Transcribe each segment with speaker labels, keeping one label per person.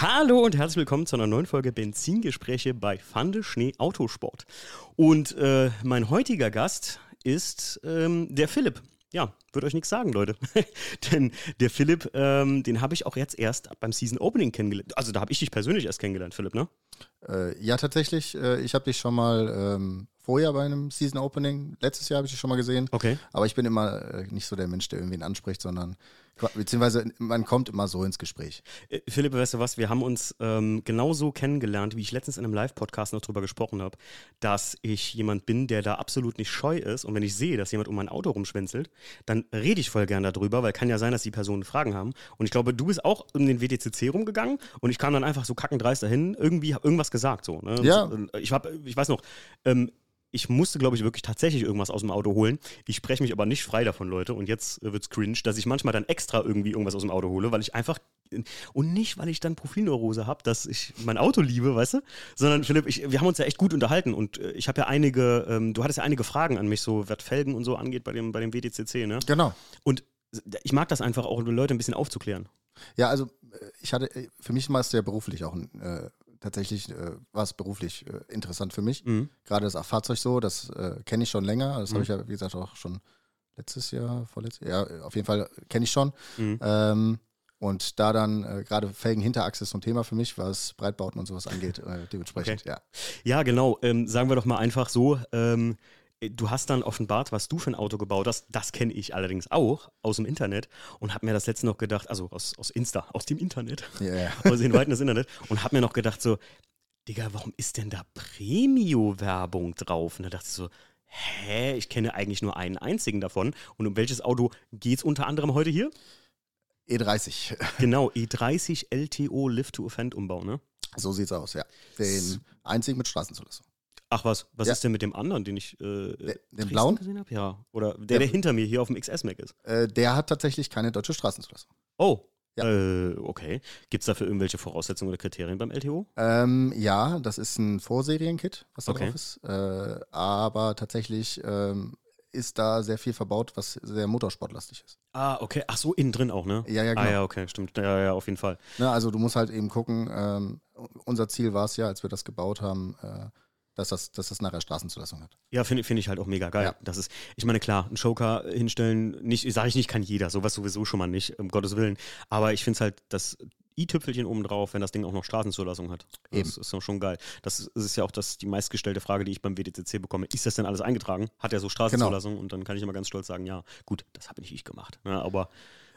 Speaker 1: Hallo und herzlich willkommen zu einer neuen Folge Benzingespräche bei Fande Schnee Autosport. Und äh, mein heutiger Gast ist ähm, der Philipp. Ja, wird euch nichts sagen, Leute. Denn der Philipp, ähm, den habe ich auch jetzt erst beim Season Opening kennengelernt. Also da habe ich dich persönlich erst kennengelernt, Philipp, ne?
Speaker 2: Äh, ja, tatsächlich. Äh, ich habe dich schon mal ähm, vorher bei einem Season Opening, letztes Jahr habe ich dich schon mal gesehen.
Speaker 1: Okay.
Speaker 2: Aber ich bin immer äh, nicht so der Mensch, der irgendwen anspricht, sondern qua- beziehungsweise man kommt immer so ins Gespräch.
Speaker 1: Äh, Philipp, weißt du was, wir haben uns ähm, genauso kennengelernt, wie ich letztens in einem Live-Podcast noch drüber gesprochen habe, dass ich jemand bin, der da absolut nicht scheu ist. Und wenn ich sehe, dass jemand um mein Auto rumschwänzelt, dann rede ich voll gern darüber, weil kann ja sein, dass die Personen Fragen haben. Und ich glaube, du bist auch um den WTCC rumgegangen und ich kam dann einfach so kackendreist dahin, irgendwie hab irgendwas gesagt. So, ne?
Speaker 2: Ja.
Speaker 1: Und Ich, hab, ich weiß noch, ähm, ich musste, glaube ich, wirklich tatsächlich irgendwas aus dem Auto holen. Ich spreche mich aber nicht frei davon, Leute. Und jetzt äh, wird's cringe, dass ich manchmal dann extra irgendwie irgendwas aus dem Auto hole, weil ich einfach. äh, Und nicht, weil ich dann Profilneurose habe, dass ich mein Auto liebe, weißt du? Sondern, Philipp, ich, wir haben uns ja echt gut unterhalten. Und äh, ich habe ja einige. Ähm, du hattest ja einige Fragen an mich, so was Felgen und so angeht bei dem, bei dem WDCC, ne?
Speaker 2: Genau.
Speaker 1: Und äh, ich mag das einfach auch, Leute ein bisschen aufzuklären.
Speaker 2: Ja, also äh, ich hatte, äh, für mich war es ja beruflich auch ein, äh, tatsächlich äh, war es beruflich äh, interessant für mich.
Speaker 1: Mhm.
Speaker 2: Gerade das Fahrzeug so, das äh, kenne ich schon länger. Das habe ich ja, wie gesagt, auch schon letztes Jahr, vorletztes Jahr, ja, äh, auf jeden Fall kenne ich schon.
Speaker 1: Mhm.
Speaker 2: Ähm, und da dann äh, gerade Felgen Hinterachse ist so ein Thema für mich, was Breitbauten und sowas angeht, äh, dementsprechend, ja.
Speaker 1: Ja, genau. Ähm, sagen wir doch mal einfach so. Ähm, Du hast dann offenbart, was du für ein Auto gebaut hast. Das kenne ich allerdings auch aus dem Internet und habe mir das letzte noch gedacht, also aus, aus Insta, aus dem Internet,
Speaker 2: Ja, ja.
Speaker 1: aus den Weiten des Internet und habe mir noch gedacht so, Digga, warum ist denn da Premio-Werbung drauf? Und da dachte ich so, hä, ich kenne eigentlich nur einen einzigen davon. Und um welches Auto geht es unter anderem heute hier?
Speaker 2: E E30.
Speaker 1: Genau, E30 LTO Lift to Offend Umbau, ne?
Speaker 2: So sieht's aus, ja. Den einzigen mit Straßenzulassung.
Speaker 1: Ach was, was
Speaker 2: Ja.
Speaker 1: ist denn mit dem anderen, den ich äh,
Speaker 2: den
Speaker 1: Dresden
Speaker 2: blauen?
Speaker 1: gesehen habe? Ja, oder der, der hinter mir hier auf dem XS-Mac ist.
Speaker 2: Äh, der hat tatsächlich keine deutsche Straßenzulassung.
Speaker 1: Oh, äh, okay. Gibt es dafür irgendwelche Voraussetzungen oder Kriterien beim LTO?
Speaker 2: Ähm, ja, das ist ein Vorserienkit, was da
Speaker 1: Okay.
Speaker 2: drauf ist. Äh, aber tatsächlich ähm, ist da sehr viel verbaut, was sehr motorsportlastig ist.
Speaker 1: Ah, okay. Ach so, innen drin auch, ne?
Speaker 2: Ja, ja,
Speaker 1: Ah
Speaker 2: genau.
Speaker 1: ja, okay, stimmt. Ja, ja, auf jeden Fall.
Speaker 2: Ne, also du musst halt eben gucken, ähm, unser Ziel war es ja, als wir das gebaut haben, äh, dass, das, dass das nachher Straßenzulassung hat.
Speaker 1: Ja, finde find ich halt auch mega geil.
Speaker 2: Ja.
Speaker 1: Das ist, ich meine, klar, einen Joker hinstellen, nicht, sage ich nicht, kann jeder, sowas sowieso schon mal nicht, um Gottes Willen. Aber ich finde es halt das i-Tüpfelchen oben drauf, wenn das Ding auch noch Straßenzulassung hat.
Speaker 2: Eben.
Speaker 1: Das ist doch schon geil. Das ist, ist ja auch das, die meistgestellte Frage, die ich beim WDCC bekomme. Ist das denn alles eingetragen? Hat er so Straßenzulassung?
Speaker 2: Genau.
Speaker 1: Und dann kann ich immer ganz stolz sagen, ja, gut, das habe nicht ich gemacht. Ja, aber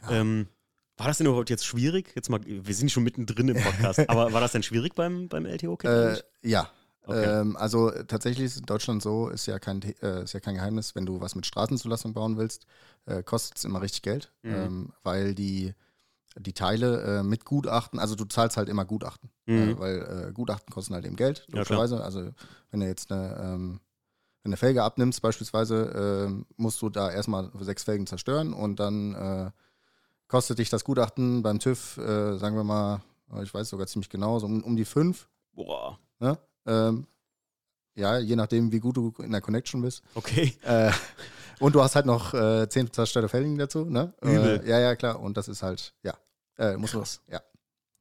Speaker 1: ähm, war das denn überhaupt jetzt schwierig? Jetzt mal, wir sind schon mittendrin im Podcast, aber war das denn schwierig beim, beim LTO?
Speaker 2: Äh, ja.
Speaker 1: Okay.
Speaker 2: Ähm, also äh, tatsächlich ist in Deutschland so, ist ja kein, The- äh, ist ja kein Geheimnis, wenn du was mit Straßenzulassung bauen willst, äh, kostet es immer richtig Geld,
Speaker 1: Mhm.
Speaker 2: ähm, weil die, die Teile äh, mit Gutachten, also du zahlst halt immer Gutachten,
Speaker 1: Mhm.
Speaker 2: äh, weil äh, Gutachten kosten halt eben Geld,
Speaker 1: Ja, klar.
Speaker 2: logischerweise. also wenn du jetzt eine, ähm, wenn du eine Felge abnimmst beispielsweise, ähm, musst du da erstmal sechs Felgen zerstören und dann äh, kostet dich das Gutachten beim TÜV, äh, sagen wir mal, äh, ich weiß sogar ziemlich genau, so um, um die fünf.
Speaker 1: Boah,
Speaker 2: Ne? Ähm, ja, je nachdem, wie gut du in der Connection bist.
Speaker 1: okay.
Speaker 2: Äh, und du hast halt noch äh, 10 zerstörte Felgen dazu, ne?
Speaker 1: Übel.
Speaker 2: Äh, ja, ja, klar. Und das ist halt, ja. Äh, muss man,
Speaker 1: Krass.
Speaker 2: ja.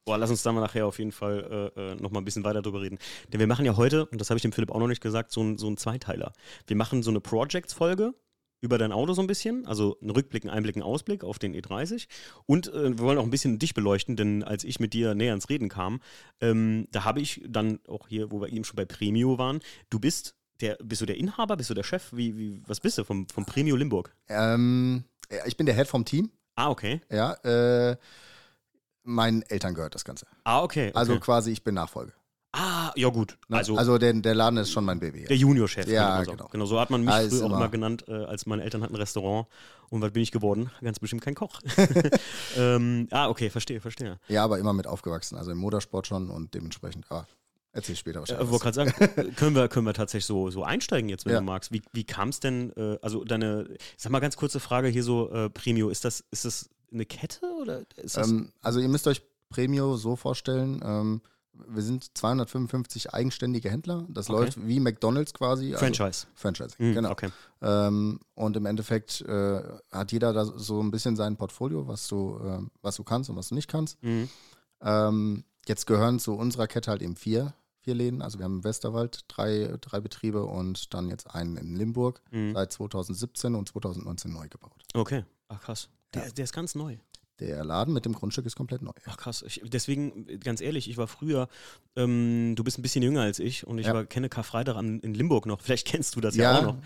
Speaker 1: Boah, lass uns da mal nachher auf jeden Fall äh, äh, nochmal ein bisschen weiter drüber reden. Denn wir machen ja heute, und das habe ich dem Philipp auch noch nicht gesagt, so einen so einen Zweiteiler. Wir machen so eine Projects-Folge über dein Auto so ein bisschen, also einen Rückblick, einen Einblick, einen Ausblick auf den E30. Und äh, wir wollen auch ein bisschen dich beleuchten, denn als ich mit dir näher ins Reden kam, ähm, da habe ich dann auch hier, wo wir eben schon bei Premio waren, du bist der, bist du der Inhaber, bist du der Chef? Wie, wie, was bist du vom, vom Premio Limburg?
Speaker 2: Ähm, ja, ich bin der Head vom Team,
Speaker 1: Ah, okay.
Speaker 2: ja. Äh, meinen Eltern gehört das Ganze.
Speaker 1: Ah, okay. okay.
Speaker 2: Also quasi, ich bin Nachfolge.
Speaker 1: ah, ja gut.
Speaker 2: Ne? Also, der, der Laden ist schon mein Baby. Ja.
Speaker 1: Der Juniorchef.
Speaker 2: Ja,
Speaker 1: könnte man sagen.
Speaker 2: genau.
Speaker 1: genau. So hat man mich
Speaker 2: Ah, ist
Speaker 1: früher auch
Speaker 2: immer-
Speaker 1: immer genannt, äh, als meine Eltern hatten ein Restaurant. Und was bin ich geworden? Ganz bestimmt kein Koch. ähm, ah, okay, verstehe, verstehe.
Speaker 2: ja, aber immer mit aufgewachsen. Also im Motorsport schon und dementsprechend. Aber erzähl ich später
Speaker 1: Ich äh,
Speaker 2: wahrscheinlich. was.
Speaker 1: wollte gerade sagen, äh, können wir, können wir tatsächlich so, so einsteigen jetzt, wenn
Speaker 2: Ja.
Speaker 1: du magst. Wie, wie kam es denn, äh, also deine, sag mal ganz kurze Frage hier so, äh, Premio, ist das, ist das eine Kette oder ist das,
Speaker 2: Ähm, also ihr müsst euch Premio so vorstellen, ähm, wir sind 255 eigenständige Händler. Das
Speaker 1: Okay.
Speaker 2: läuft wie McDonalds quasi. also
Speaker 1: Franchise?
Speaker 2: Franchising,
Speaker 1: Mhm,
Speaker 2: genau.
Speaker 1: Okay.
Speaker 2: Ähm, und im Endeffekt äh, hat jeder da so ein bisschen sein Portfolio, was du, ähm, was du kannst und was du nicht kannst.
Speaker 1: Mhm.
Speaker 2: Ähm, Jetzt gehören zu unserer Kette halt eben vier, vier Läden. Also wir haben im Westerwald drei, drei Betriebe und dann jetzt einen in Limburg
Speaker 1: Mhm.
Speaker 2: seit 2017 und 2019 neu gebaut.
Speaker 1: Okay. Ach krass. Der,
Speaker 2: Ja.
Speaker 1: der ist ganz neu.
Speaker 2: Der Laden mit dem Grundstück ist komplett neu.
Speaker 1: Ach krass. Ich, deswegen, ganz ehrlich, ich war früher, ähm, du bist ein bisschen jünger als ich und ich
Speaker 2: Ja.
Speaker 1: war, kenne Karfreitag an, in Limburg noch, vielleicht kennst du das ja, auch noch,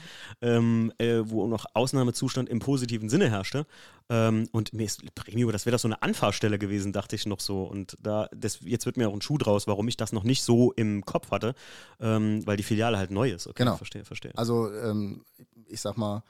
Speaker 1: ähm, äh, wo noch Ausnahmezustand im positiven Sinne herrschte. Ähm, und mir ist Premium, das wäre das so eine Anfahrstelle gewesen, dachte ich noch so. Und da, das, jetzt wird mir auch ein Schuh draus, warum ich das noch nicht so im Kopf hatte, ähm, weil die Filiale halt neu ist. Okay,
Speaker 2: Genau.
Speaker 1: verstehe, verstehe.
Speaker 2: Also, ähm, ich sag mal,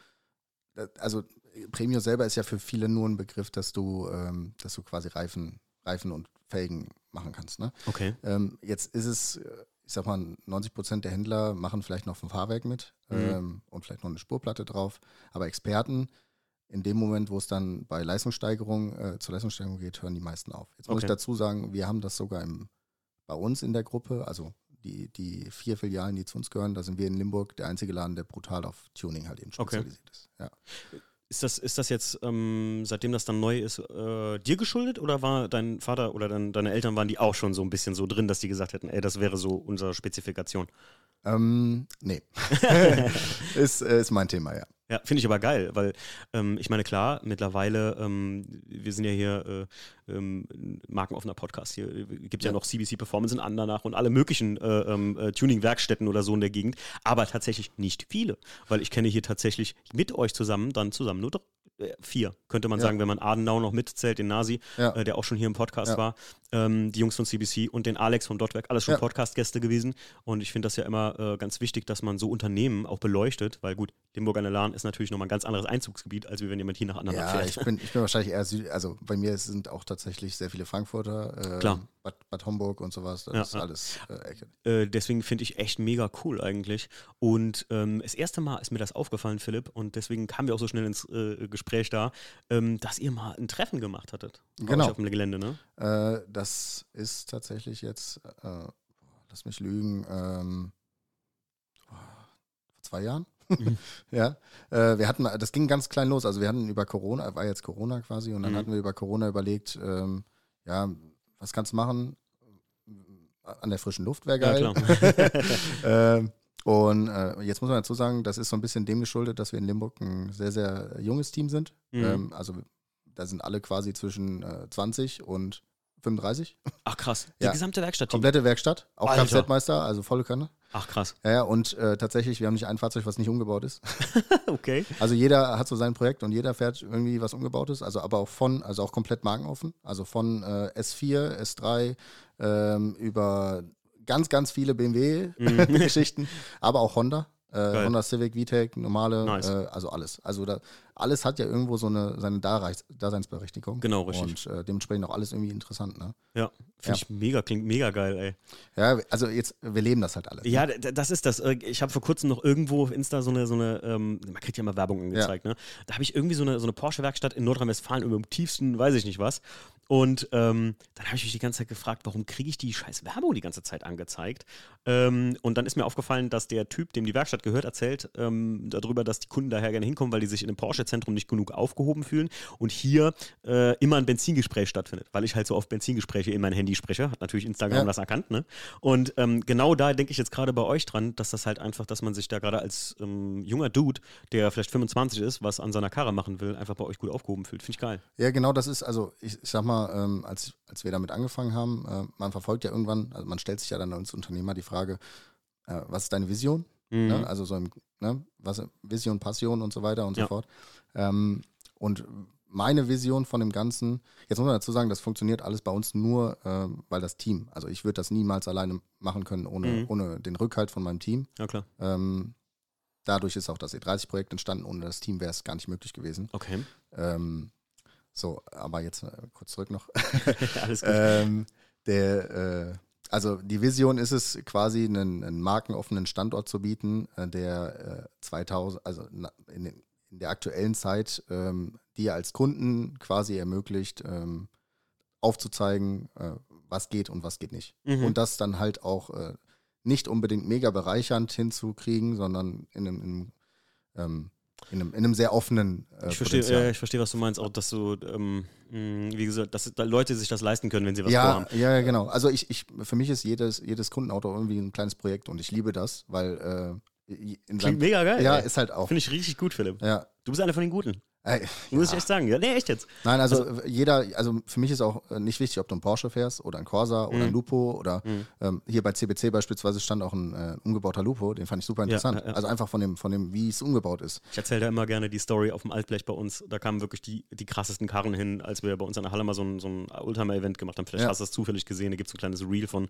Speaker 2: da- also Premio selber ist ja für viele nur ein Begriff, dass du, ähm, dass du quasi Reifen, Reifen und Felgen machen kannst. Ne?
Speaker 1: Okay.
Speaker 2: Ähm, jetzt ist es, äh, ich sag mal, 90 Prozent der Händler machen vielleicht noch vom Fahrwerk mit
Speaker 1: Mhm.
Speaker 2: ähm, und vielleicht noch eine Spurplatte drauf. Aber Experten, in dem Moment, wo es dann bei Leistungssteigerung, äh, zur Leistungssteigerung geht, hören die meisten auf. Jetzt muss
Speaker 1: Okay.
Speaker 2: ich dazu sagen, wir haben das sogar im, bei uns in der Gruppe, also die, die vier Filialen, die zu uns gehören, da sind wir in Limburg der einzige Laden, der brutal auf Tuning halt eben
Speaker 1: Okay.
Speaker 2: spezialisiert ist. Ja.
Speaker 1: Ist das, ist das jetzt, ähm, seitdem das dann neu ist, äh, dir geschuldet oder war dein Vater oder dein, deine Eltern waren die auch schon so ein bisschen so drin, dass die gesagt hätten, ey, das wäre so unsere Spezifikation?
Speaker 2: Ähm, nee. ist, äh, ist mein Thema, ja.
Speaker 1: Ja, finde ich aber geil, weil ähm, ich meine, klar, mittlerweile, ähm, wir sind ja hier äh, ähm, ein markenoffener Podcast. Hier gibt ja,
Speaker 2: Ja.
Speaker 1: noch CBC Performance in Andernach und alle möglichen äh, ähm, äh, Tuning-Werkstätten oder so in der Gegend, aber tatsächlich nicht viele, weil ich kenne hier tatsächlich mit euch zusammen dann zusammen nur dr- äh, vier, könnte man
Speaker 2: Ja.
Speaker 1: sagen, wenn man Adenau noch mitzählt, den Nasi,
Speaker 2: Ja.
Speaker 1: äh, der auch schon hier im Podcast
Speaker 2: Ja.
Speaker 1: war, ähm, die Jungs von CBC und den Alex vom Dotwerk, alles schon
Speaker 2: Ja.
Speaker 1: Podcast-Gäste gewesen. Und ich finde das ja immer äh, ganz wichtig, dass man so Unternehmen auch beleuchtet, weil gut, Limburg an der Lahn ist natürlich nochmal ein ganz anderes Einzugsgebiet, als wie wenn jemand hier nach anderen
Speaker 2: Ja,
Speaker 1: fährt.
Speaker 2: ich bin, ich bin wahrscheinlich eher Süd, also bei mir sind auch tatsächlich sehr viele Frankfurter, äh,
Speaker 1: Klar.
Speaker 2: Bad, Bad Homburg und sowas, das
Speaker 1: Ja,
Speaker 2: ist
Speaker 1: ja.
Speaker 2: alles äh, Ecke.
Speaker 1: Äh, deswegen finde ich echt mega cool eigentlich. Und ähm, das erste Mal ist mir das aufgefallen, Philipp, und deswegen kamen wir auch so schnell ins äh, Gespräch da, ähm, dass ihr mal ein Treffen gemacht hattet. Bei euch
Speaker 2: Genau.
Speaker 1: Auf dem Gelände, ne?
Speaker 2: Äh, das ist tatsächlich jetzt, äh, boah, lass mich lügen, ähm, boah, vor zwei Jahren.
Speaker 1: Mhm.
Speaker 2: ja, äh, wir hatten, das ging ganz klein los. Also wir hatten über Corona, war jetzt Corona quasi, und dann
Speaker 1: Mhm.
Speaker 2: hatten wir über Corona überlegt, ähm, ja, was kannst du machen? An der frischen Luft wäre geil.
Speaker 1: Ja, klar.
Speaker 2: Ähm, und äh, jetzt muss man dazu sagen, das ist so ein bisschen dem geschuldet, dass wir in Limburg ein sehr, sehr junges Team sind.
Speaker 1: Mhm.
Speaker 2: Ähm, also da sind alle quasi zwischen äh, 20 und 35.
Speaker 1: Ach krass, die
Speaker 2: Ja.
Speaker 1: gesamte Werkstatt.
Speaker 2: Komplette Werkstatt, auch
Speaker 1: Alter.
Speaker 2: Kfz-Meister, also volle Kanne.
Speaker 1: Ach krass,
Speaker 2: Ja, ja, und äh, tatsächlich, wir haben nicht ein Fahrzeug, was nicht umgebaut ist.
Speaker 1: okay.
Speaker 2: Also jeder hat so sein Projekt und jeder fährt irgendwie was umgebautes, also aber auch von, also auch komplett markenoffen, also von äh, S4, S3 ähm, über ganz, ganz viele
Speaker 1: Mhm.
Speaker 2: BMW-Geschichten, aber auch Honda. Äh, Honda Civic, VTEC, normale,
Speaker 1: Nice.
Speaker 2: äh, also alles. Also da, alles hat ja irgendwo so eine seine Dareis, Daseinsberechtigung.
Speaker 1: Genau, richtig.
Speaker 2: Und äh, dementsprechend auch alles irgendwie interessant, ne?
Speaker 1: Ja, finde ich mega, klingt mega geil, ey.
Speaker 2: Ja, also jetzt, wir leben das halt alle.
Speaker 1: Ja, d- d- das ist das. Äh, Ich habe vor kurzem noch irgendwo auf Insta so eine, so eine ähm, man kriegt ja immer Werbung angezeigt, ne? Da habe ich irgendwie so eine, so eine Porsche-Werkstatt in Nordrhein-Westfalen über dem tiefsten, weiß ich nicht was. Und ähm, dann habe ich mich die ganze Zeit gefragt, warum kriege ich die scheiß Werbung die ganze Zeit angezeigt? Ähm, und dann ist mir aufgefallen, dass der Typ, dem die Werkstatt gehört, erzählt ähm, darüber, dass die Kunden daher gerne hinkommen, weil die sich in dem Porsche-Zentrum nicht genug aufgehoben fühlen und hier äh, immer ein Benzingespräch stattfindet, weil ich halt so oft Benzingespräche in mein Handy spreche. Hat natürlich Instagram
Speaker 2: Ja.
Speaker 1: das erkannt, ne? Und ähm, genau da denke ich jetzt gerade bei euch dran, dass das halt einfach, dass man sich da gerade als ähm, junger Dude, der vielleicht 25 ist, was an seiner Karre machen will, einfach bei euch gut aufgehoben fühlt. Finde ich geil.
Speaker 2: Ja, genau, das ist, also ich, ich sag mal, ähm, als, als wir damit angefangen haben, äh, man verfolgt ja irgendwann, also man stellt sich ja dann als Unternehmer die Frage, äh, was ist deine Vision?
Speaker 1: Mhm.
Speaker 2: Ne? Also so im, ne? was, Vision, Passion und so weiter und so
Speaker 1: Ja.
Speaker 2: fort. Ähm, und meine Vision von dem Ganzen, jetzt muss man dazu sagen, das funktioniert alles bei uns nur, ähm, weil das Team, also ich würde das niemals alleine machen können, ohne,
Speaker 1: Mhm.
Speaker 2: ohne den Rückhalt von meinem Team.
Speaker 1: Ja, klar.
Speaker 2: Ähm, dadurch ist auch das E30-Projekt entstanden, ohne das Team wäre es gar nicht möglich gewesen.
Speaker 1: Okay.
Speaker 2: Ähm, so, aber jetzt äh, kurz zurück noch.
Speaker 1: Alles gut.
Speaker 2: ähm, der, äh, also die Vision ist es quasi, einen, einen markenoffenen Standort zu bieten, äh, der äh, 2000, also na, in, den, in der aktuellen Zeit, ähm, dir als Kunden quasi ermöglicht, ähm, aufzuzeigen, äh, was geht und was geht nicht.
Speaker 1: Mhm.
Speaker 2: Und das dann halt auch äh, nicht unbedingt mega bereichernd hinzukriegen, sondern in einem, in einem ähm, In einem, in einem sehr offenen äh,
Speaker 1: Ich verstehe,
Speaker 2: Potenzial.
Speaker 1: ja, ich verstehe, was du meinst, auch dass du, ähm, mh, wie gesagt, dass da Leute sich das leisten können, wenn sie was
Speaker 2: ja,
Speaker 1: vorhaben.
Speaker 2: ja, ja, genau. Also ich, ich, für mich ist jedes, jedes Kundenauto irgendwie ein kleines Projekt und ich liebe das, weil äh, in
Speaker 1: Klingt mega geil.
Speaker 2: ja,
Speaker 1: ey.
Speaker 2: ist halt auch.
Speaker 1: Finde ich richtig gut, Philipp.
Speaker 2: Ja.
Speaker 1: Du bist einer von den Guten.
Speaker 2: Äh,
Speaker 1: Muss
Speaker 2: ja.
Speaker 1: ich echt sagen. Ja, nee, echt jetzt.
Speaker 2: Nein, also, jeder, also für mich ist auch äh, nicht wichtig, ob du einen Porsche fährst oder einen Corsa
Speaker 1: Mhm.
Speaker 2: oder einen Lupo oder ähm, hier bei CBC beispielsweise stand auch ein äh, umgebauter Lupo, den fand ich super interessant.
Speaker 1: ja, ja.
Speaker 2: Also einfach von dem, von dem, wie es umgebaut ist.
Speaker 1: Ich erzähle da immer gerne die Story auf dem Altblech bei uns. Da kamen wirklich die, die krassesten Karren hin, als wir bei uns an der Halle mal so ein, so ein Oldtimer-Event gemacht haben. Vielleicht
Speaker 2: Ja.
Speaker 1: hast du das zufällig gesehen, da gibt es ein kleines Reel von.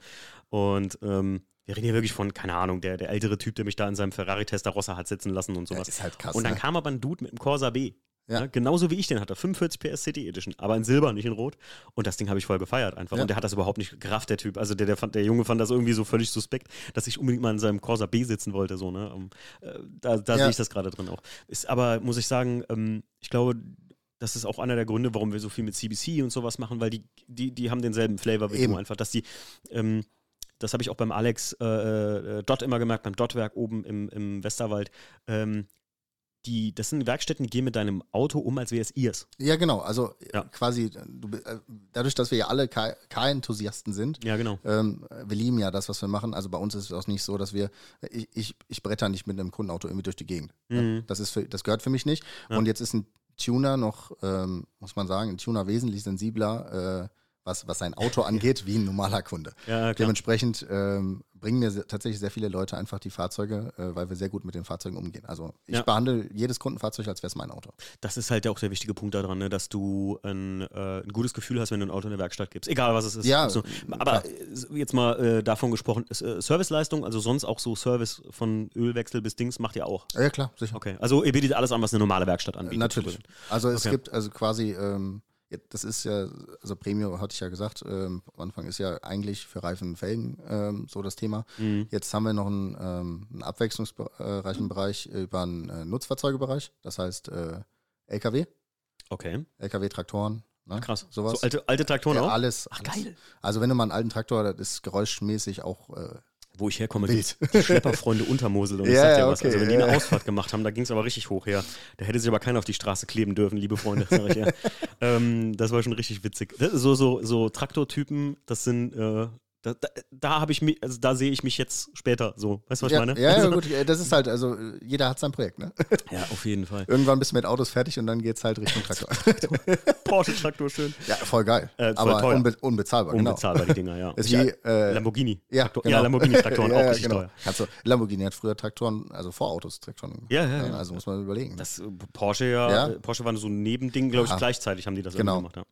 Speaker 1: Und ähm, wir reden hier wirklich von, keine Ahnung, der, der ältere Typ, der mich da in seinem Ferrari-Testarossa hat sitzen lassen und sowas.
Speaker 2: Ja, ist halt krass,
Speaker 1: Und dann
Speaker 2: ne?
Speaker 1: kam aber ein Dude mit einem Corsa B.
Speaker 2: Ja.
Speaker 1: Ja. genauso wie ich den hatte, 45 PS City Edition, aber in Silber, nicht in Rot. Und das Ding habe ich voll gefeiert einfach.
Speaker 2: Ja.
Speaker 1: Und der hat das überhaupt nicht gerafft, der Typ. Also der, der, fand, der Junge fand das irgendwie so völlig suspekt, dass ich unbedingt mal in seinem Corsa B sitzen wollte. So, ne? Ähm, äh, da da
Speaker 2: Ja.
Speaker 1: sehe ich das gerade drin auch. Ist, aber muss ich sagen, ähm, ich glaube, das ist auch einer der Gründe, warum wir so viel mit CBC und sowas machen, weil die, die, die haben denselben Flavor wie
Speaker 2: Eben.
Speaker 1: du einfach, dass die, ähm, das habe ich auch beim Alex äh, äh, Dot immer gemerkt, beim Dotwerk oben im, im Westerwald, ähm, die, das sind Werkstätten, die gehen mit deinem Auto um, als wäre es ihrs.
Speaker 2: Ja, genau. Also äh,
Speaker 1: Ja.
Speaker 2: quasi, du, bi- äh, dadurch, dass wir ja alle Ka- K-Enthusiasten sind,
Speaker 1: Ja, genau.
Speaker 2: ähm, wir lieben ja das, was wir machen. Also bei uns ist es auch nicht so, dass wir, ich, ich, ich bretter nicht mit einem Kundenauto irgendwie durch die Gegend.
Speaker 1: Mhm.
Speaker 2: Das, ist für, das gehört für mich nicht.
Speaker 1: Ja.
Speaker 2: Und jetzt ist ein Tuner noch, ähm, muss man sagen, ein Tuner wesentlich sensibler, äh, was, was sein Auto angeht, wie ein normaler Kunde.
Speaker 1: Ja, klar.
Speaker 2: Dementsprechend ähm, bringen mir se- tatsächlich sehr viele Leute einfach die Fahrzeuge, äh, weil wir sehr gut mit den Fahrzeugen umgehen. Also ich
Speaker 1: Ja.
Speaker 2: behandle jedes Kundenfahrzeug, als wäre es mein Auto.
Speaker 1: Das ist halt auch der wichtige Punkt daran, ne? dass du ein, äh, ein gutes Gefühl hast, wenn du ein Auto in der Werkstatt gibst. Egal was es ist.
Speaker 2: Ja,
Speaker 1: Also, aber äh, jetzt mal äh, davon gesprochen, ist, äh, Serviceleistung, also sonst auch so Service von Ölwechsel bis Dings, macht ihr auch.
Speaker 2: Ja, klar, sicher.
Speaker 1: Okay. Also ihr bietet alles an, was eine normale Werkstatt anbietet.
Speaker 2: Natürlich. Also es
Speaker 1: Okay.
Speaker 2: gibt also quasi, ähm, ja, das ist ja, also Premium hatte ich ja gesagt, ähm, am Anfang ist ja eigentlich für Reifen und Felgen ähm, so das Thema.
Speaker 1: Mhm.
Speaker 2: Jetzt haben wir noch einen, ähm, einen abwechslungsreichen Bereich über einen äh, Nutzfahrzeugebereich, das heißt äh, LKW,
Speaker 1: Okay.
Speaker 2: LKW-Traktoren, ne?
Speaker 1: Krass.
Speaker 2: sowas.
Speaker 1: So alte, alte Traktoren
Speaker 2: ja,
Speaker 1: auch?
Speaker 2: alles,
Speaker 1: Ach,
Speaker 2: alles.
Speaker 1: geil.
Speaker 2: Also wenn du mal einen alten Traktor, das ist geräuschmäßig auch äh,
Speaker 1: Wo ich herkomme, die,
Speaker 2: Wild.
Speaker 1: die Schlepperfreunde Untermosel und ich
Speaker 2: Ja,
Speaker 1: sag dir
Speaker 2: ja,
Speaker 1: was. Also
Speaker 2: okay,
Speaker 1: wenn die eine
Speaker 2: ja.
Speaker 1: Ausfahrt gemacht haben, da ging es aber richtig hoch her. Da hätte sich aber keiner auf die Straße kleben dürfen, liebe Freunde. Sag ich, ja. ähm, das war schon richtig witzig. Das, so, so, so Traktortypen, das sind, äh, da, da, da habe ich mich, also da sehe ich mich jetzt später so. Weißt du, was
Speaker 2: ja,
Speaker 1: ich meine?
Speaker 2: ja, ja,
Speaker 1: also,
Speaker 2: gut, äh, das ist halt, also äh, jeder hat sein Projekt, ne?
Speaker 1: ja, auf jeden Fall.
Speaker 2: Irgendwann bist du mit Autos fertig und dann geht's halt Richtung Traktor.
Speaker 1: Porsche-Traktor schön.
Speaker 2: ja, voll geil.
Speaker 1: Äh, voll
Speaker 2: aber
Speaker 1: teuer.
Speaker 2: unbe unbezahlbar, genau.
Speaker 1: Unbezahlbar, die Dinger, ja.
Speaker 2: Ist
Speaker 1: Ja,
Speaker 2: wie, äh,
Speaker 1: Lamborghini.
Speaker 2: Ja,
Speaker 1: Traktor-
Speaker 2: genau.
Speaker 1: ja Lamborghini-Traktoren, auch richtig teuer.
Speaker 2: Kannst du, Lamborghini hat früher Traktoren, also Vorautos Traktoren gemacht.
Speaker 1: Ja, ja, ja.
Speaker 2: Also muss man überlegen.
Speaker 1: Das äh, Porsche ja,
Speaker 2: Ja.
Speaker 1: äh, Porsche war so ein Nebending, glaube ich,
Speaker 2: Ah.
Speaker 1: gleichzeitig haben die das
Speaker 2: Genau.
Speaker 1: irgendwie gemacht.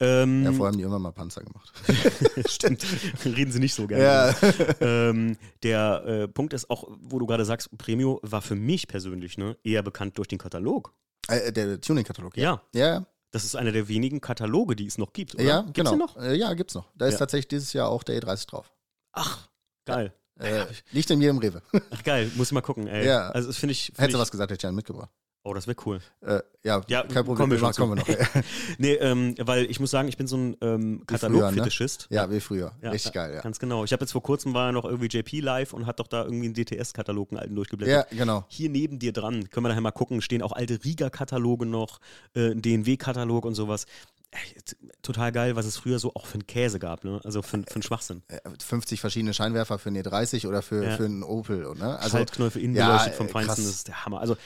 Speaker 1: Ja. Ähm,
Speaker 2: ja, vorher haben die irgendwann mal Panzer gemacht.
Speaker 1: Stimmt, reden sie nicht so gerne. drüber. Ähm, der äh, Punkt ist auch, wo du gerade sagst, Premio war für mich persönlich ne, eher bekannt durch den Katalog.
Speaker 2: Äh, der Tuning-Katalog,
Speaker 1: Ja.
Speaker 2: Ja,
Speaker 1: Das ist einer der wenigen Kataloge, die es noch gibt.
Speaker 2: ja,
Speaker 1: Oder?
Speaker 2: ja
Speaker 1: Gibt's
Speaker 2: genau.
Speaker 1: den noch?
Speaker 2: Äh, ja, gibt's noch. Da ist
Speaker 1: Ja.
Speaker 2: tatsächlich dieses Jahr auch der E30 drauf.
Speaker 1: Ach, geil.
Speaker 2: Äh, liegt in jedem Rewe.
Speaker 1: Ach, geil, muss ich mal gucken, ey.
Speaker 2: Ja.
Speaker 1: Also, das finde ich. Find
Speaker 2: Hättest
Speaker 1: ich
Speaker 2: du was gesagt, hätte ich einen mitgebracht.
Speaker 1: oh, das wäre cool.
Speaker 2: Äh, ja,
Speaker 1: Ja,
Speaker 2: kein Problem.
Speaker 1: kommen wir schon
Speaker 2: machen- kommen wir noch.
Speaker 1: Nee, ähm, weil ich muss sagen, ich bin so ein ähm, Katalog-Fetischist.
Speaker 2: ne? ja, wie früher.
Speaker 1: Ja,
Speaker 2: Richtig
Speaker 1: ja,
Speaker 2: geil, ja.
Speaker 1: Ganz genau. Ich habe jetzt vor kurzem war ja noch irgendwie JP live und hat doch da irgendwie einen DTS-Katalog einen alten durchgeblättert.
Speaker 2: Ja, genau.
Speaker 1: hier neben dir dran, können wir nachher mal gucken, stehen auch alte Riga-Kataloge noch, äh, ein DNW-Katalog und sowas. Ey, t- total geil, was es früher so auch für einen Käse gab, ne? Also für, für einen Schwachsinn.
Speaker 2: Äh, 50 verschiedene Scheinwerfer für einen E30 oder für,
Speaker 1: Ja.
Speaker 2: für einen Opel, ne?
Speaker 1: Also, Schaltknöpfe innen
Speaker 2: ja,
Speaker 1: beleuchtet vom
Speaker 2: äh,
Speaker 1: Feinsten,
Speaker 2: krass.
Speaker 1: das ist der Hammer. Also,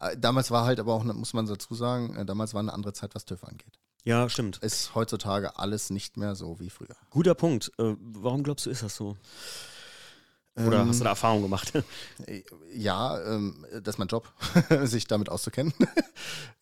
Speaker 2: Äh, Damals war halt aber auch, ne- muss man dazu sagen, äh, damals war eine andere Zeit, was TÜV angeht.
Speaker 1: ja, stimmt.
Speaker 2: Ist heutzutage alles nicht mehr so wie früher.
Speaker 1: Guter Punkt. Äh, warum glaubst du, ist das so? Oder
Speaker 2: Ähm.
Speaker 1: hast du da Erfahrung gemacht?
Speaker 2: Äh, Ja, ähm, das ist mein Job, sich damit auszukennen.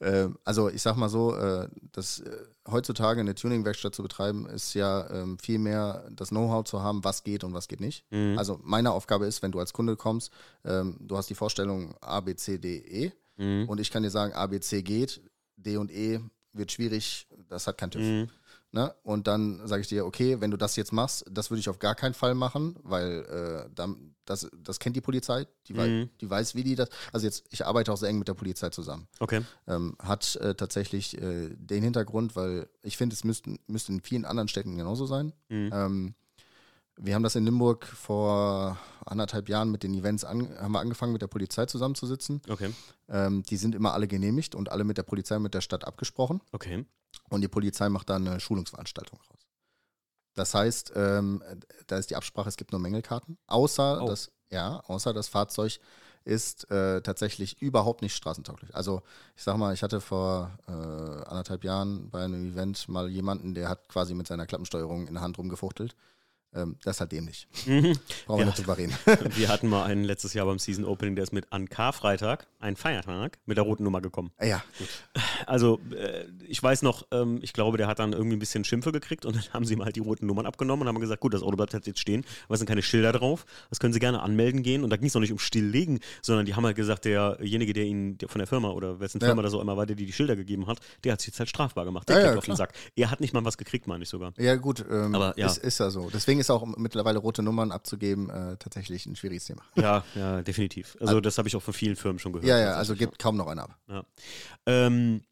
Speaker 2: ähm, also ich sag mal so, äh, dass äh, heutzutage eine Tuning-Werkstatt zu betreiben, ist ja ähm, viel mehr das Know-how zu haben, was geht und was geht nicht.
Speaker 1: Mhm.
Speaker 2: Also meine Aufgabe ist, wenn du als Kunde kommst, ähm, du hast die Vorstellung A, B, C, D, E
Speaker 1: Mhm.
Speaker 2: und ich kann dir sagen, A, B, C geht, D und E wird schwierig, das hat kein TÜV.
Speaker 1: Mhm.
Speaker 2: Ne? Und dann sage ich dir, okay, wenn du das jetzt machst, das würde ich auf gar keinen Fall machen, weil äh, dann, das, das kennt die Polizei, die, wei
Speaker 1: Mhm.
Speaker 2: die weiß, wie die das. Also jetzt, ich arbeite auch sehr eng mit der Polizei zusammen.
Speaker 1: Okay.
Speaker 2: Ähm, hat äh, tatsächlich äh, den Hintergrund, weil ich finde, es müssten, müsste in vielen anderen Städten genauso sein.
Speaker 1: Mhm.
Speaker 2: Ähm, Wir haben das in Nimburg vor anderthalb Jahren mit den Events an, haben wir angefangen, mit der Polizei zusammenzusitzen.
Speaker 1: Okay,
Speaker 2: Ähm, die sind immer alle genehmigt und alle mit der Polizei, mit der Stadt abgesprochen.
Speaker 1: okay.
Speaker 2: Und die Polizei macht dann eine Schulungsveranstaltung raus. Das heißt, ähm, da ist die Absprache, es gibt nur Mängelkarten. Außer
Speaker 1: Oh.
Speaker 2: das, ja, außer das Fahrzeug ist äh, tatsächlich überhaupt nicht straßentauglich. Also ich sag mal, ich hatte vor äh, anderthalb Jahren bei einem Event mal jemanden, der hat quasi mit seiner Klappensteuerung in der Hand rumgefuchtelt. Ähm, das ist halt dämlich.
Speaker 1: Mhm.
Speaker 2: Brauchen
Speaker 1: Ja.
Speaker 2: wir nicht drüber reden.
Speaker 1: Wir hatten mal einen letztes Jahr beim Season Opening, der ist mit an Karfreitag, ein Feiertag, mit der roten Nummer gekommen.
Speaker 2: ja, gut.
Speaker 1: Also, äh, ich weiß noch, ähm, ich glaube, der hat dann irgendwie ein bisschen Schimpfe gekriegt und dann haben sie ihm halt die roten Nummern abgenommen und haben gesagt, gut, das Auto bleibt halt jetzt stehen, aber es sind keine Schilder drauf, das können sie gerne anmelden gehen und da ging es noch nicht um stilllegen, sondern die haben halt gesagt, derjenige, der ihnen der von der Firma oder wessen
Speaker 2: Ja.
Speaker 1: Firma das auch immer war, der die, die Schilder gegeben hat, der hat sich jetzt halt strafbar gemacht. Der
Speaker 2: Ja, ja,
Speaker 1: kriegt auf den
Speaker 2: klar.
Speaker 1: Sack. Er hat nicht mal was gekriegt, meine ich sogar.
Speaker 2: Ja, gut, ähm,
Speaker 1: Aber, ja.
Speaker 2: Ist, ist ja so. Deswegen ist auch mittlerweile rote Nummern abzugeben äh, tatsächlich ein schwieriges Thema.
Speaker 1: Ja, ja, definitiv. Also, das habe ich auch von vielen Firmen schon gehört.
Speaker 2: Ja, ja, also
Speaker 1: tatsächlich,
Speaker 2: gibt kaum noch einen ab.
Speaker 1: Ähm,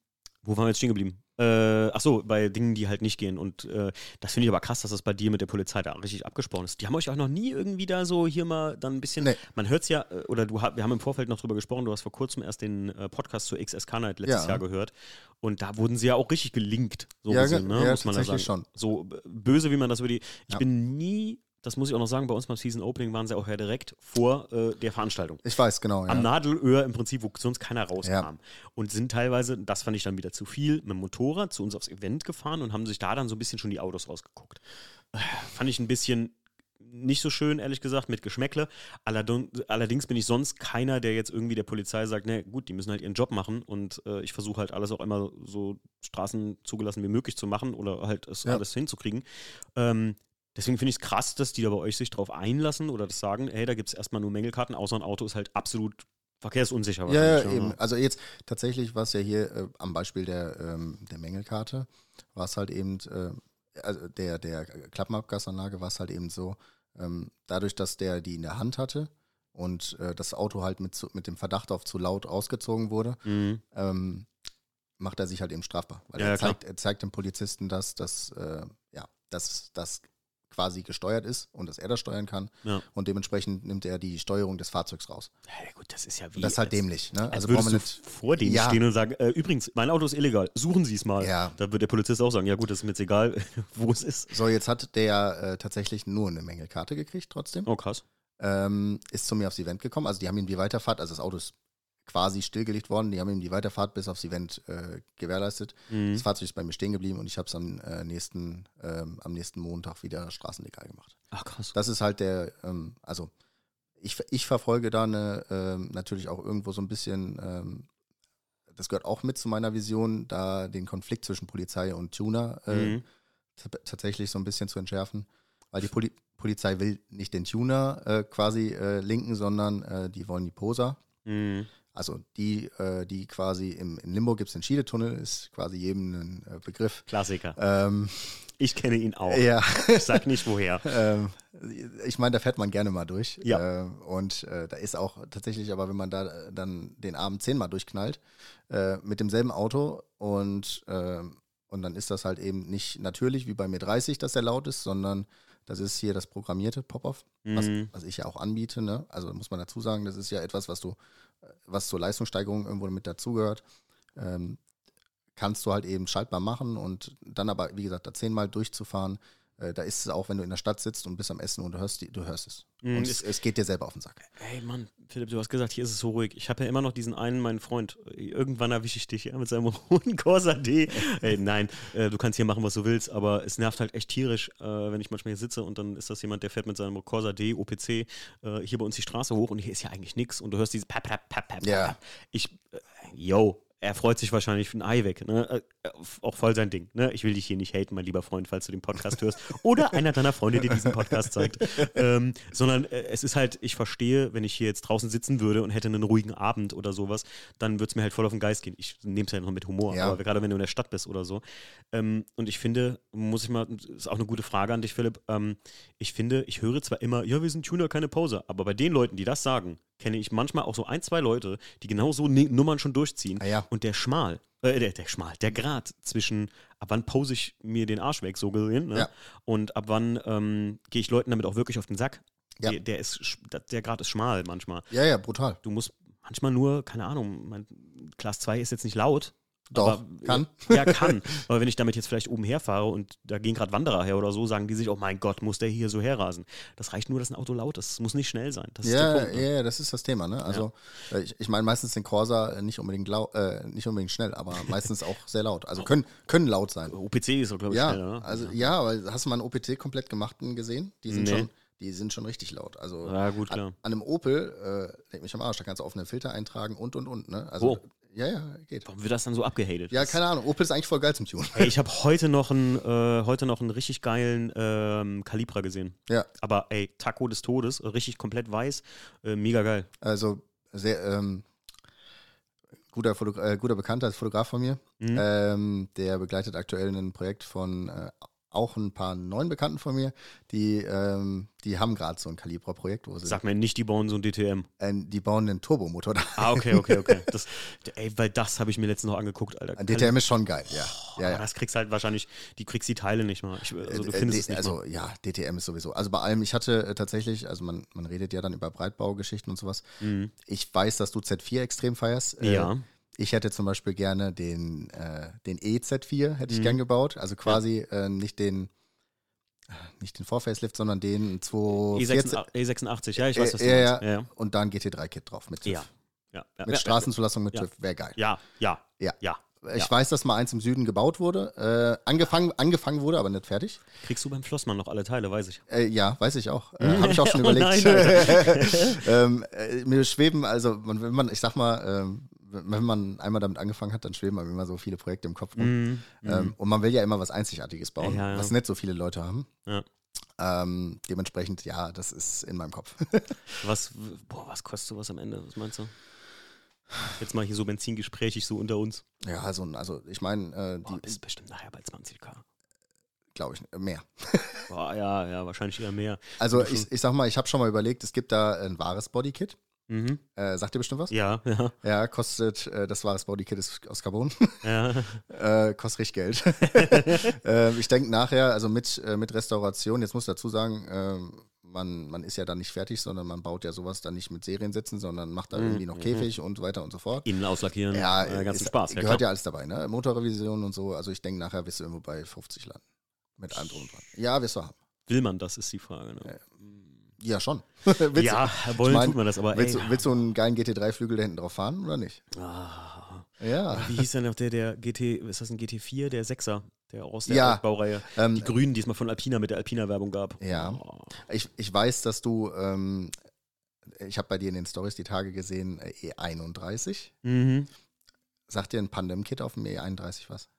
Speaker 1: wo waren wir jetzt stehen geblieben? Äh, ach so, bei Dingen, die halt nicht gehen. Und äh, das finde ich aber krass, dass das bei dir mit der Polizei da richtig abgesprochen ist. Die haben euch auch noch nie irgendwie da so hier mal dann ein bisschen.
Speaker 2: Nee.
Speaker 1: Man hört es ja, äh, oder du, ha- wir haben im Vorfeld noch drüber gesprochen, du hast vor kurzem erst den äh, Podcast zu XSK Night letztes
Speaker 2: Ja.
Speaker 1: Jahr gehört. Und da wurden sie ja auch richtig gelinkt. So
Speaker 2: Ja,
Speaker 1: gesehen,
Speaker 2: ge-
Speaker 1: ne?
Speaker 2: ja,
Speaker 1: muss man da sagen.
Speaker 2: tatsächlich schon.
Speaker 1: So b- böse, wie man das über die. Ich
Speaker 2: Ja.
Speaker 1: bin nie, das muss ich auch noch sagen, bei uns beim Season Opening waren sie auch ja direkt vor äh, der Veranstaltung
Speaker 2: Ich weiß, genau. Ja.
Speaker 1: am Nadelöhr im Prinzip, wo sonst keiner rauskam.
Speaker 2: Ja.
Speaker 1: Und sind teilweise, das fand ich dann wieder zu viel, mit dem Motorrad zu uns aufs Event gefahren und haben sich da dann so ein bisschen schon die Autos rausgeguckt. Äh, Fand ich ein bisschen nicht so schön, ehrlich gesagt, mit Geschmäckle. Allerdun- Allerdings bin ich sonst keiner, der jetzt irgendwie der Polizei sagt, na gut, die müssen halt ihren Job machen und äh, ich versuche halt alles auch immer so Straßen zugelassen wie möglich zu machen oder halt es
Speaker 2: Ja.
Speaker 1: alles hinzukriegen. Ähm, Deswegen finde ich es krass, dass die da bei euch sich drauf einlassen oder das sagen, hey, da gibt es erstmal nur Mängelkarten, außer ein Auto ist halt absolut verkehrsunsicher.
Speaker 2: Ja, ja,
Speaker 1: wahrscheinlich,
Speaker 2: eben. Also jetzt tatsächlich war es ja hier äh, am Beispiel der, ähm, der Mängelkarte, war es halt eben, äh, also der, der Klappenabgasanlage war es halt eben so, ähm, dadurch, dass der die in der Hand hatte und äh, das Auto halt mit, zu, mit dem Verdacht auf zu laut ausgezogen wurde,
Speaker 1: Mhm.
Speaker 2: ähm, macht er sich halt eben strafbar. Weil
Speaker 1: Ja,
Speaker 2: er,
Speaker 1: ja, klar.
Speaker 2: zeigt, er zeigt dem Polizisten, dass das, äh, ja, dass das quasi gesteuert ist und dass er das steuern kann.
Speaker 1: Ja.
Speaker 2: Und dementsprechend nimmt er die Steuerung des Fahrzeugs raus.
Speaker 1: Hey, gut, das ist ja wie.
Speaker 2: Und das ist halt
Speaker 1: als-
Speaker 2: dämlich. Ne?
Speaker 1: Als
Speaker 2: Also
Speaker 1: also
Speaker 2: brauchen
Speaker 1: würdest
Speaker 2: wir
Speaker 1: du
Speaker 2: nicht.
Speaker 1: vor denen
Speaker 2: Ja.
Speaker 1: stehen und sagen, äh, übrigens, mein Auto ist illegal, suchen Sie es mal.
Speaker 2: Ja.
Speaker 1: Da wird der Polizist auch sagen, ja gut, das ist mir jetzt egal, wo es ist.
Speaker 2: So, jetzt hat der äh, tatsächlich nur eine Mängelkarte gekriegt trotzdem.
Speaker 1: Oh, krass.
Speaker 2: Ähm, ist zu mir aufs Event gekommen. Also die haben ihm die Weiterfahrt, also das Auto ist quasi stillgelegt worden, die haben ihm die Weiterfahrt bis aufs Event äh, gewährleistet.
Speaker 1: Mhm.
Speaker 2: Das Fahrzeug ist bei mir stehen geblieben und ich habe es am, äh, nächsten, ähm, am nächsten Montag wieder straßenlegal gemacht.
Speaker 1: Ach, krass.
Speaker 2: Das ist halt der, ähm, also ich, ich verfolge da eine, ähm, natürlich auch irgendwo so ein bisschen, ähm, das gehört auch mit zu meiner Vision, da den Konflikt zwischen Polizei und Tuner äh,
Speaker 1: Mhm.
Speaker 2: t- tatsächlich so ein bisschen zu entschärfen. Weil die Poli Polizei will nicht den Tuner äh, quasi äh, linken, sondern äh, die wollen die Poser.
Speaker 1: Mhm.
Speaker 2: Also die, äh, die quasi im, in Limburg gibt es den Schiedetunnel, ist quasi jedem ein äh, Begriff.
Speaker 1: Klassiker.
Speaker 2: Ähm,
Speaker 1: Ich kenne ihn auch.
Speaker 2: ja.
Speaker 1: Ich sag nicht woher.
Speaker 2: Ähm, ich meine, da fährt man gerne mal durch.
Speaker 1: Ja.
Speaker 2: Ähm, und äh, da ist auch tatsächlich, aber wenn man da äh, dann den Abend zehnmal durchknallt, äh, mit demselben Auto und, ähm, und dann ist das halt eben nicht natürlich wie bei mir 30, dass der laut ist, sondern das ist hier das programmierte Pop-Off, was,
Speaker 1: Mhm.
Speaker 2: was ich ja auch anbiete. Ne? Also da muss man dazu sagen, das ist ja etwas, was du, äh, was zur Leistungssteigerung irgendwo mit dazugehört. Ähm, kannst du halt eben schaltbar machen und dann aber, wie gesagt, da zehnmal durchzufahren, äh, da ist es auch, wenn du in der Stadt sitzt und bist am Essen und du hörst, die, du hörst es.
Speaker 1: Mhm,
Speaker 2: Und
Speaker 1: ist-
Speaker 2: es, es geht dir selber auf den Sack.
Speaker 1: Ey Mann, Philipp, du hast gesagt, hier ist es so ruhig. Ich habe ja immer noch diesen einen, meinen Freund. Irgendwann erwische ich dich ja, mit seinem hohen Corsa D. Ey, nein, äh, du kannst hier machen, was du willst, aber es nervt halt echt tierisch, äh, wenn ich manchmal hier sitze und dann ist das jemand, der fährt mit seinem Corsa D, OPC, äh, hier bei uns die Straße hoch und hier ist ja eigentlich nichts und du hörst dieses Pap, Pap, Pap, Pap,
Speaker 2: Ja.
Speaker 1: Pap. Ich, äh, yo. Er freut sich wahrscheinlich für ein Ei weg. Ne? Äh, Auch voll sein Ding. Ne? Ich will dich hier nicht haten, mein lieber Freund, falls du den Podcast hörst. Oder einer deiner Freunde, der diesen Podcast zeigt. Ähm, sondern äh, es ist halt, ich verstehe, wenn ich hier jetzt draußen sitzen würde und hätte einen ruhigen Abend oder sowas, dann würde es mir halt voll auf den Geist gehen. Ich nehme es ja noch mit Humor,
Speaker 2: Ja.
Speaker 1: aber gerade wenn du in der Stadt bist oder so. Ähm, und ich finde, muss ich mal, ist auch eine gute Frage an dich, Philipp. Ähm, ich finde, ich höre zwar immer, ja, wir sind Tuner, keine Poser, aber bei den Leuten, die das sagen, kenne ich manchmal auch so ein, zwei Leute, die genau so Ni- Nummern ne-, schon durchziehen.
Speaker 2: Ah ja.
Speaker 1: Und der Schmal, äh, der, der Schmal, der Grad zwischen ab wann pose ich mir den Arsch weg, so gesehen. Ne?
Speaker 2: Ja.
Speaker 1: Und ab wann ähm, gehe ich Leuten damit auch wirklich auf den Sack.
Speaker 2: Ja.
Speaker 1: Der, der, ist, sch- der Grad ist schmal manchmal.
Speaker 2: Ja, ja, brutal.
Speaker 1: Du musst manchmal nur, keine Ahnung, mein, Class 2 ist jetzt nicht laut.
Speaker 2: Doch,
Speaker 1: aber- äh,
Speaker 2: kann.
Speaker 1: Ja, kann. Aber wenn ich damit jetzt vielleicht oben herfahre und da gehen gerade Wanderer her oder so, sagen die sich, oh mein Gott, muss der hier so herrasen. Das reicht nur, dass ein Auto laut ist. Es muss nicht schnell sein. Das ist
Speaker 2: Ja,
Speaker 1: der Punkt. Ne?
Speaker 2: ja, ja, das ist das Thema. Ne? Also äh, ich, ich meine meistens den Corsa äh, nicht unbedingt lau äh, nicht unbedingt schnell, aber meistens auch sehr laut.
Speaker 1: Oh.
Speaker 2: Also können, können laut sein.
Speaker 1: OPC ist so, glaube ich,
Speaker 2: Ja,
Speaker 1: schneller. Ne?
Speaker 2: also ja, aber hast du mal einen OPT komplett gemachten gesehen? Die sind
Speaker 1: Nee.
Speaker 2: schon, die sind schon richtig laut. Also
Speaker 1: ja, gut,
Speaker 2: an,
Speaker 1: klar.
Speaker 2: an einem Opel, äh, leg mich am Arsch, da kannst du offene Filter eintragen und und und. Ne? Also
Speaker 1: Oh.
Speaker 2: ja, ja, geht.
Speaker 1: Warum wird das dann so abgehatet?
Speaker 2: Ja,
Speaker 1: Das-
Speaker 2: keine Ahnung. Opel ist eigentlich voll geil zum Tun.
Speaker 1: Ey, ich habe heute noch einen, äh, heute noch einen richtig geilen ähm, Calibra gesehen.
Speaker 2: Ja,
Speaker 1: Aber ey, Taco des Todes, richtig komplett weiß, äh, mega geil.
Speaker 2: also sehr ähm, guter, Foto äh, guter Bekannter, ist Fotograf von mir.
Speaker 1: Mhm.
Speaker 2: Ähm, der begleitet aktuell ein Projekt von äh, auch ein paar neuen Bekannten von mir, die, ähm, die haben gerade so ein Calibra-Projekt, wo sie
Speaker 1: Sag mir nicht, die bauen so ein DTM.
Speaker 2: äh, die bauen einen Turbomotor da.
Speaker 1: Ah, okay, okay, okay. Das, ey, weil das habe ich mir letztens noch angeguckt, Alter.
Speaker 2: Ein DTM ist schon geil,
Speaker 1: Boah,
Speaker 2: ja. ja,
Speaker 1: Also aber
Speaker 2: ja.
Speaker 1: das kriegst halt wahrscheinlich, die kriegst die Teile nicht mal. Ich, also du
Speaker 2: Äh,
Speaker 1: findest
Speaker 2: D-
Speaker 1: es nicht mal.
Speaker 2: also ja, DTM ist sowieso. Also bei allem, ich hatte äh, tatsächlich, also man, man redet ja dann über Breitbaugeschichten und sowas.
Speaker 1: Mhm.
Speaker 2: Ich weiß, dass du Z4 extrem feierst. Äh,
Speaker 1: Ja.
Speaker 2: Ich hätte zum Beispiel gerne den, äh, den EZ4 hätte ich
Speaker 1: Mhm.
Speaker 2: gern gebaut. Also quasi äh, nicht den äh, nicht den Vorfacelift, sondern
Speaker 1: E
Speaker 2: den 214
Speaker 1: E86, E86, E ja, ich weiß, was du
Speaker 2: Äh, Ja, ja.
Speaker 1: meinst. Ja,
Speaker 2: und dann GT3-Kit drauf mit TÜV.
Speaker 1: ja. ja. ja.
Speaker 2: Mit
Speaker 1: ja.
Speaker 2: Straßenzulassung mit
Speaker 1: Ja.
Speaker 2: TÜV, wäre geil.
Speaker 1: Ja, ja,
Speaker 2: Ja.
Speaker 1: ja.
Speaker 2: Ich
Speaker 1: ja.
Speaker 2: weiß, dass mal eins im Süden gebaut wurde, äh, angefangen, angefangen wurde, aber nicht fertig.
Speaker 1: Kriegst du beim Flossmann noch alle Teile, weiß ich.
Speaker 2: Äh, ja, weiß ich auch. Äh, Habe ich auch schon
Speaker 1: Oh
Speaker 2: überlegt.
Speaker 1: nein,
Speaker 2: ähm, äh, mir schweben, also man, wenn man, ich sag mal, ähm, wenn man einmal damit angefangen hat, dann schweben einem immer so viele Projekte im Kopf rum.
Speaker 1: Mhm.
Speaker 2: Ähm, und man will ja immer was Einzigartiges bauen,
Speaker 1: Ja, ja.
Speaker 2: was nicht so viele Leute haben.
Speaker 1: Ja.
Speaker 2: Ähm, dementsprechend, ja, das ist in meinem Kopf.
Speaker 1: Was, boah, was kostet sowas am Ende? Was meinst du? Jetzt mal hier so benzingesprächig so unter uns.
Speaker 2: ja, also, also ich meine,
Speaker 1: Boah,
Speaker 2: äh,
Speaker 1: bist bestimmt nachher bei 20k.
Speaker 2: glaube ich, mehr.
Speaker 1: Boah, ja, ja, wahrscheinlich eher mehr.
Speaker 2: Also
Speaker 1: Ja, schon.
Speaker 2: ich, ich sag mal, ich habe schon mal überlegt, es gibt da ein wahres Bodykit.
Speaker 1: Mhm.
Speaker 2: Äh, sagt ihr bestimmt was?
Speaker 1: Ja, ja,
Speaker 2: Ja, kostet, äh, das wahres Bodykit ist aus Carbon.
Speaker 1: ja.
Speaker 2: Äh, kostet richtig Geld. äh, ich denke nachher, also mit, äh, mit Restauration, jetzt muss dazu sagen, ähm, man, man ist ja dann nicht fertig, sondern man baut ja sowas dann nicht mit Seriensätzen, sondern macht da
Speaker 1: Mhm,
Speaker 2: irgendwie noch Käfig und so weiter und so fort.
Speaker 1: Innen auslackieren,
Speaker 2: Ja,
Speaker 1: äh, ganzen
Speaker 2: ist,
Speaker 1: Spaß.
Speaker 2: gehört
Speaker 1: klar.
Speaker 2: ja alles dabei, ne? Motorrevision und so. Also ich denke nachher wirst du irgendwo bei 50 landen. Mit allem drum und dran. Ja, wirst du haben.
Speaker 1: Will man das, ist die Frage. Ne?
Speaker 2: Ja, schon. willst,
Speaker 1: Ja, wollen
Speaker 2: ich mein,
Speaker 1: tut man das, aber ey.
Speaker 2: willst, du, willst du einen geilen GT3-Flügel da hinten drauf fahren oder nicht?
Speaker 1: Ah.
Speaker 2: Ja.
Speaker 1: Wie hieß denn noch der, der GT, ist das ein GT4, der Sechser, der aus der
Speaker 2: Ja.
Speaker 1: Baureihe?
Speaker 2: Ähm,
Speaker 1: Die Grünen, die es mal von Alpina mit der Alpina-Werbung gab.
Speaker 2: Ja.
Speaker 1: Oh.
Speaker 2: Ich, ich weiß, dass du, ähm, ich habe bei dir in den Stories die Tage gesehen, äh, E31.
Speaker 1: Mhm.
Speaker 2: Sagt dir ein Pandem-Kit auf dem E31 was?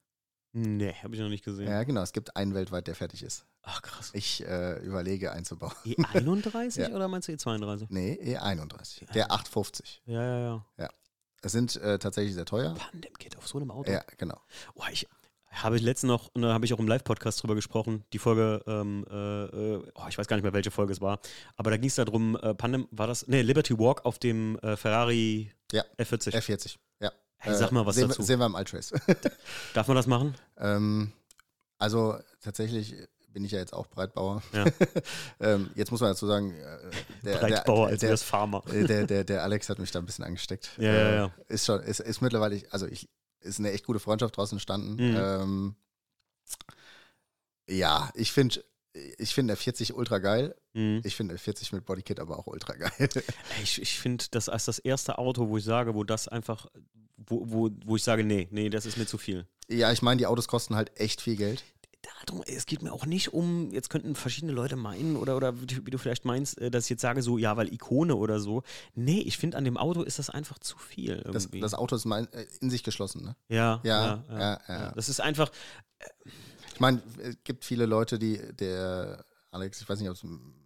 Speaker 1: Nee, habe ich noch nicht gesehen.
Speaker 2: Ja. genau. Es gibt einen weltweit, der fertig ist.
Speaker 1: Ach krass.
Speaker 2: Ich äh, überlege einzubauen.
Speaker 1: E31
Speaker 2: Ja.
Speaker 1: oder meinst du E32?
Speaker 2: Nee, E31. Der 850.
Speaker 1: Ja, ja, ja.
Speaker 2: Es sind äh, tatsächlich sehr teuer.
Speaker 1: Pandem-Kit auf so einem Auto.
Speaker 2: Ja, genau.
Speaker 1: Oh, ich habe ich letztens noch, und da habe ich auch im Live-Podcast drüber gesprochen, die Folge, ähm, äh, äh, oh, ich weiß gar nicht mehr, welche Folge es war, aber da ging es darum, äh, Pandem, war das, nee, Liberty Walk auf dem äh, Ferrari
Speaker 2: Ja. äh,
Speaker 1: F40.
Speaker 2: R40. Ja.
Speaker 1: Hey, sag mal was
Speaker 2: sehen, wir-
Speaker 1: dazu.
Speaker 2: Sehen wir im Altrace.
Speaker 1: Darf man das machen?
Speaker 2: ähm, also tatsächlich bin ich ja jetzt auch Breitbauer.
Speaker 1: Ja.
Speaker 2: ähm, jetzt muss man dazu sagen, äh, der,
Speaker 1: Breitbauer
Speaker 2: der,
Speaker 1: als
Speaker 2: der,
Speaker 1: wär's Farmer.
Speaker 2: Äh, der, der, der Alex hat mich da ein bisschen angesteckt.
Speaker 1: Ja,
Speaker 2: Äh,
Speaker 1: ja, ja.
Speaker 2: Ist schon, ist, ist mittlerweile, ich- also ich, ist eine echt gute Freundschaft draus entstanden.
Speaker 1: Mhm.
Speaker 2: Ähm, ja, ich finde, ich finde R40 ultra geil.
Speaker 1: Mhm.
Speaker 2: Ich finde R40 mit Bodykit aber auch ultra geil.
Speaker 1: Ey, Ich, ich finde, das als das erste Auto, wo ich sage, wo das einfach, wo, wo, wo ich sage, nee, nee, das ist mir zu viel.
Speaker 2: ja, ich meine, die Autos kosten halt echt viel Geld.
Speaker 1: darum, es geht mir auch nicht um, jetzt könnten verschiedene Leute meinen oder, oder wie, du, wie du vielleicht meinst, äh, dass ich jetzt sage, so, ja, weil Ikone oder so. Nee, ich finde, an dem Auto ist das einfach zu viel.
Speaker 2: Das,
Speaker 1: Irgendwie.
Speaker 2: das Auto ist mein, äh, in sich geschlossen. Ne?
Speaker 1: ja,
Speaker 2: Ja,
Speaker 1: ja,
Speaker 2: ja,
Speaker 1: ja,
Speaker 2: ja.
Speaker 1: Das ist einfach,
Speaker 2: äh, Ich meine, es gibt viele Leute, die der Alex, ich weiß nicht, ob es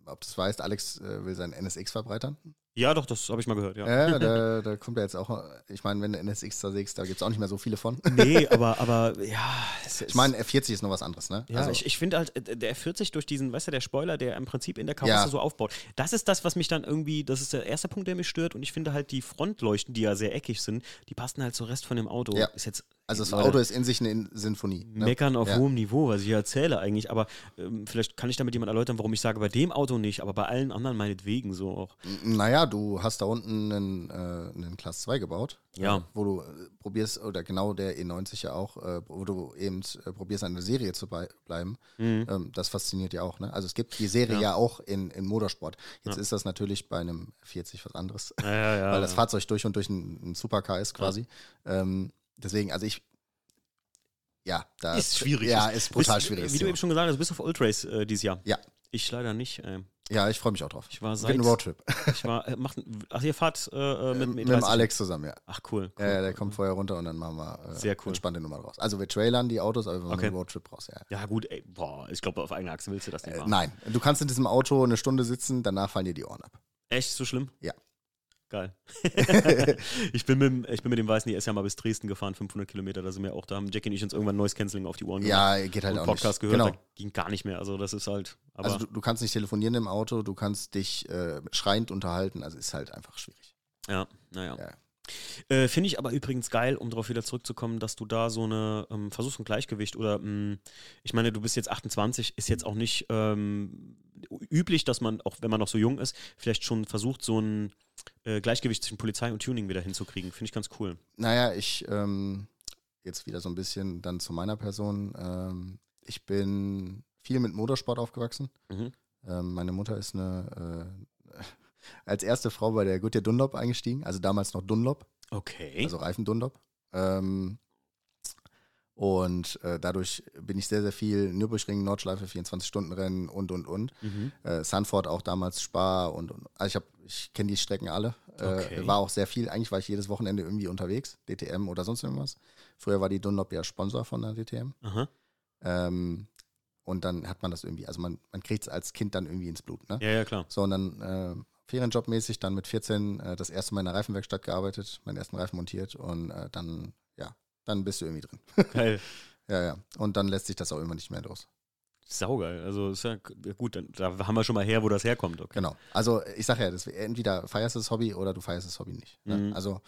Speaker 2: ob du es weißt, Alex äh, will seinen NSX verbreitern.
Speaker 1: Ja, doch, das habe ich mal gehört, ja.
Speaker 2: Ja, da, da kommt er jetzt auch. Ich meine, wenn du NSX da sägst, da gibt es auch nicht mehr so viele von.
Speaker 1: Nee, aber, aber ja. Es,
Speaker 2: Ich meine, F40 ist noch was anderes, ne?
Speaker 1: Ja,
Speaker 2: Also,
Speaker 1: ich, ich finde halt, äh, der 40 durch diesen, weißt du, der Spoiler, der im Prinzip in der Karosse
Speaker 2: Ja.
Speaker 1: so aufbaut. Das ist das, was mich dann irgendwie, das ist der erste Punkt, der mich stört. Und ich finde halt die Frontleuchten, die ja sehr eckig sind, die passen halt zum Rest von dem Auto.
Speaker 2: Ja.
Speaker 1: Ist jetzt
Speaker 2: also das
Speaker 1: Leute,
Speaker 2: Auto ist in sich eine In- Sinfonie. Ne?
Speaker 1: Meckern auf
Speaker 2: ja.
Speaker 1: hohem Niveau, was ich hier erzähle eigentlich. Aber ähm, vielleicht kann ich damit jemand erläutern, warum ich sage, bei dem Auto nicht, aber bei allen anderen meinetwegen so auch.
Speaker 2: Naja, du hast da unten einen, äh, einen Class 2 gebaut.
Speaker 1: Ja.
Speaker 2: Äh, wo du äh, probierst, oder genau der E90 ja auch, äh, wo du eben äh, probierst, an der Serie zu bei bleiben.
Speaker 1: Mhm.
Speaker 2: Ähm, das fasziniert ja auch, ne? Also es gibt die Serie ja, auch in, in Motorsport. Jetzt ist das natürlich bei einem 40 was anderes.
Speaker 1: ja, ja,
Speaker 2: weil das Fahrzeug durch und durch ein, ein Supercar ist quasi. Ähm, deswegen, also ich. Ja, da
Speaker 1: Ist schwierig.
Speaker 2: Ja, ist brutal
Speaker 1: bist, äh,
Speaker 2: schwierig.
Speaker 1: Wie du
Speaker 2: so.
Speaker 1: eben schon gesagt hast, du bist auf Ultrace äh, dieses Jahr.
Speaker 2: Ja.
Speaker 1: Ich leider nicht. Äh,
Speaker 2: ja, ich freue mich auch drauf.
Speaker 1: ich war
Speaker 2: Wird
Speaker 1: seit.
Speaker 2: ein Roadtrip.
Speaker 1: Ich war, äh, macht, ach, ihr fahrt äh, äh, mit,
Speaker 2: Mit,
Speaker 1: mit
Speaker 2: dem
Speaker 1: 30.
Speaker 2: Alex zusammen, ja.
Speaker 1: Ach, cool. cool.
Speaker 2: Ja, ja, der kommt vorher runter und dann machen wir äh,
Speaker 1: Sehr cool.
Speaker 2: eine spannende Nummer draus. Also wir trailern die Autos, aber wir machen
Speaker 1: Okay.
Speaker 2: einen Roadtrip raus, ja.
Speaker 1: Ja, gut, ey, boah, ich glaube, auf eigener Achse willst du das nicht
Speaker 2: Äh,
Speaker 1: machen.
Speaker 2: nein, du kannst in diesem Auto eine Stunde sitzen, danach fallen dir die Ohren ab.
Speaker 1: Echt so schlimm?
Speaker 2: Ja.
Speaker 1: Geil. ich, bin mit, dem- ich bin mit dem weißen IS ja mal bis Dresden gefahren, 500 Kilometer. Da sind wir auch, da haben Jack und ich uns irgendwann Noise Cancelling auf die Ohren gemacht.
Speaker 2: Ja, geht halt
Speaker 1: und
Speaker 2: auch
Speaker 1: Mhm. Podcast
Speaker 2: nicht.
Speaker 1: gehört,
Speaker 2: genau.
Speaker 1: da ging gar nicht mehr. Also, das ist halt, aber
Speaker 2: Also du, du kannst nicht telefonieren im Auto, du kannst dich äh, schreiend unterhalten, also ist halt einfach schwierig.
Speaker 1: ja, naja.
Speaker 2: Ja.
Speaker 1: Äh, Finde ich aber übrigens geil, um darauf wieder zurückzukommen, dass du da so eine, ähm, versuchst ein Gleichgewicht oder, mh, ich meine, du bist jetzt 28, ist jetzt auch nicht ähm, üblich, dass man, auch wenn man noch so jung ist, vielleicht schon versucht, so ein äh, Gleichgewicht zwischen Polizei und Tuning wieder hinzukriegen. Finde ich ganz cool.
Speaker 2: Naja, ich ähm, jetzt wieder so ein bisschen dann zu meiner Person. Ähm, ich bin viel mit Motorsport aufgewachsen.
Speaker 1: Mhm.
Speaker 2: Ähm, meine Mutter ist eine äh, als erste Frau bei der Goodyear Dunlop eingestiegen, also damals noch Dunlop,
Speaker 1: Okay.
Speaker 2: also Reifen Dunlop. Ähm, und äh, dadurch bin ich sehr, sehr viel Nürburgring, Nordschleife, 24-Stunden-Rennen und, und, und.
Speaker 1: mhm.
Speaker 2: Äh, Sanford auch damals, Spa und, und also ich, hab- ich kenne die Strecken alle. Äh,
Speaker 1: Okay.
Speaker 2: War auch sehr viel. Eigentlich war ich jedes Wochenende irgendwie unterwegs, DTM oder sonst irgendwas. Früher war die Dunlop ja Sponsor von der DTM.
Speaker 1: Aha.
Speaker 2: Ähm, und dann hat man das irgendwie, also man, man kriegt es als Kind dann irgendwie ins Blut. Ne?
Speaker 1: Ja, ja, klar.
Speaker 2: So, und dann äh, Ferienjobmäßig, dann mit 14 äh, das erste Mal in der Reifenwerkstatt gearbeitet, meinen ersten Reifen montiert und äh, dann, ja, dann bist du irgendwie drin.
Speaker 1: Geil.
Speaker 2: Ja, ja. Und dann lässt sich das auch immer nicht mehr los.
Speaker 1: Saugeil. Also ist ja ja gut, dann, da haben wir schon mal her, wo das herkommt. Okay.
Speaker 2: Genau. Also ich sage ja, das, entweder feierst du das Hobby oder du feierst das Hobby nicht. Ne?
Speaker 1: Mhm.
Speaker 2: Also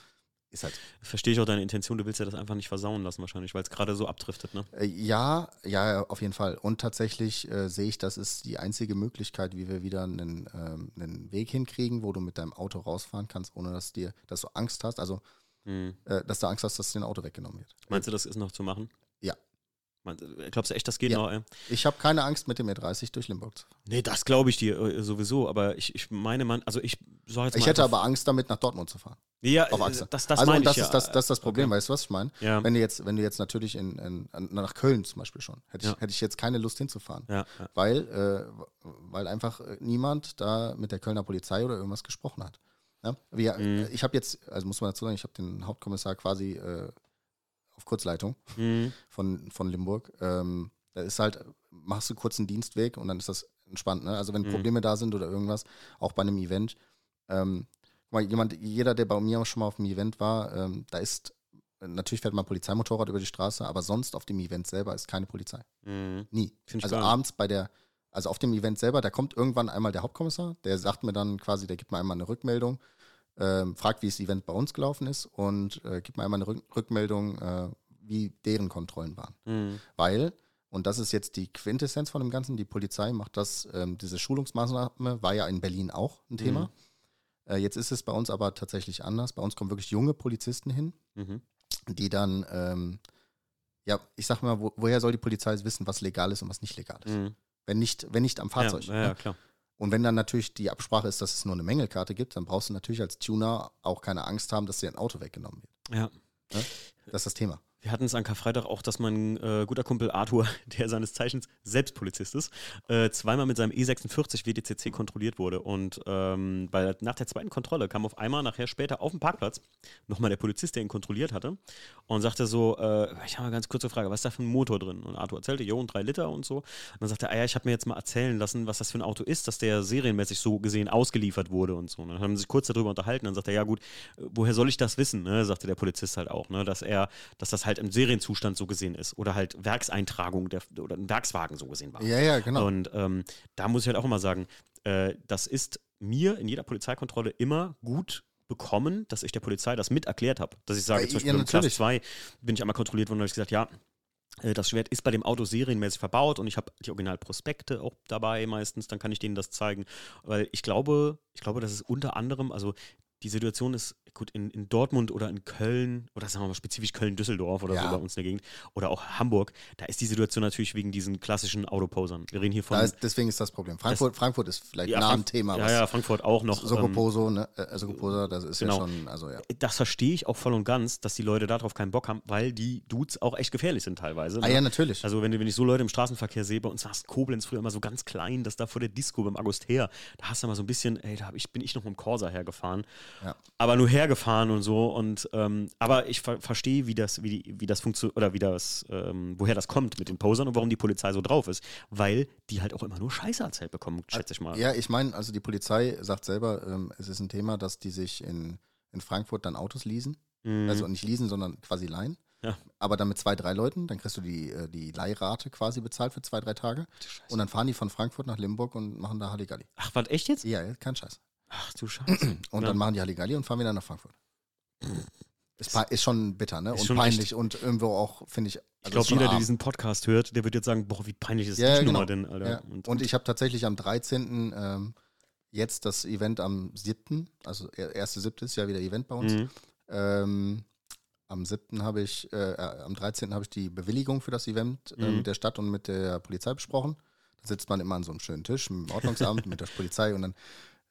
Speaker 2: ist halt. so.
Speaker 1: Verstehe ich auch deine Intention, du willst ja das einfach nicht versauen lassen wahrscheinlich, weil es gerade so abdriftet, ne?
Speaker 2: Äh, ja, ja, ja, auf jeden Fall. Und tatsächlich äh, sehe ich, das ist die einzige Möglichkeit, wie wir wieder einen, ähm, einen Weg hinkriegen, wo du mit deinem Auto rausfahren kannst, ohne dass dir, dass du Angst hast, also
Speaker 1: Mhm.
Speaker 2: äh, dass du Angst hast, dass dir ein Auto weggenommen wird.
Speaker 1: Meinst du, das ist noch zu machen?
Speaker 2: Ja.
Speaker 1: Meinst, du- äh, glaubst du echt, das geht
Speaker 2: Ja.
Speaker 1: noch, ey?
Speaker 2: Ich habe keine Angst, mit dem E30 durch Limburg zu fahren.
Speaker 1: Nee, das glaube ich dir äh, sowieso, aber ich, ich meine, man, also ich sag jetzt mal.
Speaker 2: Ich hätte
Speaker 1: einfach-
Speaker 2: aber Angst, damit nach Dortmund zu fahren.
Speaker 1: Ja,
Speaker 2: auf
Speaker 1: äh,
Speaker 2: Achse.
Speaker 1: Das, das
Speaker 2: also
Speaker 1: meine
Speaker 2: und das,
Speaker 1: ich
Speaker 2: ist
Speaker 1: ja.
Speaker 2: das, das ist das Problem, weißt du, was ich meine?
Speaker 1: ja.
Speaker 2: Wenn du jetzt, wenn du jetzt natürlich in, in, an- nach Köln zum Beispiel schon, hätte ich,
Speaker 1: Ja.
Speaker 2: hätte ich jetzt keine Lust hinzufahren.
Speaker 1: ja, ja.
Speaker 2: weil, äh, weil einfach äh, niemand da mit der Kölner Polizei oder irgendwas gesprochen hat. Ja? Wir,
Speaker 1: Mhm.
Speaker 2: Ich habe jetzt, also muss man dazu sagen, ich habe den Hauptkommissar quasi äh, auf Kurzleitung
Speaker 1: Mhm.
Speaker 2: von, von Limburg. Ähm, da ist halt, machst du kurz einen Dienstweg und dann ist das entspannt. Ne? Also wenn
Speaker 1: Mhm.
Speaker 2: Probleme da sind oder irgendwas, auch bei einem Event. Ähm, guck mal, jemand, jeder, der bei mir schon mal auf einem Event war, ähm, da ist, natürlich fährt man Polizeimotorrad über die Straße, aber sonst auf dem Event selber ist keine Polizei.
Speaker 1: Mhm.
Speaker 2: Nie.
Speaker 1: Find ich
Speaker 2: also
Speaker 1: geil.
Speaker 2: abends bei der, also auf dem Event selber, da kommt irgendwann einmal der Hauptkommissar, der sagt mir dann quasi, der gibt mir einmal eine Rückmeldung, ähm, fragt, wie das Event bei uns gelaufen ist und äh, gibt mir einmal eine Rück Rückmeldung, äh, wie deren Kontrollen waren.
Speaker 1: Mhm.
Speaker 2: Weil, und das ist jetzt die Quintessenz von dem Ganzen, die Polizei macht das, ähm, diese Schulungsmaßnahme war ja in Berlin auch ein Thema.
Speaker 1: Mhm.
Speaker 2: Äh, jetzt ist es bei uns aber tatsächlich anders. Bei uns kommen wirklich junge Polizisten hin,
Speaker 1: Mhm.
Speaker 2: die dann, ähm, ja, ich sag mal, wo, woher soll die Polizei wissen, was legal ist und was nicht legal ist?
Speaker 1: Mhm.
Speaker 2: Wenn nicht, wenn nicht am Fahrzeug.
Speaker 1: Ja, ja,
Speaker 2: ne?
Speaker 1: klar.
Speaker 2: Und wenn dann natürlich die Absprache ist, dass es nur eine Mängelkarte gibt, dann brauchst du natürlich als Tuner auch keine Angst haben, dass dir ein Auto weggenommen wird. Ne?
Speaker 1: Ja.
Speaker 2: Das ist das Thema.
Speaker 1: Wir hatten es an Karfreitag auch, dass mein äh, guter Kumpel Arthur, der seines Zeichens selbst Polizist ist, äh, zweimal mit seinem E46 WDCC kontrolliert wurde. Und ähm, bei, nach der zweiten Kontrolle kam auf einmal nachher später auf dem Parkplatz nochmal der Polizist, der ihn kontrolliert hatte, und sagte so: äh, Ich habe mal ganz kurze Frage, was ist da für ein Motor drin? Und Arthur erzählte: Jo, und drei Liter und so. Und dann sagte er: ah, Ja, ich habe mir jetzt mal erzählen lassen, was das für ein Auto ist, dass der serienmäßig so gesehen ausgeliefert wurde und so. Und dann haben sie sich kurz darüber unterhalten. Dann sagt er: Ja, gut, äh, woher soll ich das wissen? Ne? sagte der Polizist halt auch, ne? dass er, dass das halt im Serienzustand so gesehen ist oder halt Werkseintragung der, oder ein Werkswagen so gesehen war.
Speaker 2: Ja, ja, genau.
Speaker 1: Und ähm, da muss ich halt auch immer sagen, äh, das ist mir in jeder Polizeikontrolle immer gut bekommen, dass ich der Polizei das mit erklärt habe. Dass ich sage,
Speaker 2: Ja,
Speaker 1: zum Beispiel
Speaker 2: ja,
Speaker 1: im Class
Speaker 2: natürlich.
Speaker 1: 2 bin ich einmal kontrolliert worden und habe ich gesagt, ja, äh, das Schwert ist bei dem Auto serienmäßig verbaut und ich habe die Originalprospekte auch dabei meistens, dann kann ich denen das zeigen. Weil ich glaube, ich glaube, das ist unter anderem, also die Situation ist, gut, in, in Dortmund oder in Köln oder sagen wir mal spezifisch Köln-Düsseldorf oder
Speaker 2: Ja.
Speaker 1: so bei uns in der Gegend oder auch Hamburg, da ist die Situation natürlich wegen diesen klassischen Autoposern. Wir reden hier von
Speaker 2: Da ist, deswegen ist das Problem. Frankfurt, Frankfurt ist vielleicht nah am
Speaker 1: Frank-
Speaker 2: Thema.
Speaker 1: Ja,
Speaker 2: was-
Speaker 1: ja, Frankfurt auch noch. ähm,
Speaker 2: Sokoposo, ne? äh, Sokoposa, das ist
Speaker 1: genau.
Speaker 2: ja schon, also ja.
Speaker 1: das verstehe ich auch voll und ganz, dass die Leute darauf keinen Bock haben, weil die Dudes auch echt gefährlich sind teilweise.
Speaker 2: Ah
Speaker 1: ne?
Speaker 2: ja, natürlich.
Speaker 1: Also wenn, du- wenn ich so Leute im Straßenverkehr sehe, bei uns war es Koblenz früher immer so ganz klein, dass da vor der Disco beim August her, da hast du mal so ein bisschen, ey, da hab ich, bin ich noch mit dem Corsa hergefahren,
Speaker 2: Ja.
Speaker 1: aber nur hergefahren und so. Und ähm, aber ich ver verstehe, wie das, wie, die, wie das funktioniert oder wie das, ähm, woher das kommt mit den Posern und warum die Polizei so drauf ist, weil die halt auch immer nur Scheiße erzählt bekommen, schätze ich mal.
Speaker 2: Ja, ich meine, also die Polizei sagt selber, ähm, es ist ein Thema, dass die sich in, in Frankfurt dann Autos leasen.
Speaker 1: Mhm.
Speaker 2: Also nicht leasen, sondern quasi leihen.
Speaker 1: Ja.
Speaker 2: Aber dann mit zwei, drei Leuten, dann kriegst du die, äh, die Leihrate quasi bezahlt für zwei, drei Tage. Und dann fahren die von Frankfurt nach Limburg und machen da Halligalli.
Speaker 1: Ach, was echt jetzt?
Speaker 2: Ja, ja, kein Scheiß.
Speaker 1: Ach du Scheiße.
Speaker 2: Und
Speaker 1: Ja.
Speaker 2: dann machen die Halligalli und fahren wieder nach Frankfurt. Ist, pa- ist schon bitter, ne?
Speaker 1: Ist
Speaker 2: und
Speaker 1: schon
Speaker 2: peinlich
Speaker 1: echt.
Speaker 2: und irgendwo auch, finde ich. also
Speaker 1: Ich
Speaker 2: ist
Speaker 1: glaube,
Speaker 2: schon
Speaker 1: jeder, der
Speaker 2: arm.
Speaker 1: diesen Podcast hört, der wird jetzt sagen, boah, wie peinlich ist
Speaker 2: Ja,
Speaker 1: die
Speaker 2: ja,
Speaker 1: Nummer
Speaker 2: genau.
Speaker 1: denn, Alter.
Speaker 2: Ja. Und, ich habe tatsächlich am 13. Ähm, jetzt das Event am 7., also er- erste 7. ist ja wieder Event bei uns.
Speaker 1: Mhm.
Speaker 2: Ähm, am 7. habe ich, äh, äh, am 13. habe ich die Bewilligung für das Event äh,
Speaker 1: Mhm.
Speaker 2: mit der Stadt und mit der Polizei besprochen. Da sitzt man immer an so einem schönen Tisch im Ordnungsamt mit der Polizei und dann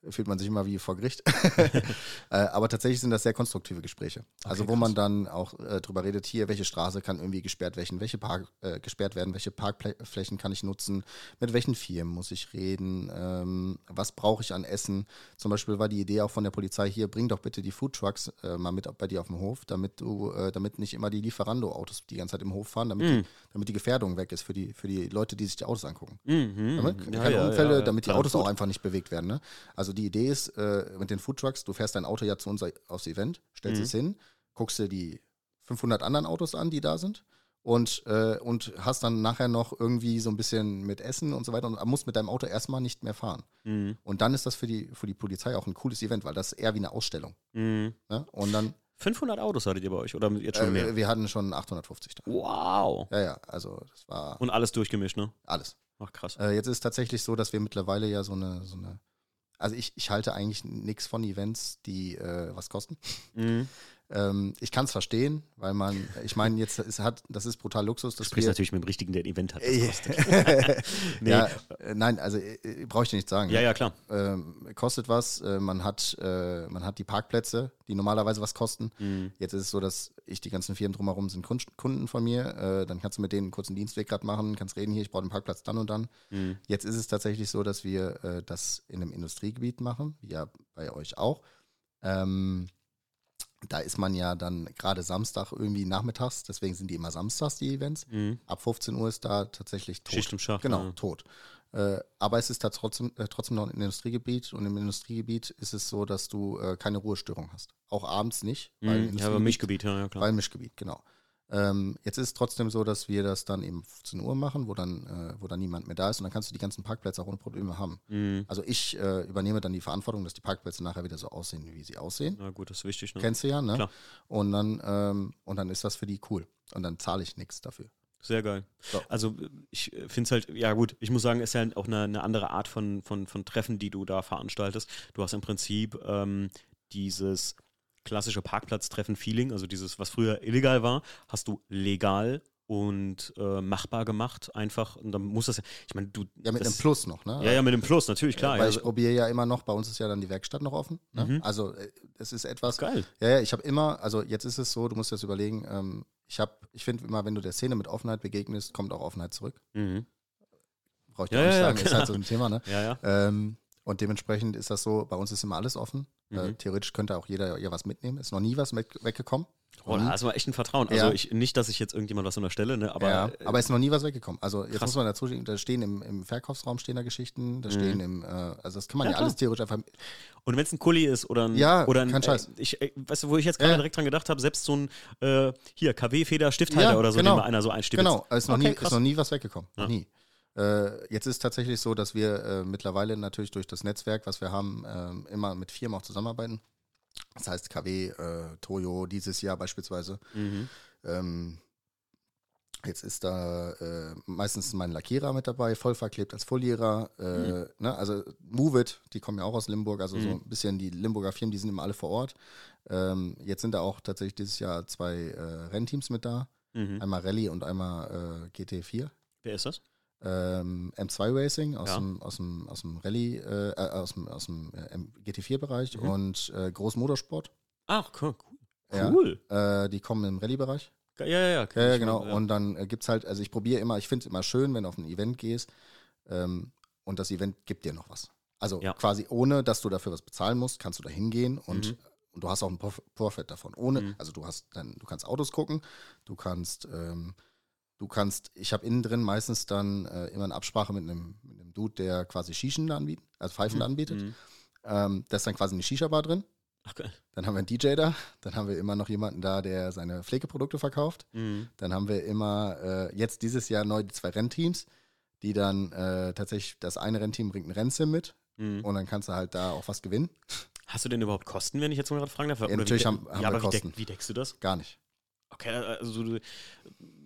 Speaker 2: fühlt man sich immer wie vor Gericht. äh, aber tatsächlich sind das sehr konstruktive Gespräche. Also
Speaker 1: Okay,
Speaker 2: wo man
Speaker 1: krass.
Speaker 2: dann auch äh, drüber redet, hier, welche Straße kann irgendwie gesperrt werden, welche Park, äh, gesperrt werden, welche Parkflächen kann ich nutzen, mit welchen Firmen muss ich reden, ähm, was brauche ich an Essen. Zum Beispiel war die Idee auch von der Polizei hier, bring doch bitte die Foodtrucks äh, mal mit bei dir auf den Hof, damit du, äh, damit nicht immer die Lieferando-Autos die ganze Zeit im Hof fahren, damit,
Speaker 1: Mhm.
Speaker 2: die, damit die Gefährdung weg ist für die, für die Leute, die sich die Autos angucken.
Speaker 1: Mhm.
Speaker 2: Damit,
Speaker 1: Ja,
Speaker 2: Ne? keine
Speaker 1: ja,
Speaker 2: Unfälle,
Speaker 1: ja, ja.
Speaker 2: damit die
Speaker 1: Klar,
Speaker 2: Autos auch
Speaker 1: gut.
Speaker 2: einfach nicht bewegt werden. Ne? Also die Idee ist, äh, mit den Foodtrucks, du fährst dein Auto ja zu uns aufs Event, stellst
Speaker 1: Mhm.
Speaker 2: es hin, guckst dir die 500 anderen Autos an, die da sind und, äh, und hast dann nachher noch irgendwie so ein bisschen mit Essen und so weiter und musst mit deinem Auto erstmal nicht mehr fahren.
Speaker 1: Mhm.
Speaker 2: Und dann ist das für die, für die Polizei auch ein cooles Event, weil das ist eher wie eine Ausstellung.
Speaker 1: Mhm.
Speaker 2: Ne? Und dann,
Speaker 1: 500 Autos hattet ihr bei euch oder jetzt schon mehr?
Speaker 2: äh, wir hatten schon 850 da.
Speaker 1: Wow.
Speaker 2: Ja, ja, also das war
Speaker 1: Und alles durchgemischt, ne?
Speaker 2: alles.
Speaker 1: Ach krass.
Speaker 2: Äh, jetzt ist es tatsächlich so, dass wir mittlerweile ja so eine, so eine also ich, ich halte eigentlich nichts von Events, die äh, was kosten.
Speaker 1: Mhm.
Speaker 2: Ähm, ich kann es verstehen, weil man, ich meine, jetzt es hat, das ist brutal Luxus,
Speaker 1: Du
Speaker 2: dass
Speaker 1: sprichst
Speaker 2: wir.
Speaker 1: natürlich mit dem richtigen, der ein Event hat. Das kostet.
Speaker 2: Äh,
Speaker 1: Nee.
Speaker 2: ja, äh, nein, also äh, äh, brauche ich dir nicht sagen.
Speaker 1: Ja, ja, klar.
Speaker 2: Ähm, kostet was, äh, man hat, äh, man hat die Parkplätze, die normalerweise was kosten.
Speaker 1: Mhm.
Speaker 2: Jetzt ist es so, dass ich die ganzen Firmen drumherum sind Kun- Kunden von mir. Äh, dann kannst du mit denen einen kurzen Dienstweg gerade machen, kannst reden hier, ich brauche den Parkplatz dann und dann.
Speaker 1: Mhm.
Speaker 2: Jetzt ist es tatsächlich so, dass wir äh, das in einem Industriegebiet machen, wie ja bei euch auch. Ähm, da ist man ja dann gerade Samstag irgendwie nachmittags, deswegen sind die immer samstags die Events.
Speaker 1: Mhm.
Speaker 2: Ab 15 Uhr ist da tatsächlich tot.
Speaker 1: Schicht im Schacht.
Speaker 2: Genau,
Speaker 1: ja.
Speaker 2: tot. Äh, aber es ist da trotzdem, äh, trotzdem noch ein Industriegebiet und im Industriegebiet ist es so, dass du äh, keine Ruhestörung hast. Auch abends nicht, weil
Speaker 1: Mhm. Ja, aber Milchgebiet, ja, ja, klar.
Speaker 2: weil Mischgebiet, genau. Ähm, jetzt ist es trotzdem so, dass wir das dann eben 15 Uhr machen, wo dann, äh, wo dann niemand mehr da ist und dann kannst du die ganzen Parkplätze auch ohne Probleme haben.
Speaker 1: Mhm.
Speaker 2: Also ich äh, übernehme dann die Verantwortung, dass die Parkplätze nachher wieder so aussehen, wie sie aussehen.
Speaker 1: Na gut, das ist wichtig. Ne?
Speaker 2: Kennst du ja, ne?
Speaker 1: Klar.
Speaker 2: Und dann, ähm, und dann ist das für die cool. Und dann zahle ich nichts dafür.
Speaker 1: Sehr geil.
Speaker 2: So.
Speaker 1: Also ich finde es halt, ja gut, ich muss sagen, ist ja halt auch eine, eine andere Art von, von, von Treffen, die du da veranstaltest. Du hast im Prinzip ähm, dieses klassische Parkplatztreffen-Feeling, also dieses, was früher illegal war, hast du legal und äh, machbar gemacht einfach. Und dann muss das ja, ich meine, du...
Speaker 2: Ja, mit
Speaker 1: das,
Speaker 2: einem Plus noch, ne?
Speaker 1: Ja, ja, mit dem Plus, natürlich, klar. Ah,
Speaker 2: Weil
Speaker 1: Ja, also,
Speaker 2: ich probiere ja immer noch, bei uns ist ja dann die Werkstatt noch offen. Ne?
Speaker 1: Mhm.
Speaker 2: Also äh, es ist etwas,
Speaker 1: geil.
Speaker 2: Ja, ja, ich habe immer, also jetzt ist es so, du musst dir das überlegen, ähm, ich habe, ich finde immer, wenn du der Szene mit Offenheit begegnest, kommt auch Offenheit zurück.
Speaker 1: Mhm.
Speaker 2: Brauche ich dir
Speaker 1: Ja,
Speaker 2: auch
Speaker 1: ja,
Speaker 2: nicht
Speaker 1: ja,
Speaker 2: sagen, ist
Speaker 1: klar.
Speaker 2: halt so ein Thema, ne?
Speaker 1: Ja, ja.
Speaker 2: Ähm, und dementsprechend ist das so, bei uns ist immer alles offen. Äh,
Speaker 1: Mhm.
Speaker 2: theoretisch könnte auch jeder ja was mitnehmen. Ist noch nie was weg, weggekommen. Mhm.
Speaker 1: Oh,
Speaker 2: Noch nie.
Speaker 1: da hast du mal echt ein Vertrauen. Also
Speaker 2: Ja.
Speaker 1: ich, nicht, dass ich jetzt irgendjemand was unterstelle, ne? aber,
Speaker 2: ja,
Speaker 1: äh,
Speaker 2: aber ist noch nie was weggekommen. Also jetzt
Speaker 1: krass. Mhm.
Speaker 2: muss man dazu stehen, da stehen im, im Verkaufsraum stehen da Geschichten, da stehen im, äh, also das kann man
Speaker 1: Ja,
Speaker 2: ja, alles theoretisch einfach.
Speaker 1: Und wenn es ein Kulli ist oder ein.
Speaker 2: Ja,
Speaker 1: oder ein,
Speaker 2: kein Scheiß.
Speaker 1: Äh, ich, äh, weißt du, wo ich jetzt gerade
Speaker 2: Ja.
Speaker 1: direkt dran gedacht habe, selbst so ein äh, hier, KW-Feder, Stifthalter
Speaker 2: Ja,
Speaker 1: oder so,
Speaker 2: genau.
Speaker 1: den mal einer so einstippt.
Speaker 2: Genau, ist noch,
Speaker 1: Okay,
Speaker 2: nie,
Speaker 1: krass.
Speaker 2: ist noch nie was weggekommen.
Speaker 1: Ja.
Speaker 2: Noch nie. Äh, jetzt ist tatsächlich so, dass wir äh, mittlerweile natürlich durch das Netzwerk, was wir haben, ähm, immer mit Firmen auch zusammenarbeiten. Das heißt KW, äh, Toyo, dieses Jahr beispielsweise.
Speaker 1: Mhm.
Speaker 2: Ähm, jetzt ist da äh, meistens mein Lackierer mit dabei, voll verklebt als Folierer. Äh, ne? Also Move It, die kommen ja auch aus Limburg, also so
Speaker 1: Mhm.
Speaker 2: ein bisschen die Limburger Firmen, die sind immer alle vor Ort. Ähm, jetzt sind da auch tatsächlich dieses Jahr zwei äh, Rennteams mit da.
Speaker 1: Mhm.
Speaker 2: Einmal Rallye und einmal äh, GT4.
Speaker 1: Wer ist das?
Speaker 2: Ähm, M2 Racing aus
Speaker 1: Ja.
Speaker 2: dem aus dem aus dem Rallye äh, äh, aus dem aus dem äh, M- GT4 Bereich
Speaker 1: Mhm.
Speaker 2: und äh, Groß Motorsport.
Speaker 1: Ach, cool.
Speaker 2: Ja.
Speaker 1: Cool.
Speaker 2: Äh, die kommen im Rallye Bereich.
Speaker 1: Ja, ja, ja. kenn
Speaker 2: Ja, ja
Speaker 1: ich
Speaker 2: genau.
Speaker 1: schon, ja.
Speaker 2: Und dann äh, gibt es halt, also ich probiere immer, ich finde es immer schön, wenn du auf ein Event gehst ähm, und das Event gibt dir noch was. Also
Speaker 1: Ja.
Speaker 2: quasi ohne, dass du dafür was bezahlen musst, kannst du da hingehen und,
Speaker 1: Mhm.
Speaker 2: und du hast auch einen Prof- Profit davon. Ohne,
Speaker 1: Mhm.
Speaker 2: also du hast dann, du kannst Autos gucken, du kannst, ähm, du kannst, ich habe innen drin meistens dann äh, immer eine Absprache mit einem, mit einem Dude, der quasi Shishen da anbietet, also Pfeifen da anbietet.
Speaker 1: Mhm.
Speaker 2: Ähm, da ist dann quasi eine Shisha-Bar drin.
Speaker 1: Ach, geil.
Speaker 2: Dann haben wir einen DJ da, dann haben wir immer noch jemanden da, der seine Pflegeprodukte verkauft.
Speaker 1: Mhm.
Speaker 2: Dann haben wir immer äh, jetzt dieses Jahr neu die zwei Rennteams, die dann äh, tatsächlich, das eine Rennteam bringt einen Rennsim mit
Speaker 1: Mhm.
Speaker 2: und dann kannst du halt da auch was gewinnen.
Speaker 1: Hast du denn überhaupt Kosten, wenn ich jetzt mal gerade fragen darf? Oder wie
Speaker 2: natürlich
Speaker 1: de-
Speaker 2: haben- haben
Speaker 1: ja,
Speaker 2: wir
Speaker 1: aber wie,
Speaker 2: Kosten.
Speaker 1: Deck, wie deckst du das?
Speaker 2: Gar nicht.
Speaker 1: Okay, also du-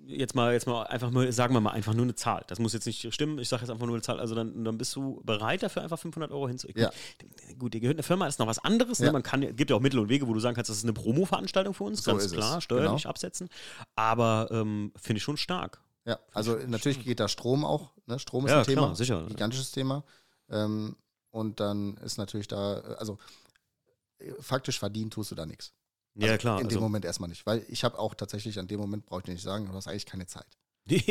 Speaker 1: jetzt mal, jetzt mal einfach mal, sagen wir mal einfach nur eine Zahl. Das muss jetzt nicht stimmen. Ich sage jetzt einfach nur eine Zahl. Also dann, dann bist du bereit dafür einfach 500 Euro hinzugeben.
Speaker 2: Ja.
Speaker 1: Gut, dir gehört eine Firma, ist noch was anderes. Ne?
Speaker 2: Ja.
Speaker 1: Man kann, gibt ja auch Mittel und Wege, wo du sagen kannst, das ist eine Promo-Veranstaltung für uns.
Speaker 2: So
Speaker 1: ganz
Speaker 2: ist es,
Speaker 1: klar, steuerlich
Speaker 2: genau.
Speaker 1: absetzen. Aber ähm, finde ich schon stark.
Speaker 2: Ja, also natürlich geht da Strom auch. Ne? Strom ist
Speaker 1: Ja,
Speaker 2: ein Thema,
Speaker 1: klar, sicher.
Speaker 2: gigantisches Thema. Ähm, und dann ist natürlich da, äh, also äh, faktisch verdienen tust du da nichts.
Speaker 1: ja, klar.
Speaker 2: In dem
Speaker 1: Also,
Speaker 2: Moment erstmal nicht, weil ich habe auch tatsächlich an dem Moment, brauche ich dir nicht sagen, du hast eigentlich keine Zeit.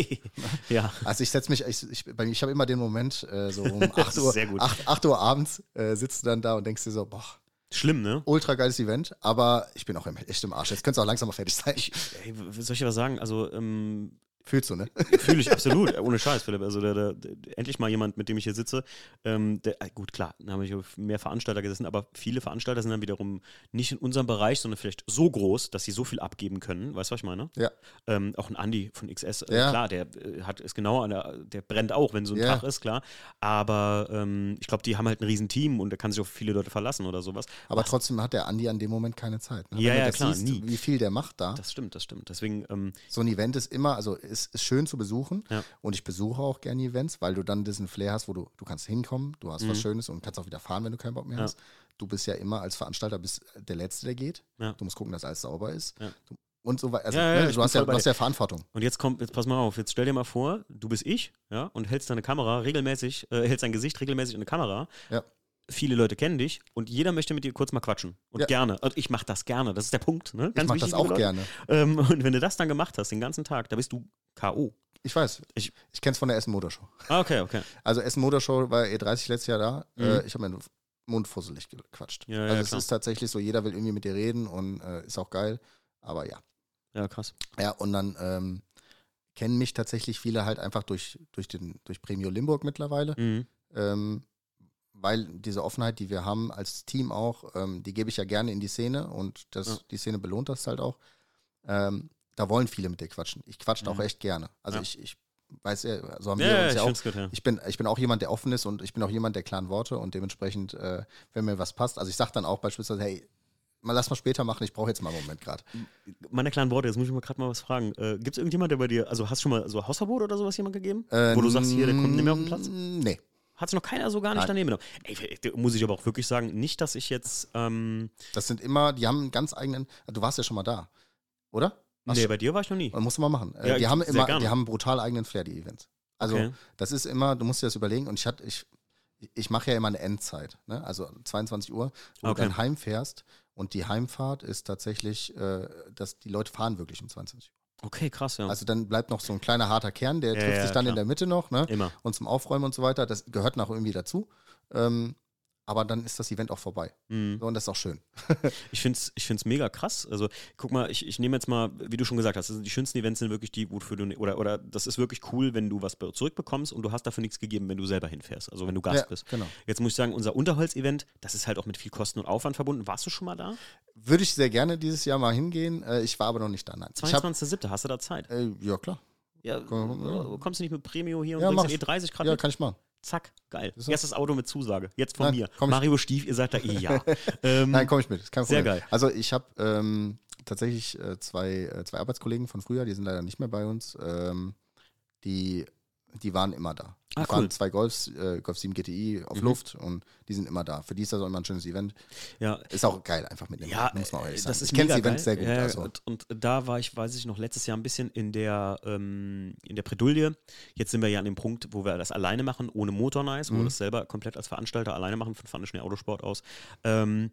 Speaker 1: ja.
Speaker 2: Also ich setze mich, ich, ich, bei mir- ich habe immer den Moment, äh, so um 8
Speaker 1: ist
Speaker 2: Uhr,
Speaker 1: sehr gut.
Speaker 2: 8, 8 Uhr abends äh, sitzt du dann da und denkst dir so, boah,
Speaker 1: Schlimm, ne?
Speaker 2: ultra geiles Event, aber ich bin auch im, echt im Arsch. Jetzt könnte es auch langsam mal fertig sein.
Speaker 1: Ich, ey, soll ich dir was sagen? Also, ähm,
Speaker 2: Fühlst du, ne?
Speaker 1: Fühle ich absolut, ohne Scheiß, Philipp. Also da, da, da- endlich mal jemand, mit dem ich hier sitze. Ähm, der, äh, gut, klar, da haben ich auf mehr Veranstalter gesessen, aber viele Veranstalter sind dann wiederum nicht in unserem Bereich, sondern vielleicht so groß, dass sie so viel abgeben können. Weißt du, was ich meine?
Speaker 2: Ja.
Speaker 1: Ähm, auch ein Andi von XS, äh,
Speaker 2: Ja.
Speaker 1: klar, der äh, hat ist genau an der, der brennt auch, wenn so ein
Speaker 2: Ja.
Speaker 1: Tag ist, klar. Aber ähm, ich glaube, die haben halt ein riesen Team und da kann sich auf viele Leute verlassen oder sowas.
Speaker 2: Aber trotzdem hat der Andi an dem Moment keine Zeit. Ne?
Speaker 1: Ja,
Speaker 2: Wenn du
Speaker 1: ja,
Speaker 2: das
Speaker 1: klar,
Speaker 2: siehst,
Speaker 1: nie.
Speaker 2: Wie viel der macht da.
Speaker 1: Das stimmt, das stimmt. Deswegen, ähm,
Speaker 2: So ein Event ist immer, also ist, ist schön zu besuchen.
Speaker 1: Ja.
Speaker 2: Und ich besuche auch gerne Events, weil du dann diesen Flair hast, wo du, du kannst hinkommen, du hast was Schönes und kannst auch wieder fahren, wenn du keinen Bock mehr
Speaker 1: Mhm. Ja.
Speaker 2: hast. Du bist ja immer als Veranstalter bist der Letzte, der geht.
Speaker 1: Ja.
Speaker 2: Du musst gucken, dass alles sauber ist.
Speaker 1: Ja.
Speaker 2: Du, und so weiter. Also,
Speaker 1: Ja, ja,
Speaker 2: ne,
Speaker 1: ich
Speaker 2: du, hast
Speaker 1: bin
Speaker 2: ja,
Speaker 1: voll bei
Speaker 2: du hast ja Verantwortung.
Speaker 1: Und jetzt kommt, jetzt pass mal auf, jetzt stell dir mal vor, du bist ich, ja, und hältst deine Kamera regelmäßig, äh, hältst dein Gesicht regelmäßig in eine Kamera.
Speaker 2: Ja.
Speaker 1: Viele Leute kennen dich und jeder möchte mit dir kurz mal quatschen. Und
Speaker 2: Ja.
Speaker 1: gerne. Und ich mache das gerne, das ist der Punkt. Ne?
Speaker 2: Ich mach
Speaker 1: wichtig,
Speaker 2: das auch
Speaker 1: liebe Leute.
Speaker 2: gerne.
Speaker 1: Ähm, und wenn du das dann gemacht hast, den ganzen Tag, da bist du K.O.
Speaker 2: Ich weiß.
Speaker 1: Ich-
Speaker 2: Ich, ich kenne es von der Essen Motorshow.
Speaker 1: Ah, okay, okay.
Speaker 2: Also Essen Motorshow war E30 letztes Jahr da.
Speaker 1: Mhm.
Speaker 2: Äh, ich habe meinen Mund fusselig gequatscht.
Speaker 1: Ja, ja,
Speaker 2: also es
Speaker 1: klar.
Speaker 2: ist tatsächlich so, jeder will irgendwie mit dir reden und äh, ist auch geil. Aber ja.
Speaker 1: Ja, krass.
Speaker 2: Ja, und dann ähm, kennen mich tatsächlich viele halt einfach durch, durch, den, durch Premio Limburg mittlerweile.
Speaker 1: Mhm.
Speaker 2: Ähm, weil diese Offenheit, die wir haben als Team auch, ähm, die gebe ich ja gerne in die Szene und das,
Speaker 1: Ja.
Speaker 2: die Szene belohnt das halt auch. Ähm, da wollen viele mit dir quatschen. Ich quatsche
Speaker 1: Mhm.
Speaker 2: auch echt gerne. Also
Speaker 1: Ja.
Speaker 2: ich, ich weiß ja, so haben
Speaker 1: Ja,
Speaker 2: wir
Speaker 1: ja,
Speaker 2: uns
Speaker 1: ich
Speaker 2: ja auch
Speaker 1: find's gut, ja.
Speaker 2: ich bin, ich bin auch jemand, der offen ist und ich bin auch jemand, der klaren Worte und dementsprechend, äh, wenn mir was passt, also ich sage dann auch beispielsweise, hey, mal lass mal später machen, ich brauche jetzt mal einen Moment gerade.
Speaker 1: Meine kleinen Worte, jetzt muss ich mal gerade mal was fragen. Äh, Gibt es irgendjemand, der bei dir, also hast du schon mal so Hausverbot oder sowas jemand gegeben?
Speaker 2: Äh.
Speaker 1: Wo du sagst, hier, der kommt nicht mehr auf den Platz?
Speaker 2: Ähm, Nee.
Speaker 1: Hat sich noch keiner so gar nicht
Speaker 2: Nein.
Speaker 1: daneben genommen. Ey, da muss ich aber auch wirklich sagen, nicht, dass ich jetzt. Ähm,
Speaker 2: Das sind immer, die haben einen ganz eigenen, ah, du warst ja schon mal da, oder? Warst
Speaker 1: nee,
Speaker 2: du-
Speaker 1: bei dir war ich noch nie.
Speaker 2: Man muss man machen. Äh,
Speaker 1: Ja,
Speaker 2: die haben
Speaker 1: sehr
Speaker 2: immer,
Speaker 1: gerne.
Speaker 2: die haben einen brutal eigenen Flair, die Events. Also
Speaker 1: Okay.
Speaker 2: das ist immer, du musst dir das überlegen und ich hatte, ich, ich mache ja immer eine Endzeit, ne? also 22 Uhr, wo
Speaker 1: Okay.
Speaker 2: du dann heimfährst Und die Heimfahrt ist tatsächlich, äh, dass die Leute fahren wirklich um 20 Uhr.
Speaker 1: Okay, krass, ja.
Speaker 2: Also dann bleibt noch so ein kleiner harter Kern, der
Speaker 1: Ja,
Speaker 2: trifft
Speaker 1: ja,
Speaker 2: sich dann
Speaker 1: klar.
Speaker 2: in der Mitte noch, ne?
Speaker 1: Immer.
Speaker 2: Und zum Aufräumen und so weiter. Das gehört noch irgendwie dazu. Ähm, aber dann ist das Event auch vorbei.
Speaker 1: Mhm.
Speaker 2: So, und das ist auch schön.
Speaker 1: Ich finde es ich find's mega krass. Also, guck mal, ich, ich nehme jetzt mal, wie du schon gesagt hast, also die schönsten Events sind wirklich die, wofür du, ne- oder, oder das ist wirklich cool, wenn du was be- zurückbekommst und du hast dafür nichts gegeben, wenn du selber hinfährst, also wenn du Gast
Speaker 2: Ja,
Speaker 1: bist.
Speaker 2: Genau.
Speaker 1: Jetzt muss ich sagen, unser Unterholz-Event, das ist halt auch mit viel Kosten und Aufwand verbunden. Warst du schon mal da?
Speaker 2: Würde ich sehr gerne dieses Jahr mal hingehen. Äh, ich war aber noch nicht da. Nein. Ich hab,
Speaker 1: 22.07. Hast du da Zeit?
Speaker 2: äh, ja, klar.
Speaker 1: Ja,
Speaker 2: komm, ja.
Speaker 1: kommst du nicht mit Premio hier und
Speaker 2: Ja,
Speaker 1: bringst
Speaker 2: mach
Speaker 1: dann eh
Speaker 2: ich.
Speaker 1: 30 Grad
Speaker 2: Ja,
Speaker 1: mit?
Speaker 2: kann ich machen.
Speaker 1: Zack, geil.
Speaker 2: Ist so.
Speaker 1: Erstes Auto mit Zusage. Jetzt von
Speaker 2: Nein,
Speaker 1: mir.
Speaker 2: komm ich-
Speaker 1: Mario Stief, ihr sagt da eh ja. ähm,
Speaker 2: Nein, komme ich mit. Ist kein
Speaker 1: Sehr
Speaker 2: Problem.
Speaker 1: geil.
Speaker 2: Also ich habe ähm, tatsächlich äh, zwei, äh, zwei Arbeitskollegen von früher, die sind leider nicht mehr bei uns. Ähm, die, die waren immer da. Die
Speaker 1: Ah,
Speaker 2: fahren
Speaker 1: cool.
Speaker 2: zwei Golfs, äh, Golf 7 GTI auf
Speaker 1: Mhm.
Speaker 2: Luft und die sind immer da. Für die ist das auch immer ein schönes Event.
Speaker 1: ja,
Speaker 2: Ist auch geil, einfach mit dem
Speaker 1: Ja, äh,
Speaker 2: muss man auch ehrlich
Speaker 1: das
Speaker 2: sagen.
Speaker 1: ist
Speaker 2: ich kenne
Speaker 1: mega geil.
Speaker 2: das Event sehr gut.
Speaker 1: Ja, ja,
Speaker 2: also.
Speaker 1: und, und da war ich, weiß ich noch, letztes Jahr ein bisschen in der, ähm, in der Predulie. Jetzt sind wir ja an dem Punkt, wo wir das alleine machen, ohne Motor Nice, wo wir
Speaker 2: Mhm.
Speaker 1: das selber komplett als Veranstalter alleine machen, von Function Autosport aus. Ähm,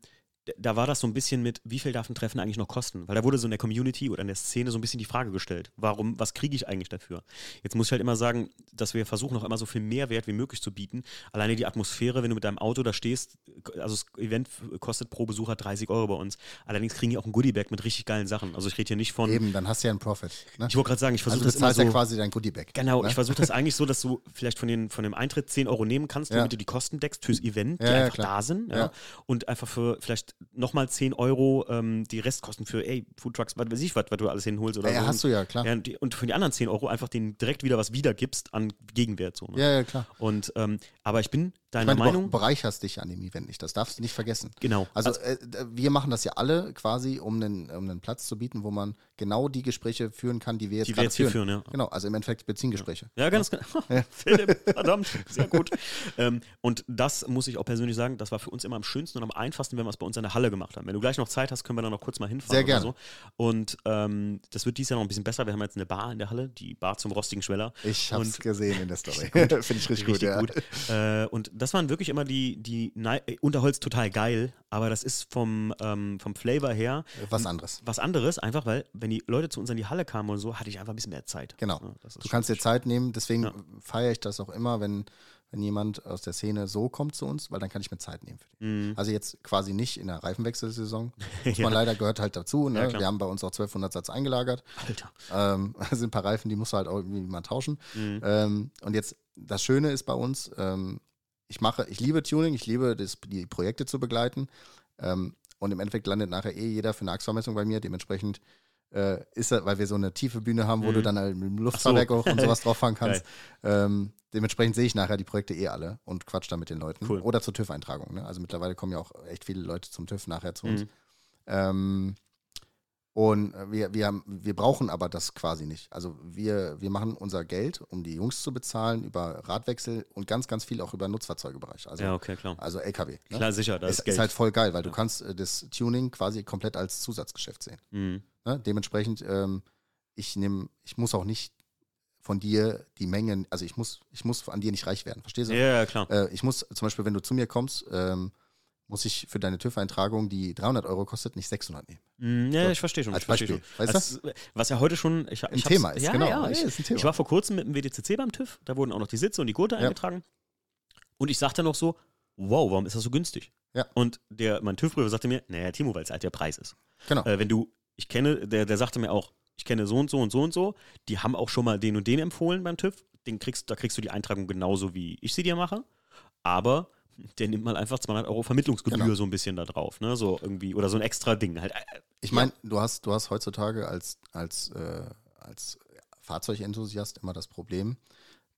Speaker 1: d- da war das so ein bisschen mit, wie viel darf ein Treffen eigentlich noch kosten? Weil da wurde so in der Community oder in der Szene so ein bisschen die Frage gestellt, warum, was kriege ich eigentlich dafür? Jetzt muss ich halt immer sagen, dass wir versuchen, auch immer so viel Mehrwert wie möglich zu bieten. Alleine die Atmosphäre, wenn du mit deinem Auto da stehst, also das Event kostet pro Besucher 30 Euro bei uns. Allerdings kriegen die auch ein Goodiebag mit richtig geilen Sachen. Also ich rede hier nicht von,
Speaker 2: Eben, dann hast du ja einen Profit. Ne?
Speaker 1: ich wollte gerade sagen, ich versuche
Speaker 2: also du
Speaker 1: das immer
Speaker 2: bezahlst
Speaker 1: so.
Speaker 2: ja quasi dein Goodiebag.
Speaker 1: Genau,
Speaker 2: ne?
Speaker 1: ich versuche das eigentlich so, dass du vielleicht von, den, von dem Eintritt 10 Euro nehmen kannst,
Speaker 2: Ja.
Speaker 1: damit du die Kosten deckst fürs Event, die
Speaker 2: Ja, ja,
Speaker 1: einfach
Speaker 2: klar.
Speaker 1: da sind. Ja.
Speaker 2: Ja.
Speaker 1: Und einfach für vielleicht nochmal 10 Euro ähm, die Restkosten für, ey, Foodtrucks, was weiß ich, was, was du alles hinholst oder
Speaker 2: ja,
Speaker 1: so.
Speaker 2: hast du ja, klar.
Speaker 1: Ja, und die- und für die anderen 10 Euro einfach den direkt wieder was wiedergibst an Gegenwert. So, ne?
Speaker 2: Ja, ja, klar.
Speaker 1: Und ähm, aber ich bin
Speaker 2: Ich
Speaker 1: deiner
Speaker 2: meine, du
Speaker 1: Meinung.
Speaker 2: be- bereicherst dich an dem Event nicht. Das darfst du nicht vergessen.
Speaker 1: Genau.
Speaker 2: Also, äh, d- wir machen das ja alle quasi, um einen, um einen Platz zu bieten, wo man genau die Gespräche führen kann, die wir jetzt
Speaker 1: die wir
Speaker 2: gerade
Speaker 1: jetzt hier
Speaker 2: führen.
Speaker 1: führen, ja.
Speaker 2: Genau, also im Endeffekt Benzingespräche.
Speaker 1: Ja, ganz genau. Philipp, verdammt, sehr gut. ähm, und das muss ich auch persönlich sagen, das war für uns immer am schönsten und am einfachsten, wenn wir es bei uns in der Halle gemacht haben. Wenn du gleich noch Zeit hast, können wir da noch kurz mal hinfahren.
Speaker 2: Sehr gerne.
Speaker 1: Oder so. Und ähm, das wird dieses Jahr noch ein bisschen besser. Wir haben jetzt eine Bar in der Halle, die Bar zum rostigen Schweller.
Speaker 2: Ich hab's
Speaker 1: Und-
Speaker 2: gesehen in der Story. Finde ich richtig, gut, ja.
Speaker 1: Äh, und das waren wirklich immer die, die Nei- äh, Unterholz total geil, aber das ist vom, ähm, vom Flavor her
Speaker 2: Was anderes.
Speaker 1: was anderes, einfach weil, wenn die Leute zu uns in die Halle kamen und so, hatte ich einfach ein bisschen mehr Zeit.
Speaker 2: Genau.
Speaker 1: Ja, das ist
Speaker 2: Du
Speaker 1: schon
Speaker 2: kannst dir Zeit nehmen, deswegen
Speaker 1: Ja.
Speaker 2: feiere ich das auch immer, wenn, wenn jemand aus der Szene so kommt zu uns, weil dann kann ich mir Zeit nehmen für den.
Speaker 1: Mhm.
Speaker 2: Also jetzt quasi nicht in der Reifenwechselsaison. Muss
Speaker 1: Ja.
Speaker 2: man leider gehört halt dazu.
Speaker 1: Ja,
Speaker 2: Ne?
Speaker 1: klar.
Speaker 2: Wir haben bei uns auch 1200 Satz eingelagert.
Speaker 1: Alter.
Speaker 2: Ähm, also ein paar Reifen, die musst du halt auch irgendwie mal tauschen.
Speaker 1: Mhm.
Speaker 2: Ähm, und jetzt, das Schöne ist bei uns, ähm, ich mache, ich liebe Tuning, ich liebe das, die Projekte zu begleiten. Ähm, und im Endeffekt landet nachher eh jeder für eine Achsvermessung bei mir. Dementsprechend äh, ist das, weil wir so eine tiefe Bühne haben, wo
Speaker 1: Mhm.
Speaker 2: du dann halt mit dem Luftfahrwerk auch und sowas drauf fahren kannst. Ähm, dementsprechend sehe ich nachher die Projekte eh alle und quatsch dann mit den Leuten.
Speaker 1: Cool.
Speaker 2: Oder zur TÜV-Eintragung. Ne? Also mittlerweile kommen ja auch echt viele Leute zum TÜV nachher zu uns.
Speaker 1: Mhm.
Speaker 2: Ähm, und wir, wir, haben, wir brauchen aber das quasi nicht. Also wir, wir machen unser Geld, um die Jungs zu bezahlen, über Radwechsel und ganz, ganz viel auch über Nutzfahrzeugebereich. Also,
Speaker 1: Ja, okay, klar.
Speaker 2: also LKW. Ne?
Speaker 1: Klar, sicher, das
Speaker 2: ist,
Speaker 1: ist, Geld.
Speaker 2: ist halt voll geil, weil du
Speaker 1: Ja.
Speaker 2: kannst äh, das Tuning quasi komplett als Zusatzgeschäft sehen.
Speaker 1: mhm.
Speaker 2: Ne? Dementsprechend, ähm, ich nehme, ich muss auch nicht von dir die Mengen, also ich muss, ich muss an dir nicht reich werden, verstehst du?
Speaker 1: Ja, ja, klar.
Speaker 2: Äh, ich muss zum Beispiel, wenn du zu mir kommst, ähm, muss ich für deine TÜV-Eintragung, die 300 Euro kostet, nicht 600 nehmen.
Speaker 1: Mhm, ja,
Speaker 2: so.
Speaker 1: ich verstehe schon.
Speaker 2: Als
Speaker 1: ich verstehe
Speaker 2: Beispiel.
Speaker 1: Schon.
Speaker 2: Weißt
Speaker 1: Als, was ja heute schon ich,
Speaker 2: Ein
Speaker 1: ich hab's-
Speaker 2: Thema ist,
Speaker 1: ja,
Speaker 2: genau.
Speaker 1: Ja, ich,
Speaker 2: ist ein Thema.
Speaker 1: ich war vor kurzem mit dem WDCC beim TÜV, da wurden auch noch die Sitze und die Gurte
Speaker 2: Ja.
Speaker 1: eingetragen. Und ich sagte noch so, wow, warum ist das so günstig?
Speaker 2: Ja.
Speaker 1: Und der, mein TÜV-Prüfer sagte mir, naja, Timo, weil es halt der Preis ist.
Speaker 2: Genau.
Speaker 1: Äh, wenn du, ich kenne, der, der sagte mir auch, ich kenne so und so und so und so, die haben auch schon mal den und den empfohlen beim TÜV, den kriegst, da kriegst du die Eintragung genauso, wie ich sie dir mache, aber der nimmt mal einfach 200 Euro Vermittlungsgebühr
Speaker 2: Genau.
Speaker 1: so ein bisschen da drauf, ne, so irgendwie, oder so ein extra Ding, halt äh,
Speaker 2: Ich meine, du hast, du hast heutzutage als, als, äh, als Fahrzeugenthusiast immer das Problem,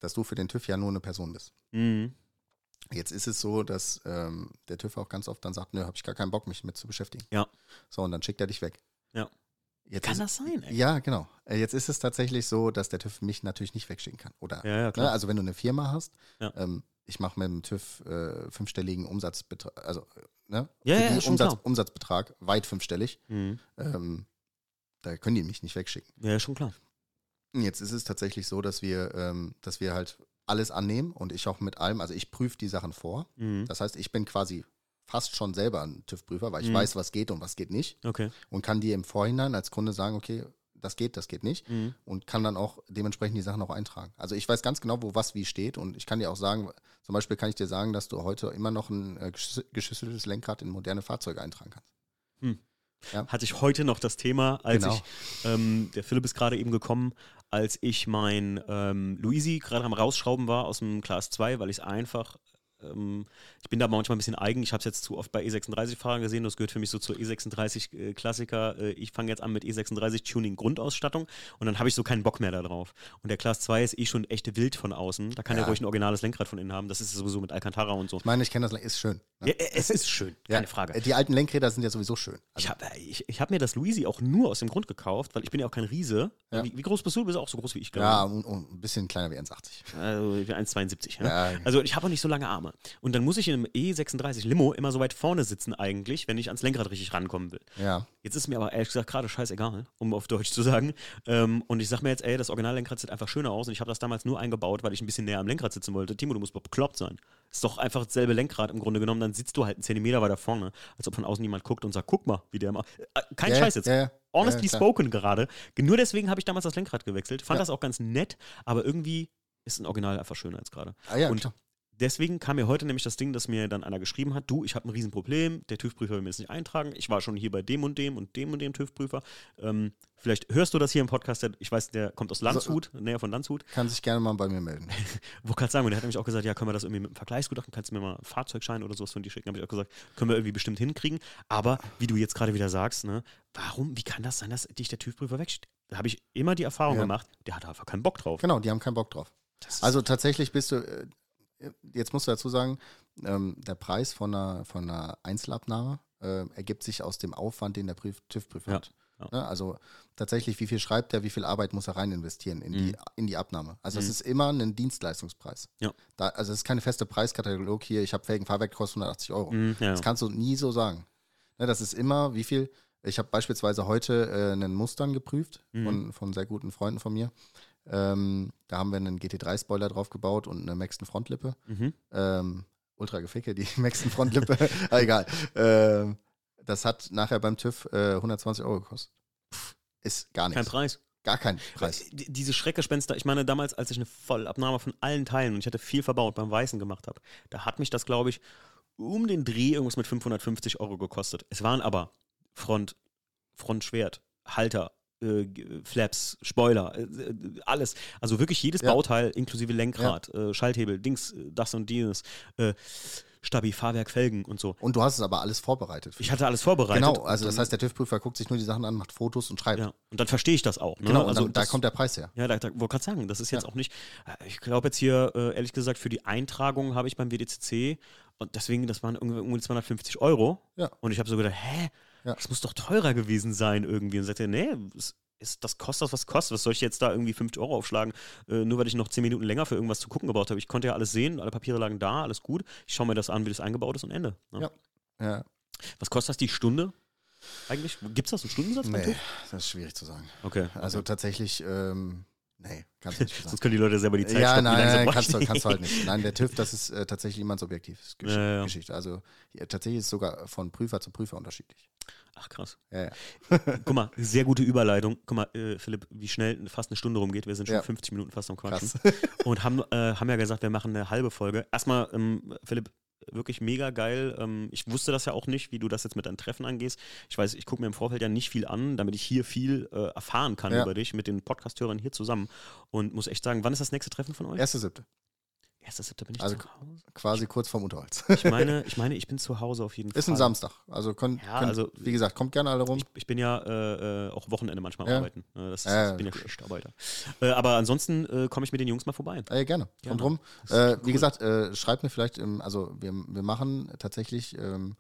Speaker 2: dass du für den TÜV ja nur eine Person bist.
Speaker 1: Mhm.
Speaker 2: Jetzt ist es so, dass ähm, der TÜV auch ganz oft dann sagt, nö, habe ich gar keinen Bock, mich mit zu beschäftigen.
Speaker 1: Ja.
Speaker 2: So, und dann schickt er dich weg.
Speaker 1: Ja.
Speaker 2: Jetzt
Speaker 1: Kann
Speaker 2: ist,
Speaker 1: das sein, ey?
Speaker 2: Ja, genau. Äh, Jetzt ist es tatsächlich so, dass der TÜV mich natürlich nicht wegschicken kann. Oder
Speaker 1: Ja, ja,
Speaker 2: Ne?
Speaker 1: klar.
Speaker 2: Also wenn du eine Firma hast,
Speaker 1: Ja.
Speaker 2: ähm, ich mache mit dem TÜV äh, fünfstelligen Umsatzbetrag, also äh, ne?
Speaker 1: Ja,
Speaker 2: Für
Speaker 1: ja,
Speaker 2: die
Speaker 1: ja, schon
Speaker 2: Umsatz,
Speaker 1: klar.
Speaker 2: Umsatzbetrag weit fünfstellig.
Speaker 1: Mhm.
Speaker 2: Ähm, da können die mich nicht wegschicken.
Speaker 1: Ja, ja, schon klar.
Speaker 2: Jetzt ist es tatsächlich so, dass wir, ähm, dass wir halt alles annehmen und ich auch mit allem, also ich prüfe die Sachen vor.
Speaker 1: Mhm.
Speaker 2: Das heißt, ich bin quasi fast schon selber ein TÜV-Prüfer, weil ich
Speaker 1: Mhm.
Speaker 2: weiß, was geht und was geht nicht
Speaker 1: Okay.
Speaker 2: und kann dir im Vorhinein als Kunde sagen, okay, das geht, das geht nicht
Speaker 1: Mhm.
Speaker 2: und kann dann auch dementsprechend die Sachen auch eintragen. Also ich weiß ganz genau, wo was wie steht und ich kann dir auch sagen, zum Beispiel kann ich dir sagen, dass du heute immer noch ein äh, geschüs- geschüsseltes Lenkrad in moderne Fahrzeuge eintragen kannst.
Speaker 1: hatte ich heute noch das Thema, als
Speaker 2: Genau.
Speaker 1: ich, ähm, der Philipp ist gerade eben gekommen, als ich mein ähm, Luisi gerade am Rausschrauben war aus dem Class 2, weil ich es einfach, ähm, ich bin da manchmal ein bisschen eigen, ich habe es jetzt zu oft bei E36-Fahrern gesehen, das gehört für mich so zur E36-Klassiker, äh, ich fange jetzt an mit E36-Tuning-Grundausstattung und dann habe ich so keinen Bock mehr da drauf. Und der Class 2 ist eh schon echt wild von außen, da kann er
Speaker 2: Ja.
Speaker 1: ruhig ein originales Lenkrad von innen haben, das ist sowieso mit Alcantara und so.
Speaker 2: Ich meine, ich kenne das, Le- ist schön. ne?
Speaker 1: Ja, äh, es ist schön, keine
Speaker 2: Ja,
Speaker 1: Frage.
Speaker 2: äh, Die alten Lenkräder sind ja sowieso schön. Also
Speaker 1: Ich habe ich, ich hab mir das Luisi auch nur aus dem Grund gekauft, weil ich bin ja auch kein Riese.
Speaker 2: Ja.
Speaker 1: Wie, wie groß bist du? Du bist auch so groß wie ich,
Speaker 2: ja,
Speaker 1: glaube
Speaker 2: und, und ein bisschen kleiner wie 1,80.
Speaker 1: ich. Also ich bin 1,72. Ne?
Speaker 2: Ja.
Speaker 1: Also ich habe auch nicht so lange Arme. Und dann muss ich in einem E36 Limo immer so weit vorne sitzen eigentlich, wenn ich ans Lenkrad richtig rankommen will.
Speaker 2: Ja,
Speaker 1: Jetzt ist mir aber ehrlich gesagt gerade scheißegal, um auf Deutsch zu sagen. Ähm, und ich sag mir jetzt, ey, das Originallenkrad sieht einfach schöner aus und ich habe das damals nur eingebaut, weil ich ein bisschen näher am Lenkrad sitzen wollte. Timo, du musst bekloppt sein. Ist doch einfach dasselbe Lenkrad im Grunde genommen, dann sitzt du halt einen Zentimeter weiter vorne, als ob von außen jemand guckt und sagt, guck mal, wie der mal. Äh, kein
Speaker 2: Ja,
Speaker 1: Scheiß jetzt.
Speaker 2: ja, ja.
Speaker 1: Honestly
Speaker 2: Ja, klar.
Speaker 1: spoken gerade. Nur deswegen habe ich damals das Lenkrad gewechselt. Fand
Speaker 2: Ja.
Speaker 1: das auch ganz nett, aber irgendwie ist ein Original einfach schöner als gerade.
Speaker 2: ah, ja
Speaker 1: Und-
Speaker 2: klar.
Speaker 1: Deswegen kam mir heute nämlich das Ding, dass mir dann einer geschrieben hat, du, ich habe ein Riesenproblem, der TÜV-Prüfer will mir das nicht eintragen, ich war schon hier bei dem und dem und dem und dem TÜV-Prüfer. Ähm, vielleicht hörst du das hier im Podcast, der, ich weiß, der kommt aus Landshut, näher von Landshut.
Speaker 2: kann sich gerne mal bei mir melden.
Speaker 1: Wo kannst du sagen, und der hat nämlich auch gesagt, ja, können wir das irgendwie mit einem Vergleichsgutachten, kannst du mir mal einen Fahrzeugschein oder sowas von dir schicken, habe ich auch gesagt, können wir irgendwie bestimmt hinkriegen. Aber wie du jetzt gerade wieder sagst, ne, warum, wie kann das sein, dass dich der TÜV-Prüfer wegschickt? Da habe ich immer die Erfahrung
Speaker 2: Ja.
Speaker 1: gemacht, der hat einfach keinen Bock drauf.
Speaker 2: Genau, die haben keinen Bock drauf.
Speaker 1: Das ist-
Speaker 2: Also tatsächlich bist du, äh, jetzt musst du dazu sagen, ähm, der Preis von einer, von einer Einzelabnahme äh, ergibt sich aus dem Aufwand, den der Prüf- TÜV-Prüfer
Speaker 1: Ja,
Speaker 2: hat.
Speaker 1: ja.
Speaker 2: Ne? Also tatsächlich, wie viel schreibt er, wie viel Arbeit muss er rein investieren in, die, in die Abnahme. Also es
Speaker 1: Mhm.
Speaker 2: ist immer ein Dienstleistungspreis.
Speaker 1: Ja.
Speaker 2: Da, also es ist keine feste Preiskatalog hier, ich habe Felgenfahrwerk, kostet 180 Euro.
Speaker 1: Mhm, ja.
Speaker 2: Das kannst du nie so sagen. Ne, das ist immer, wie viel. Ich habe beispielsweise heute äh, einen Mustang geprüft
Speaker 1: Mhm.
Speaker 2: von, von sehr guten Freunden von mir. Ähm, da haben wir einen GT3-Spoiler drauf gebaut und eine Maxton Frontlippe.
Speaker 1: mhm.
Speaker 2: Ähm, ultra geficke, die Maxton Frontlippe. ah, egal. Ähm, das hat nachher beim TÜV äh, 120 Euro gekostet. Ist gar
Speaker 1: Kein
Speaker 2: nichts.
Speaker 1: Preis.
Speaker 2: Gar kein Preis.
Speaker 1: D- Diese Schreckgespenster, ich meine, damals, als ich eine Vollabnahme von allen Teilen und ich hatte viel verbaut beim Weißen gemacht habe, da hat mich das, glaube ich, um den Dreh irgendwas mit 550 Euro gekostet. Es waren aber Front, Frontschwert, Halter, äh, G- Flaps, Spoiler, äh, äh, alles. Also wirklich jedes
Speaker 2: Ja.
Speaker 1: Bauteil inklusive Lenkrad, äh, Schalthebel, Dings, äh, das und dieses, äh, Stabi, Fahrwerk, Felgen und so.
Speaker 2: Und du hast es aber alles vorbereitet.
Speaker 1: Ich hatte alles vorbereitet.
Speaker 2: genau, also
Speaker 1: Und
Speaker 2: das
Speaker 1: dann-
Speaker 2: heißt, der TÜV-Prüfer guckt sich nur die Sachen an, macht Fotos und schreibt.
Speaker 1: ja, und dann verstehe ich das auch. Ne?
Speaker 2: Genau, und
Speaker 1: also
Speaker 2: dann, da
Speaker 1: das-
Speaker 2: kommt der Preis her.
Speaker 1: Ja, da, da wollte gerade sagen, das ist jetzt
Speaker 2: Ja.
Speaker 1: auch nicht. Ich glaube jetzt hier, äh, ehrlich gesagt, für die Eintragung habe ich beim WDCC und deswegen, das waren irgendwie irgendwie 250 Euro.
Speaker 2: Ja.
Speaker 1: Und ich habe so gedacht, hä,
Speaker 2: Ja.
Speaker 1: das muss doch teurer gewesen sein irgendwie. Und sagte, nee, es ist, das kostet das, was kostet. Was soll ich jetzt da irgendwie 5 Euro aufschlagen, äh, nur weil ich noch 10 Minuten länger für irgendwas zu gucken gebraucht habe? Ich konnte ja alles sehen, alle Papiere lagen da, alles gut. Ich schaue mir das an, wie das eingebaut ist und Ende. ne?
Speaker 2: Ja. Ja,
Speaker 1: Was kostet das die Stunde? Eigentlich, gibt es das einen Stundensatz? beim
Speaker 2: nee,
Speaker 1: TÜV?
Speaker 2: das ist schwierig zu sagen.
Speaker 1: Okay.
Speaker 2: Also tatsächlich, ähm, nee, kannst du nicht sagen.
Speaker 1: Sonst können die Leute selber die Zeit
Speaker 2: ja,
Speaker 1: stoppen, wie
Speaker 2: nein,
Speaker 1: lange sie
Speaker 2: nein,
Speaker 1: brauchen.
Speaker 2: nein kannst, du, kannst du halt nicht. Nein, der TÜV, das ist äh, tatsächlich immer ein subjektives Gesch
Speaker 1: Ja, ja.
Speaker 2: Geschichte. Also ja, tatsächlich ist es sogar von Prüfer zu Prüfer unterschiedlich.
Speaker 1: Ach krass.
Speaker 2: Ja, ja.
Speaker 1: Guck mal, sehr gute Überleitung. Guck mal, äh, Philipp, wie schnell fast eine Stunde rumgeht. Wir sind schon
Speaker 2: Ja.
Speaker 1: 50 Minuten fast am Quatschen.
Speaker 2: Krass.
Speaker 1: Und haben, äh, haben ja gesagt, wir machen eine halbe Folge. Erstmal, ähm, Philipp, wirklich mega geil. Ähm, ich wusste das ja auch nicht, wie du das jetzt mit deinen Treffen angehst. Ich weiß, ich gucke mir im Vorfeld ja nicht viel an, damit ich hier viel äh, erfahren kann
Speaker 2: Ja.
Speaker 1: über dich mit den Podcasthörern hier zusammen. Und muss echt sagen, wann ist das nächste Treffen von euch?
Speaker 2: Erste siebte.
Speaker 1: Erster Siebter bin ich
Speaker 2: Also-
Speaker 1: zu Hause.
Speaker 2: Quasi kurz vorm Unterholz.
Speaker 1: Ich meine, ich meine, ich bin zu Hause auf jeden Fall.
Speaker 2: Ist ein Samstag. Also, könnt,
Speaker 1: Ja,
Speaker 2: könnt,
Speaker 1: also-
Speaker 2: wie gesagt, kommt gerne alle rum.
Speaker 1: Ich, ich bin ja äh, äh, auch Wochenende manchmal
Speaker 2: Ja.
Speaker 1: arbeiten. Äh, das ist,
Speaker 2: Ja,
Speaker 1: ich bin ja
Speaker 2: gut.
Speaker 1: Schichtarbeiter. Äh, aber ansonsten äh, komme ich mit den Jungs mal vorbei.
Speaker 2: Äh, gerne.
Speaker 1: Gerne.
Speaker 2: Kommt rum.
Speaker 1: Das ist
Speaker 2: Äh,
Speaker 1: cool.
Speaker 2: Wie gesagt, äh, schreibt mir vielleicht, im, also wir, wir machen tatsächlich ähm,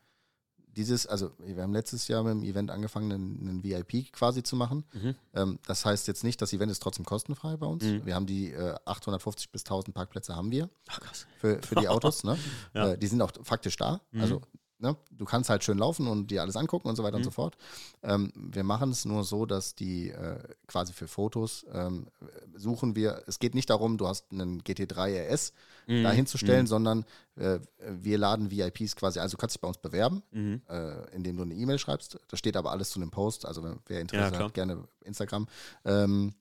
Speaker 2: dieses, also wir haben letztes Jahr mit dem Event angefangen, einen, einen VIP quasi zu machen.
Speaker 1: Mhm.
Speaker 2: Ähm, das heißt jetzt nicht, das Event ist trotzdem kostenfrei bei uns.
Speaker 1: Mhm.
Speaker 2: Wir haben die äh, 850 bis 1000 Parkplätze haben wir
Speaker 1: Ach, krass.
Speaker 2: für, für die Autos. Ne?
Speaker 1: Ja.
Speaker 2: äh, die sind auch faktisch da.
Speaker 1: Mhm.
Speaker 2: Also ne? du kannst halt schön laufen und dir alles angucken und so weiter
Speaker 1: Mhm.
Speaker 2: und so fort. Ähm, wir machen es nur so, dass die äh, quasi für Fotos ähm, suchen wir, es geht nicht darum, du hast einen GT3 RS
Speaker 1: Mhm.
Speaker 2: da hinzustellen, sondern äh, wir laden VIPs quasi, also du kannst dich bei uns bewerben,
Speaker 1: Mhm.
Speaker 2: äh, indem du eine E-Mail schreibst. Da steht aber alles zu dem Post, also wenn- wer
Speaker 1: Ja,
Speaker 2: Interesse
Speaker 1: klar.
Speaker 2: hat, gerne Instagram. Ähm,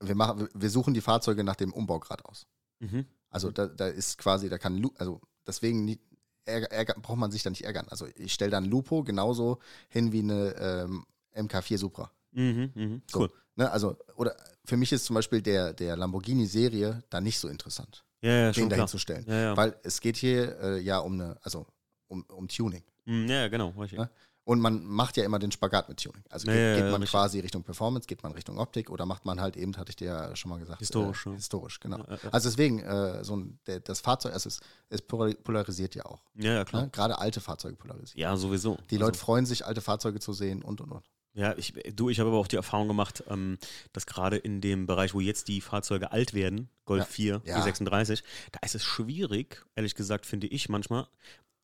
Speaker 2: wir, machen, wir suchen die Fahrzeuge nach dem Umbaugrad aus.
Speaker 1: Mhm.
Speaker 2: Also da, da ist quasi, da kann, Lu- also deswegen nie, ärger, ärger, braucht man sich da nicht ärgern. Also ich stelle dann Lupo genauso hin wie eine ähm, MK4 Supra.
Speaker 1: Mhm. Mhm.
Speaker 2: So.
Speaker 1: Cool.
Speaker 2: Ne? Also, oder für mich ist zum Beispiel der, der Lamborghini-Serie da nicht so interessant,
Speaker 1: Ja, ja,
Speaker 2: den
Speaker 1: schon
Speaker 2: dahin
Speaker 1: klar.
Speaker 2: zu stellen.
Speaker 1: Ja, ja.
Speaker 2: Weil es geht hier äh, ja um eine, also um, um Tuning.
Speaker 1: Mhm, ja, ja, genau. Richtig.
Speaker 2: Ne? Und man macht ja immer den Spagat mit Tuning. Also
Speaker 1: Ja,
Speaker 2: geht,
Speaker 1: ja,
Speaker 2: geht
Speaker 1: ja,
Speaker 2: man
Speaker 1: richtig.
Speaker 2: quasi Richtung Performance, geht man Richtung Optik oder macht man halt eben, hatte ich dir ja schon mal gesagt.
Speaker 1: Historisch,
Speaker 2: Äh,
Speaker 1: ja.
Speaker 2: Historisch, genau.
Speaker 1: Ja, ja, ja.
Speaker 2: Also deswegen, äh, so ein, der, das Fahrzeug, also es, es polar- polarisiert ja auch.
Speaker 1: ja, ja, klar.
Speaker 2: Ne? Gerade alte Fahrzeuge polarisieren.
Speaker 1: Ja, sowieso.
Speaker 2: Die
Speaker 1: also,
Speaker 2: Leute freuen sich, alte Fahrzeuge zu sehen und und und.
Speaker 1: Ja, ich, du, ich habe aber auch die Erfahrung gemacht, ähm, dass gerade in dem Bereich, wo jetzt die Fahrzeuge alt werden, Golf
Speaker 2: Ja.
Speaker 1: 4,
Speaker 2: Ja.
Speaker 1: E36, da ist es schwierig, ehrlich gesagt, finde ich manchmal.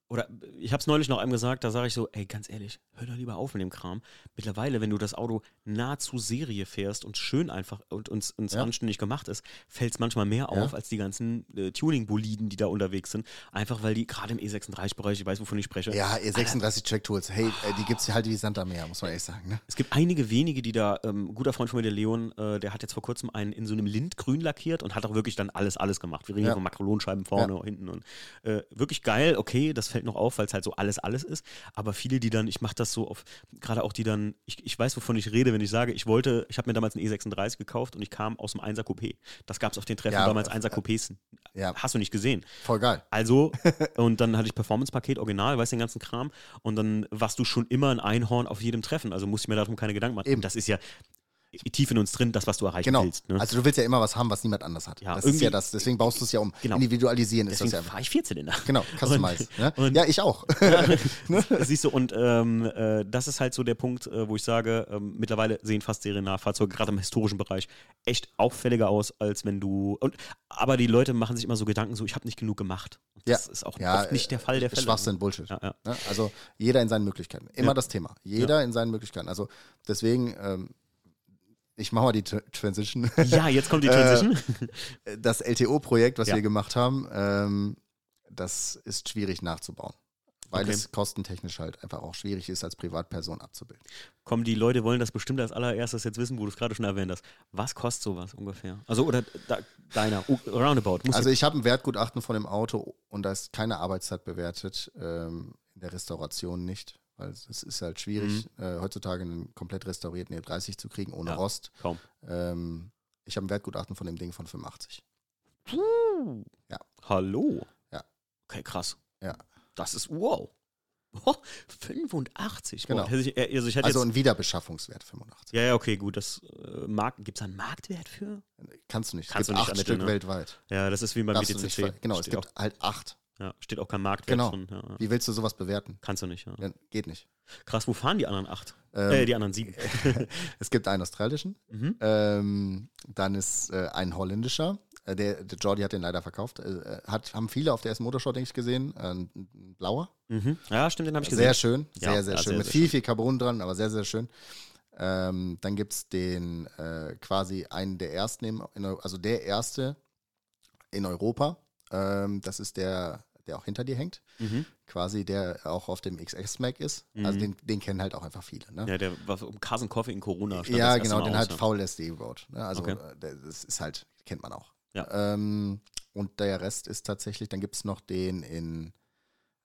Speaker 1: Oder ich habe es neulich noch einem gesagt, da sage ich so, ey, ganz ehrlich, hör doch lieber auf mit dem Kram. Mittlerweile, wenn du das Auto nahezu Serie fährst und schön einfach und uns, uns
Speaker 2: Ja.
Speaker 1: anständig gemacht ist, fällt es manchmal mehr auf als die ganzen äh, Tuning-Boliden, die da unterwegs sind. Einfach weil die gerade im E36-Bereich, ich weiß, wovon ich spreche,
Speaker 2: Ja, ihr 36 Track Tools, hey, äh, die gibt's hier halt wie Sand am Meer, muss man ehrlich sagen. Ne?
Speaker 1: Es gibt einige wenige, die da, ähm, ein guter Freund von mir, der Leon, äh, der hat jetzt vor kurzem einen in so einem Lindgrün lackiert und hat auch wirklich dann alles, alles gemacht. Wir reden
Speaker 2: Ja.
Speaker 1: von Makrolonscheiben vorne, hinten und äh, wirklich geil, okay, das fällt noch auf, weil es halt so alles, alles ist. Aber viele, die dann, ich mache das so auf, gerade auch die dann, ich, ich weiß, wovon ich rede, wenn ich sage, ich wollte, ich habe mir damals einen E36 gekauft und ich kam aus dem 1er Coupé. Das gab es auf den Treffen
Speaker 2: Ja,
Speaker 1: damals,
Speaker 2: äh,
Speaker 1: 1er Coupés.
Speaker 2: Ja,
Speaker 1: Hast du nicht gesehen.
Speaker 2: voll geil.
Speaker 1: Also, und dann hatte ich Performance-Paket, Original, weißt du, den ganzen Kram. Und dann warst du schon immer ein Einhorn auf jedem Treffen. Also musste ich mir darum keine Gedanken machen.
Speaker 2: Eben.
Speaker 1: Das ist ja tief in uns drin, das, was du erreichen
Speaker 2: Genau.
Speaker 1: willst. Ne?
Speaker 2: Also du willst ja immer was haben, was niemand anders hat.
Speaker 1: Ja,
Speaker 2: das ist ja
Speaker 1: irgendwie-
Speaker 2: das, deswegen baust du es ja um.
Speaker 1: Genau.
Speaker 2: Individualisieren ist
Speaker 1: Deswegen
Speaker 2: das ja.
Speaker 1: fahre ich Vierzylinder.
Speaker 2: Genau, customize. ne?
Speaker 1: und-
Speaker 2: ja, ich auch.
Speaker 1: Siehst du, und ähm, äh, das ist halt so der Punkt, äh, wo ich sage, ähm, mittlerweile sehen fast seriennahe Fahrzeuge, gerade im historischen Bereich, echt auffälliger aus, als wenn du. Und, aber die Leute machen sich immer so Gedanken, so, ich habe nicht genug gemacht. Und
Speaker 2: Ja.
Speaker 1: Das ist auch oft nicht der Fall der
Speaker 2: äh,
Speaker 1: Fälle.
Speaker 2: Schwachsinn, Bullshit.
Speaker 1: Ja, ja.
Speaker 2: Ne? Also jeder in seinen Möglichkeiten. Immer das Thema. Jeder in seinen Möglichkeiten. Also deswegen, ähm, ich mache mal die Tr- Transition.
Speaker 1: Ja, jetzt kommt die
Speaker 2: Äh,
Speaker 1: Transition.
Speaker 2: das LTO-Projekt, was
Speaker 1: Ja.
Speaker 2: wir gemacht haben, ähm, das ist schwierig nachzubauen. Weil
Speaker 1: Okay.
Speaker 2: es kostentechnisch halt einfach auch schwierig ist, als Privatperson abzubilden.
Speaker 1: Komm, die Leute wollen das bestimmt als allererstes jetzt wissen, wo du es gerade schon erwähnt hast. Was kostet sowas ungefähr? Also, oder da, deiner, u- roundabout. Muss
Speaker 2: Also ich habe ein Wertgutachten von dem Auto und da ist keine Arbeitszeit bewertet, ähm, in der Restauration nicht. Weil es es ist halt schwierig, äh, heutzutage einen komplett restaurierten E30 zu kriegen, ohne
Speaker 1: Mhm. Ja.
Speaker 2: Rost.
Speaker 1: kaum.
Speaker 2: Ähm, ich habe ein Wertgutachten von dem Ding von 85. Ja.
Speaker 1: Hallo.
Speaker 2: Ja.
Speaker 1: Okay, krass.
Speaker 2: Ja.
Speaker 1: Das ist wow. Oh, 85.
Speaker 2: Genau.
Speaker 1: Boah, hätte ich, äh, also ich hätte
Speaker 2: Also
Speaker 1: jetzt,
Speaker 2: ein Wiederbeschaffungswert 85.
Speaker 1: ja, ja, okay, gut. Das äh, Markt, gibt es einen Marktwert für?
Speaker 2: Kannst du nicht.
Speaker 1: Kannst
Speaker 2: es gibt
Speaker 1: du nicht
Speaker 2: acht
Speaker 1: ermitteln, ne?
Speaker 2: Stück weltweit.
Speaker 1: Ja, das ist wie beim
Speaker 2: Darfst du nicht ver-
Speaker 1: BTCC.
Speaker 2: genau, es
Speaker 1: steht,
Speaker 2: gibt
Speaker 1: auch,
Speaker 2: halt acht.
Speaker 1: ja, steht auch kein Marktwert
Speaker 2: Genau.
Speaker 1: drin. Ja, ja.
Speaker 2: Wie willst du sowas bewerten?
Speaker 1: Kannst du nicht. Ja.
Speaker 2: Ja, geht nicht.
Speaker 1: Krass, wo fahren die anderen acht?
Speaker 2: Ähm,
Speaker 1: äh, die anderen sieben.
Speaker 2: Es gibt einen australischen,
Speaker 1: Mhm.
Speaker 2: ähm, dann ist äh, ein holländischer. Äh, der, der Jordi hat den leider verkauft. Äh, Äh, hat, haben viele auf der ersten Motorshow, denke ich, gesehen. Äh, ein ein blauer.
Speaker 1: Mhm. Ja, stimmt, den habe ich gesehen.
Speaker 2: Sehr schön,
Speaker 1: Ja,
Speaker 2: sehr, sehr
Speaker 1: ja,
Speaker 2: schön.
Speaker 1: sehr,
Speaker 2: Mit
Speaker 1: sehr
Speaker 2: viel, viel Carbon dran, aber sehr, sehr schön. Ähm, dann gibt es den äh, quasi einen der ersten, im, in, Eu- also der erste in Europa. Ähm, das ist der, der auch hinter dir hängt.
Speaker 1: Mhm.
Speaker 2: Quasi der auch auf dem XX-Mac ist.
Speaker 1: Mhm.
Speaker 2: Also den, den kennen halt auch einfach viele. Ne?
Speaker 1: Ja, der war um Carson Coffee in Corona. stand
Speaker 2: Ja,
Speaker 1: das erste
Speaker 2: genau,
Speaker 1: Mal
Speaker 2: den
Speaker 1: aus,
Speaker 2: halt
Speaker 1: ne?
Speaker 2: VLSD gebaut. Ne? Also
Speaker 1: Okay.
Speaker 2: äh, der- das ist halt, kennt man auch.
Speaker 1: Ja.
Speaker 2: Ähm, und der Rest ist tatsächlich, dann gibt es noch den in,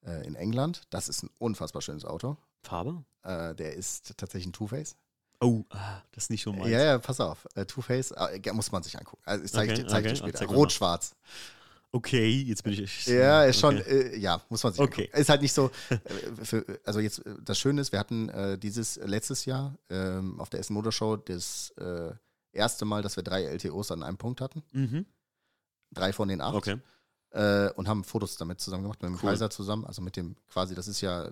Speaker 2: äh, in England. Das ist ein unfassbar schönes Auto.
Speaker 1: Farbe?
Speaker 2: Äh, der ist tatsächlich ein Two-Face.
Speaker 1: Oh, ah, das ist nicht so meins.
Speaker 2: Ja, ja, pass auf. Äh, Two-Face, äh, ge- muss man sich angucken. Also ich zeige
Speaker 1: Okay,
Speaker 2: dir, zeig
Speaker 1: okay,
Speaker 2: dir
Speaker 1: ah,
Speaker 2: später.
Speaker 1: zeig mir mal.
Speaker 2: Rot-Schwarz.
Speaker 1: Okay, jetzt bin ich. ich
Speaker 2: Ja, ist schon,
Speaker 1: Okay.
Speaker 2: äh, ja, muss man sich
Speaker 1: Okay.
Speaker 2: angucken. Ist halt nicht so, äh, für, also jetzt, äh, das Schöne ist, wir hatten äh, dieses äh, letztes Jahr ähm, auf der Essen Motorshow das äh, erste Mal, dass wir drei LTOs an einem Punkt hatten.
Speaker 1: Mhm.
Speaker 2: Drei von den acht.
Speaker 1: Okay.
Speaker 2: Äh, und haben Fotos damit zusammen gemacht, mit dem
Speaker 1: Cool.
Speaker 2: Kaiser zusammen, also mit dem quasi, das ist ja, äh,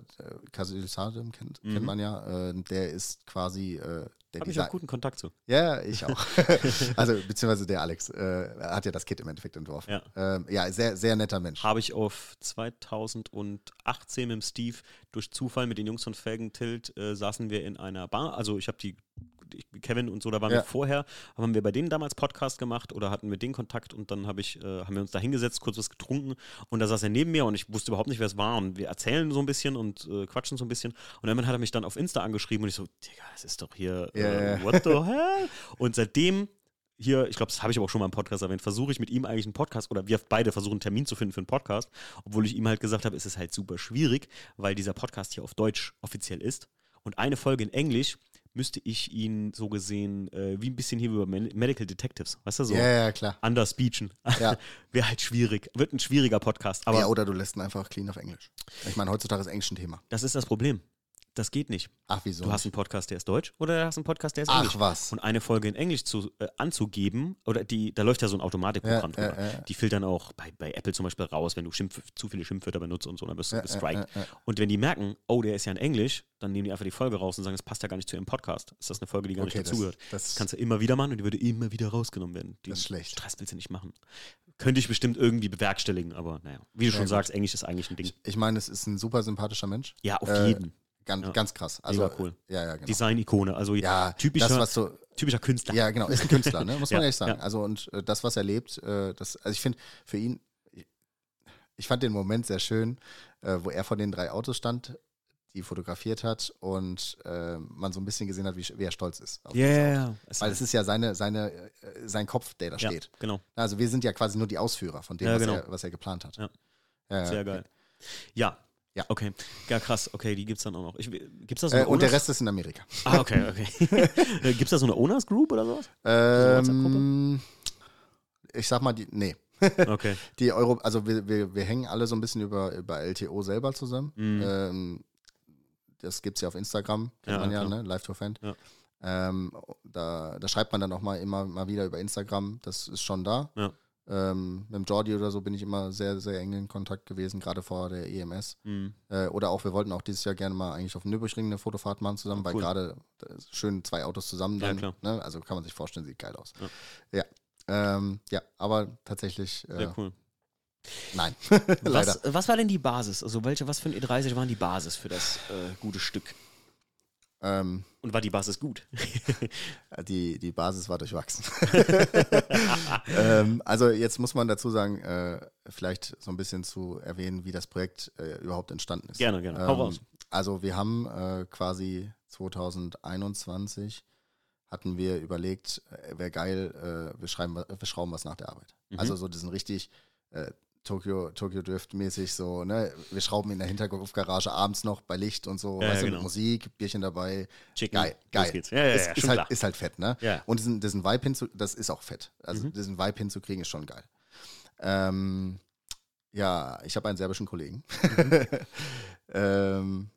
Speaker 2: Casio Sadem kennt,
Speaker 1: Mhm.
Speaker 2: kennt man ja, äh, der ist quasi äh, der
Speaker 1: Habe ich auch
Speaker 2: Design.
Speaker 1: guten Kontakt zu.
Speaker 2: Ja, ich auch. also, beziehungsweise der Alex äh, hat ja das Kit im Endeffekt entworfen.
Speaker 1: Ja.
Speaker 2: ähm, ja sehr, sehr netter Mensch.
Speaker 1: Habe ich auf 2018 mit dem Steve durch Zufall mit den Jungs von Felgentilt äh, saßen wir in einer Bar. Also ich habe die ich, Kevin und so, da waren
Speaker 2: Ja.
Speaker 1: wir vorher, haben wir bei denen damals Podcast gemacht oder hatten mit denen Kontakt und dann hab ich, äh, haben wir uns da hingesetzt, kurz was getrunken und da saß er neben mir und ich wusste überhaupt nicht, wer es war und wir erzählen so ein bisschen und äh, quatschen so ein bisschen und irgendwann hat er mich dann auf Insta angeschrieben und ich so, Digga, das ist doch hier,
Speaker 2: Ja,
Speaker 1: äh,
Speaker 2: ja.
Speaker 1: what the hell? Und seitdem hier, ich glaube, das habe ich aber auch schon mal im Podcast erwähnt, versuche ich mit ihm eigentlich einen Podcast oder wir beide versuchen einen Termin zu finden für einen Podcast, obwohl ich ihm halt gesagt habe, es ist halt super schwierig, weil dieser Podcast hier auf Deutsch offiziell ist und eine Folge in Englisch müsste ich ihn so gesehen äh, wie ein bisschen hier über Men- Medical Detectives, weißt du so?
Speaker 2: Ja, ja, klar.
Speaker 1: Anders speechen.
Speaker 2: Ja.
Speaker 1: Wäre halt schwierig. Wird ein schwieriger Podcast. Aber
Speaker 2: ja, oder du lässt ihn einfach clean auf Englisch. Ich meine, heutzutage ist Englisch ein Thema.
Speaker 1: das ist das Problem. Das geht nicht.
Speaker 2: Ach, wieso?
Speaker 1: Du hast einen Podcast, der ist deutsch oder du hast einen Podcast, der ist
Speaker 2: Ach,
Speaker 1: englisch.
Speaker 2: was.
Speaker 1: Und eine Folge in Englisch zu, äh, anzugeben, oder die, da läuft ja so ein Automatikprogramm
Speaker 2: Ja, ja,
Speaker 1: drüber.
Speaker 2: ja.
Speaker 1: Die filtern auch bei, bei Apple zum Beispiel raus, wenn du Schimpf, zu viele Schimpfwörter benutzt und so, dann wirst du
Speaker 2: Ja,
Speaker 1: gestrikt.
Speaker 2: ja, ja, ja.
Speaker 1: Und wenn die merken, oh, der ist ja in Englisch, dann nehmen die einfach die Folge raus und sagen, das passt ja gar nicht zu ihrem Podcast. Ist das eine Folge, die gar
Speaker 2: Okay,
Speaker 1: nicht
Speaker 2: das,
Speaker 1: dazugehört? Das
Speaker 2: das,
Speaker 1: kannst du immer wieder machen und die würde immer wieder rausgenommen werden. Den
Speaker 2: Das ist schlecht.
Speaker 1: Stress willst du nicht machen. Könnte ich bestimmt irgendwie bewerkstelligen, aber naja. Wie du
Speaker 2: Ja,
Speaker 1: schon
Speaker 2: gut.
Speaker 1: sagst, Englisch ist eigentlich ein Ding.
Speaker 2: ich meine, es ist ein super sympathischer Mensch.
Speaker 1: Ja, auf
Speaker 2: Äh,
Speaker 1: jeden.
Speaker 2: Ganz,
Speaker 1: Ja.
Speaker 2: ganz krass. Also,
Speaker 1: Mega cool.
Speaker 2: Ja, ja, genau.
Speaker 1: Design-Ikone, also
Speaker 2: ja,
Speaker 1: typischer-
Speaker 2: das, was so,
Speaker 1: typischer Künstler.
Speaker 2: Ja, genau, ist ein Künstler, ne? muss man
Speaker 1: Ja,
Speaker 2: ehrlich sagen.
Speaker 1: ja.
Speaker 2: Also und äh, das, was er lebt, äh, das, also ich finde für ihn, ich fand den Moment sehr schön, äh, wo er vor den drei Autos stand, die fotografiert hat und äh, man so ein bisschen gesehen hat, wie, sch- wie er stolz ist. auf
Speaker 1: Ja,
Speaker 2: das
Speaker 1: ja,
Speaker 2: Auto.
Speaker 1: ja.
Speaker 2: Weil es ist ja seine, seine, äh, sein Kopf, der da
Speaker 1: ja,
Speaker 2: steht.
Speaker 1: genau.
Speaker 2: Also wir sind ja quasi nur die Ausführer von dem,
Speaker 1: Ja,
Speaker 2: was,
Speaker 1: genau.
Speaker 2: er, was er geplant hat.
Speaker 1: Ja.
Speaker 2: Ja, Äh,
Speaker 1: Sehr
Speaker 2: ja.
Speaker 1: geil. Ja.
Speaker 2: Ja.
Speaker 1: Okay. Ja, krass. Okay, die gibt's dann auch noch. Ich, will- gibt's da so
Speaker 2: Äh,
Speaker 1: eine
Speaker 2: und der
Speaker 1: Owners-
Speaker 2: Rest ist in Amerika.
Speaker 1: Ah, okay, okay. Äh, gibt's da so eine Owners Group oder sowas?
Speaker 2: Ähm, ich sag mal, die, nee.
Speaker 1: Okay.
Speaker 2: Die Euro, also wir, wir, wir hängen alle so ein bisschen über, über LTO selber zusammen.
Speaker 1: Mhm.
Speaker 2: Ähm, das gibt es ja auf Instagram, kennt
Speaker 1: Ja,
Speaker 2: man ja,
Speaker 1: klar.
Speaker 2: ne? Live to Fan.
Speaker 1: Ja.
Speaker 2: Ähm, da, da schreibt man dann auch mal immer mal wieder über Instagram, das ist schon da.
Speaker 1: Ja.
Speaker 2: Ähm, mit dem Jordi oder so bin ich immer sehr, sehr eng in Kontakt gewesen, gerade vor der E EMS.
Speaker 1: Mhm.
Speaker 2: Äh, oder auch, wir wollten auch dieses Jahr gerne mal eigentlich auf dem Nürburgring eine Fotofahrt machen zusammen, weil
Speaker 1: Cool.
Speaker 2: gerade äh, schön zwei Autos zusammen
Speaker 1: Ja,
Speaker 2: dann,
Speaker 1: klar.
Speaker 2: ne? also kann man sich vorstellen, sieht geil aus. Ja, ja. Ähm, ja aber tatsächlich, äh,
Speaker 1: Sehr cool.
Speaker 2: nein, leider.
Speaker 1: Was, was war denn die Basis? Also welche, was für ein E30 waren die Basis für das äh, gute Stück?
Speaker 2: Ähm,
Speaker 1: Und war die Basis gut?
Speaker 2: Äh, die, die Basis war durchwachsen. ähm, also jetzt muss man dazu sagen, äh, vielleicht so ein bisschen zu erwähnen, wie das Projekt äh, überhaupt entstanden ist.
Speaker 1: Gerne, gerne.
Speaker 2: Ähm,
Speaker 1: Hau raus.
Speaker 2: Also wir haben äh, quasi 2021 hatten wir überlegt, äh, wäre geil, äh, wir, schreiben, wa- wir schrauben was nach der Arbeit.
Speaker 1: Mhm.
Speaker 2: Also so diesen richtig äh, Tokyo, Tokyo Drift mäßig so, ne? Wir schrauben in der Hinterkopfgarage abends noch bei Licht und so,
Speaker 1: Ja, ja,
Speaker 2: weißt du,
Speaker 1: genau.
Speaker 2: mit Musik, Bierchen dabei.
Speaker 1: Chicken.
Speaker 2: Geil, geil.
Speaker 1: Los geht's. Ja, ja, ja.
Speaker 2: ist,
Speaker 1: schon
Speaker 2: ist, halt,
Speaker 1: klar.
Speaker 2: ist halt fett, ne?
Speaker 1: ja.
Speaker 2: Und diesen, diesen Vibe hinzu, das ist auch fett. Also diesen Vibe hinzukriegen ist schon geil. Ähm, ja, ich habe einen serbischen Kollegen. ähm,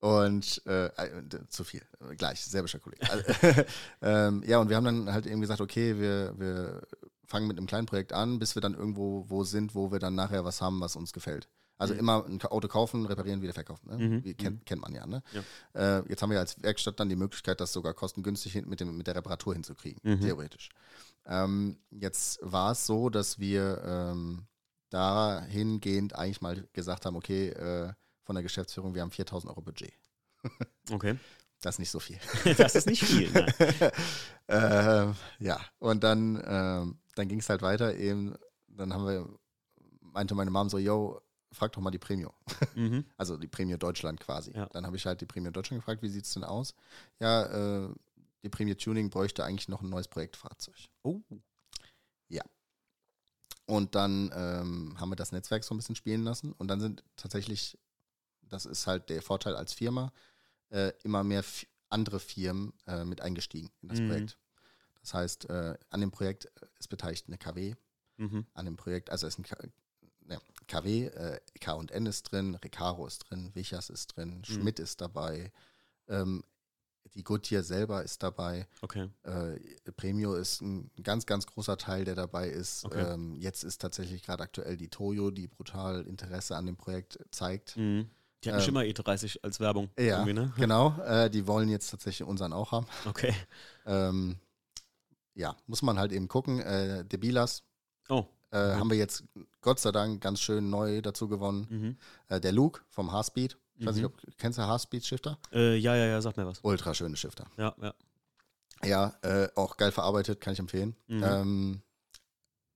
Speaker 2: und äh, äh, d- zu viel, Äh, gleich, serbischer Kollege. Also, ähm, ja, und wir haben dann halt eben gesagt, okay, wir, wir fangen mit einem kleinen Projekt an, bis wir dann irgendwo wo sind, wo wir dann nachher was haben, was uns gefällt. Also
Speaker 1: Mhm.
Speaker 2: immer ein Ka- Auto kaufen, reparieren, wieder verkaufen. Ne?
Speaker 1: Mhm,
Speaker 2: Wie, kennt, kennt man ja. Ne? Äh, jetzt haben wir als Werkstatt dann die Möglichkeit, das sogar kostengünstig hin- mit, dem, mit der Reparatur hinzukriegen,
Speaker 1: Mhm.
Speaker 2: theoretisch. Ähm, jetzt war es so, dass wir ähm, dahingehend eigentlich mal gesagt haben, okay, äh, von der Geschäftsführung, wir haben 4000 Euro Budget.
Speaker 1: Okay.
Speaker 2: Das ist nicht so viel.
Speaker 1: Das ist nicht viel. Nein.
Speaker 2: Ähm, ja, und dann, ähm, dann ging es halt weiter eben, dann haben wir, meinte meine Mom so, yo, frag doch mal die Premium.
Speaker 1: Mhm.
Speaker 2: Also die Prämie Deutschland quasi.
Speaker 1: Ja.
Speaker 2: Dann habe ich halt die Prämie Deutschland gefragt, wie sieht es denn aus? Ja, äh, die Prämie Tuning bräuchte eigentlich noch ein neues Projektfahrzeug.
Speaker 1: Oh.
Speaker 2: Und dann ähm, haben wir das Netzwerk so ein bisschen spielen lassen. Und dann sind tatsächlich, das ist halt der Vorteil als Firma, äh, immer mehr f- andere Firmen äh, mit eingestiegen in das
Speaker 1: Mhm.
Speaker 2: Projekt. Das heißt, äh, an dem Projekt ist beteiligt eine KW,
Speaker 1: Mhm.
Speaker 2: an dem Projekt, also ist ein K ne, KW, äh, K&N ist drin, Recaro ist drin, Wichers ist drin, Schmidt ist dabei, ähm, die Goodyear selber ist dabei,
Speaker 1: Okay.
Speaker 2: äh, Premio ist ein ganz, ganz großer Teil, der dabei ist.
Speaker 1: Okay.
Speaker 2: Ähm, jetzt ist tatsächlich gerade aktuell die Toyo, die brutal Interesse an dem Projekt zeigt.
Speaker 1: Mhm. Die hatten
Speaker 2: Ähm.
Speaker 1: schon mal E30 als Werbung.
Speaker 2: Ja,
Speaker 1: Irgendwie, ne?
Speaker 2: genau. Äh, die wollen jetzt tatsächlich unseren auch haben.
Speaker 1: Okay.
Speaker 2: Ähm, ja, muss man halt eben gucken. Äh, Debilas
Speaker 1: Oh.
Speaker 2: äh, haben wir jetzt Gott sei Dank ganz schön neu dazu gewonnen.
Speaker 1: Mhm.
Speaker 2: Äh, der Luke vom H-Speed. Ich weiß
Speaker 1: Mhm.
Speaker 2: nicht, ob kennst du H-Speed Shifter?
Speaker 1: Äh, ja, ja, ja, sag mir was.
Speaker 2: Ultra schöne Shifter.
Speaker 1: Ja, ja.
Speaker 2: Ja, äh, auch geil verarbeitet, kann ich empfehlen.
Speaker 1: Mhm.
Speaker 2: Ähm,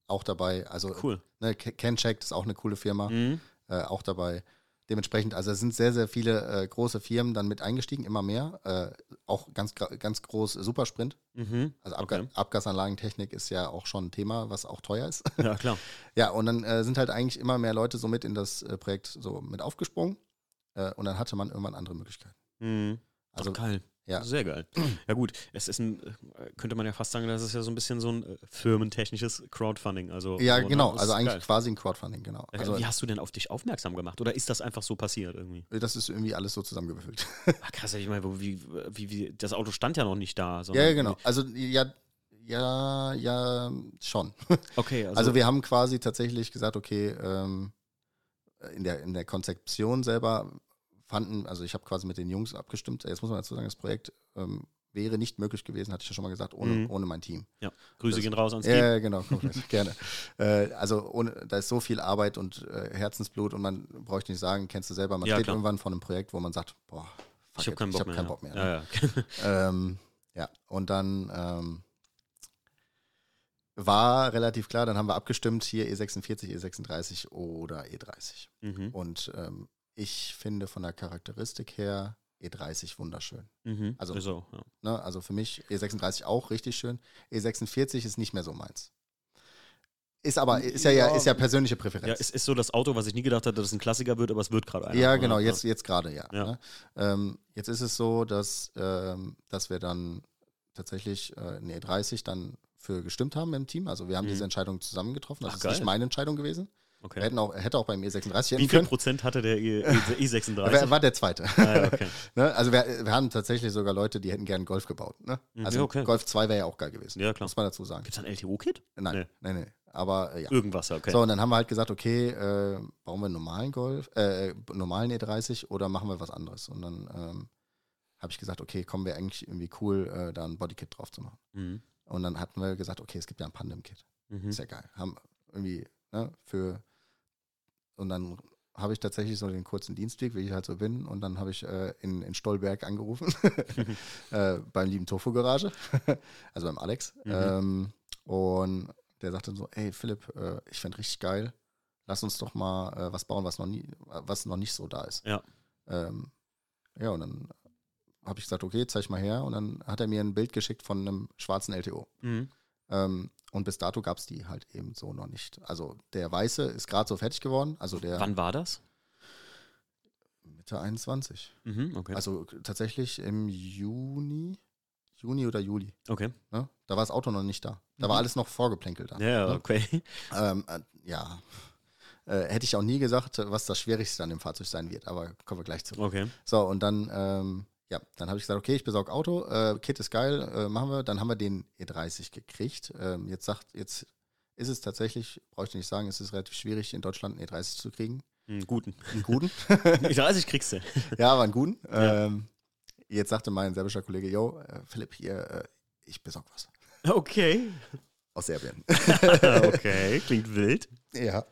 Speaker 2: auch dabei, also
Speaker 1: Cool.
Speaker 2: ne, Ke- Kencheck ist auch eine coole Firma,
Speaker 1: Mhm.
Speaker 2: äh, auch dabei. Dementsprechend, also es sind sehr, sehr viele äh, große Firmen dann mit eingestiegen, immer mehr. Äh, auch ganz, gra- ganz groß Supersprint.
Speaker 1: Mhm.
Speaker 2: Also Abga
Speaker 1: Okay.
Speaker 2: Abgasanlagentechnik ist ja auch schon ein Thema, was auch teuer ist.
Speaker 1: Ja, klar.
Speaker 2: Ja, und dann äh, sind halt eigentlich immer mehr Leute so mit in das äh, Projekt so mit aufgesprungen. Äh, und dann hatte man irgendwann andere Möglichkeiten.
Speaker 1: Mhm.
Speaker 2: Also,
Speaker 1: Ach, geil.
Speaker 2: ja.
Speaker 1: Sehr geil. Ja gut, es ist ein, äh, könnte man ja fast sagen, das ist ja so ein bisschen so ein äh, firmentechnisches Crowdfunding. Also,
Speaker 2: ja,
Speaker 1: so, ne?
Speaker 2: genau.
Speaker 1: Das
Speaker 2: Also
Speaker 1: ist
Speaker 2: eigentlich
Speaker 1: geil.
Speaker 2: quasi ein Crowdfunding, genau.
Speaker 1: Ja,
Speaker 2: Also,
Speaker 1: Wie hast du denn auf dich aufmerksam gemacht? Oder ist das einfach so passiert irgendwie?
Speaker 2: das ist irgendwie alles so zusammengewürfelt.
Speaker 1: Ach, krass, ich meine, wo- wie, wie, wie, das Auto stand ja noch nicht da.
Speaker 2: ja,
Speaker 1: sondern-
Speaker 2: ja, genau. Also, ja, ja, ja, schon.
Speaker 1: Okay, also,
Speaker 2: Also, wir haben quasi tatsächlich gesagt, okay, ähm, in, der, in der Konzeption selber fanden, also ich habe quasi mit den Jungs abgestimmt, jetzt muss man dazu sagen, das Projekt ähm, wäre nicht möglich gewesen, hatte ich ja schon mal gesagt, ohne,
Speaker 1: Mhm.
Speaker 2: ohne mein Team.
Speaker 1: Grüße gehen raus ans
Speaker 2: Ja,
Speaker 1: Team.
Speaker 2: ja, genau, komplett, gerne. Äh, also ohne, da ist so viel Arbeit und äh, Herzensblut und man bräuchte nicht sagen, kennst du selber, man
Speaker 1: Ja,
Speaker 2: steht
Speaker 1: klar.
Speaker 2: irgendwann vor einem Projekt, wo man sagt, boah, fuck
Speaker 1: Ich habe
Speaker 2: it,
Speaker 1: keinen Bock
Speaker 2: hab
Speaker 1: mehr.
Speaker 2: keinen
Speaker 1: ja.
Speaker 2: Bock mehr. ne?
Speaker 1: Ja, ja.
Speaker 2: Ähm, ja, und dann ähm, war relativ klar, dann haben wir abgestimmt, hier E E46, E36 oder E30.
Speaker 1: mhm.
Speaker 2: Und ähm, ich finde von der Charakteristik her E30 wunderschön.
Speaker 1: Mhm.
Speaker 2: Also-
Speaker 1: Also, ja.
Speaker 2: Ne? Also für mich E36 auch richtig schön. E46 ist nicht mehr so meins. Ist aber, ist ja, ja,
Speaker 1: Ja.
Speaker 2: ist ja persönliche
Speaker 1: ja,
Speaker 2: Präferenz.
Speaker 1: es ist so das Auto, was ich nie gedacht hatte, dass es ein Klassiker wird, aber es wird gerade
Speaker 2: Ja,
Speaker 1: einer. oder?
Speaker 2: genau, jetzt, jetzt gerade, ja.
Speaker 1: Ja.
Speaker 2: Ne? Ähm, jetzt ist es so, dass, ähm, dass wir dann tatsächlich äh, in E30 dann für gestimmt haben im Team. Also wir haben
Speaker 1: Mhm.
Speaker 2: diese Entscheidung zusammen getroffen. Das
Speaker 1: Ach,
Speaker 2: ist
Speaker 1: geil.
Speaker 2: nicht meine Entscheidung gewesen. Wir
Speaker 1: Okay.
Speaker 2: hätten auch, hätte auch beim E36
Speaker 1: Wie
Speaker 2: hätten
Speaker 1: viel
Speaker 2: können.
Speaker 1: Prozent hatte der E- E-
Speaker 2: Wer
Speaker 1: E36?
Speaker 2: war der Zweite?
Speaker 1: Ah, ja, okay.
Speaker 2: ne? Also wir, wir haben tatsächlich sogar Leute, die hätten gern Golf gebaut. Ne?
Speaker 1: Mhm,
Speaker 2: Also
Speaker 1: ja, okay.
Speaker 2: Golf 2 wäre ja auch geil gewesen.
Speaker 1: ja, klar.
Speaker 2: Muss man dazu sagen.
Speaker 1: Gibt es ein LTO-Kit?
Speaker 2: Nein,
Speaker 1: Nee.
Speaker 2: nein, nein. Aber äh, ja.
Speaker 1: Irgendwas, ja, okay.
Speaker 2: So, und dann haben wir halt gesagt, okay, äh, bauen wir einen normalen Golf, äh, normalen E30 oder machen wir was anderes? Und dann ähm, habe ich gesagt, okay, kommen wir eigentlich irgendwie cool, äh, da ein Bodykit drauf zu machen.
Speaker 1: Mhm.
Speaker 2: Und dann hatten wir gesagt, okay, es gibt ja ein Pandem-Kit.
Speaker 1: Mhm.
Speaker 2: Ist ja geil. Haben irgendwie, ne, für. Und dann habe ich tatsächlich so den kurzen Dienstweg, wie ich halt so bin. Und dann habe ich äh, in, in Stolberg angerufen, äh, beim lieben Tofu-Garage, also beim Alex.
Speaker 1: Mhm.
Speaker 2: Ähm, und der sagte so: Ey, Philipp, äh, ich fände richtig geil, lass uns doch mal äh, was bauen, was noch, nie, was noch nicht so da ist.
Speaker 1: Ja.
Speaker 2: Ähm, ja, und dann habe ich gesagt: Okay, zeig mal her. Und dann hat er mir ein Bild geschickt von einem schwarzen LTO.
Speaker 1: Mhm.
Speaker 2: Ähm, und bis dato gab es die halt eben so noch nicht. Also der Weiße ist gerade so fertig geworden, also der
Speaker 1: Wann war das?
Speaker 2: Mitte 21.
Speaker 1: Mhm. Okay.
Speaker 2: Also k- tatsächlich im Juni, Juni oder Juli.
Speaker 1: okay.
Speaker 2: Ne? Da war das Auto noch nicht da. Da war
Speaker 1: Mhm.
Speaker 2: alles noch vorgeplänkelt da.
Speaker 1: Ja, ja, okay.
Speaker 2: Ähm, äh, ja. Äh, hätte ich auch nie gesagt, was das Schwierigste an dem Fahrzeug sein wird, aber kommen wir gleich zu.
Speaker 1: Okay.
Speaker 2: So, und dann, ähm, ja, dann habe ich gesagt, okay, ich besorge Auto, äh, Kit ist geil, äh, machen wir. Dann haben wir den E30 gekriegt. Ähm, jetzt sagt, jetzt ist es tatsächlich, brauche ich nicht sagen, es ist relativ schwierig, in Deutschland einen E30 zu kriegen.
Speaker 1: Einen guten.
Speaker 2: Einen guten.
Speaker 1: Mhm, Ich weiß, ich kriegst du.
Speaker 2: ja, aber einen guten.
Speaker 1: Ja.
Speaker 2: Ähm, jetzt sagte mein serbischer Kollege, yo, äh, Philipp, hier, äh, ich besorge was.
Speaker 1: Okay.
Speaker 2: Aus Serbien.
Speaker 1: okay, klingt wild.
Speaker 2: Ja.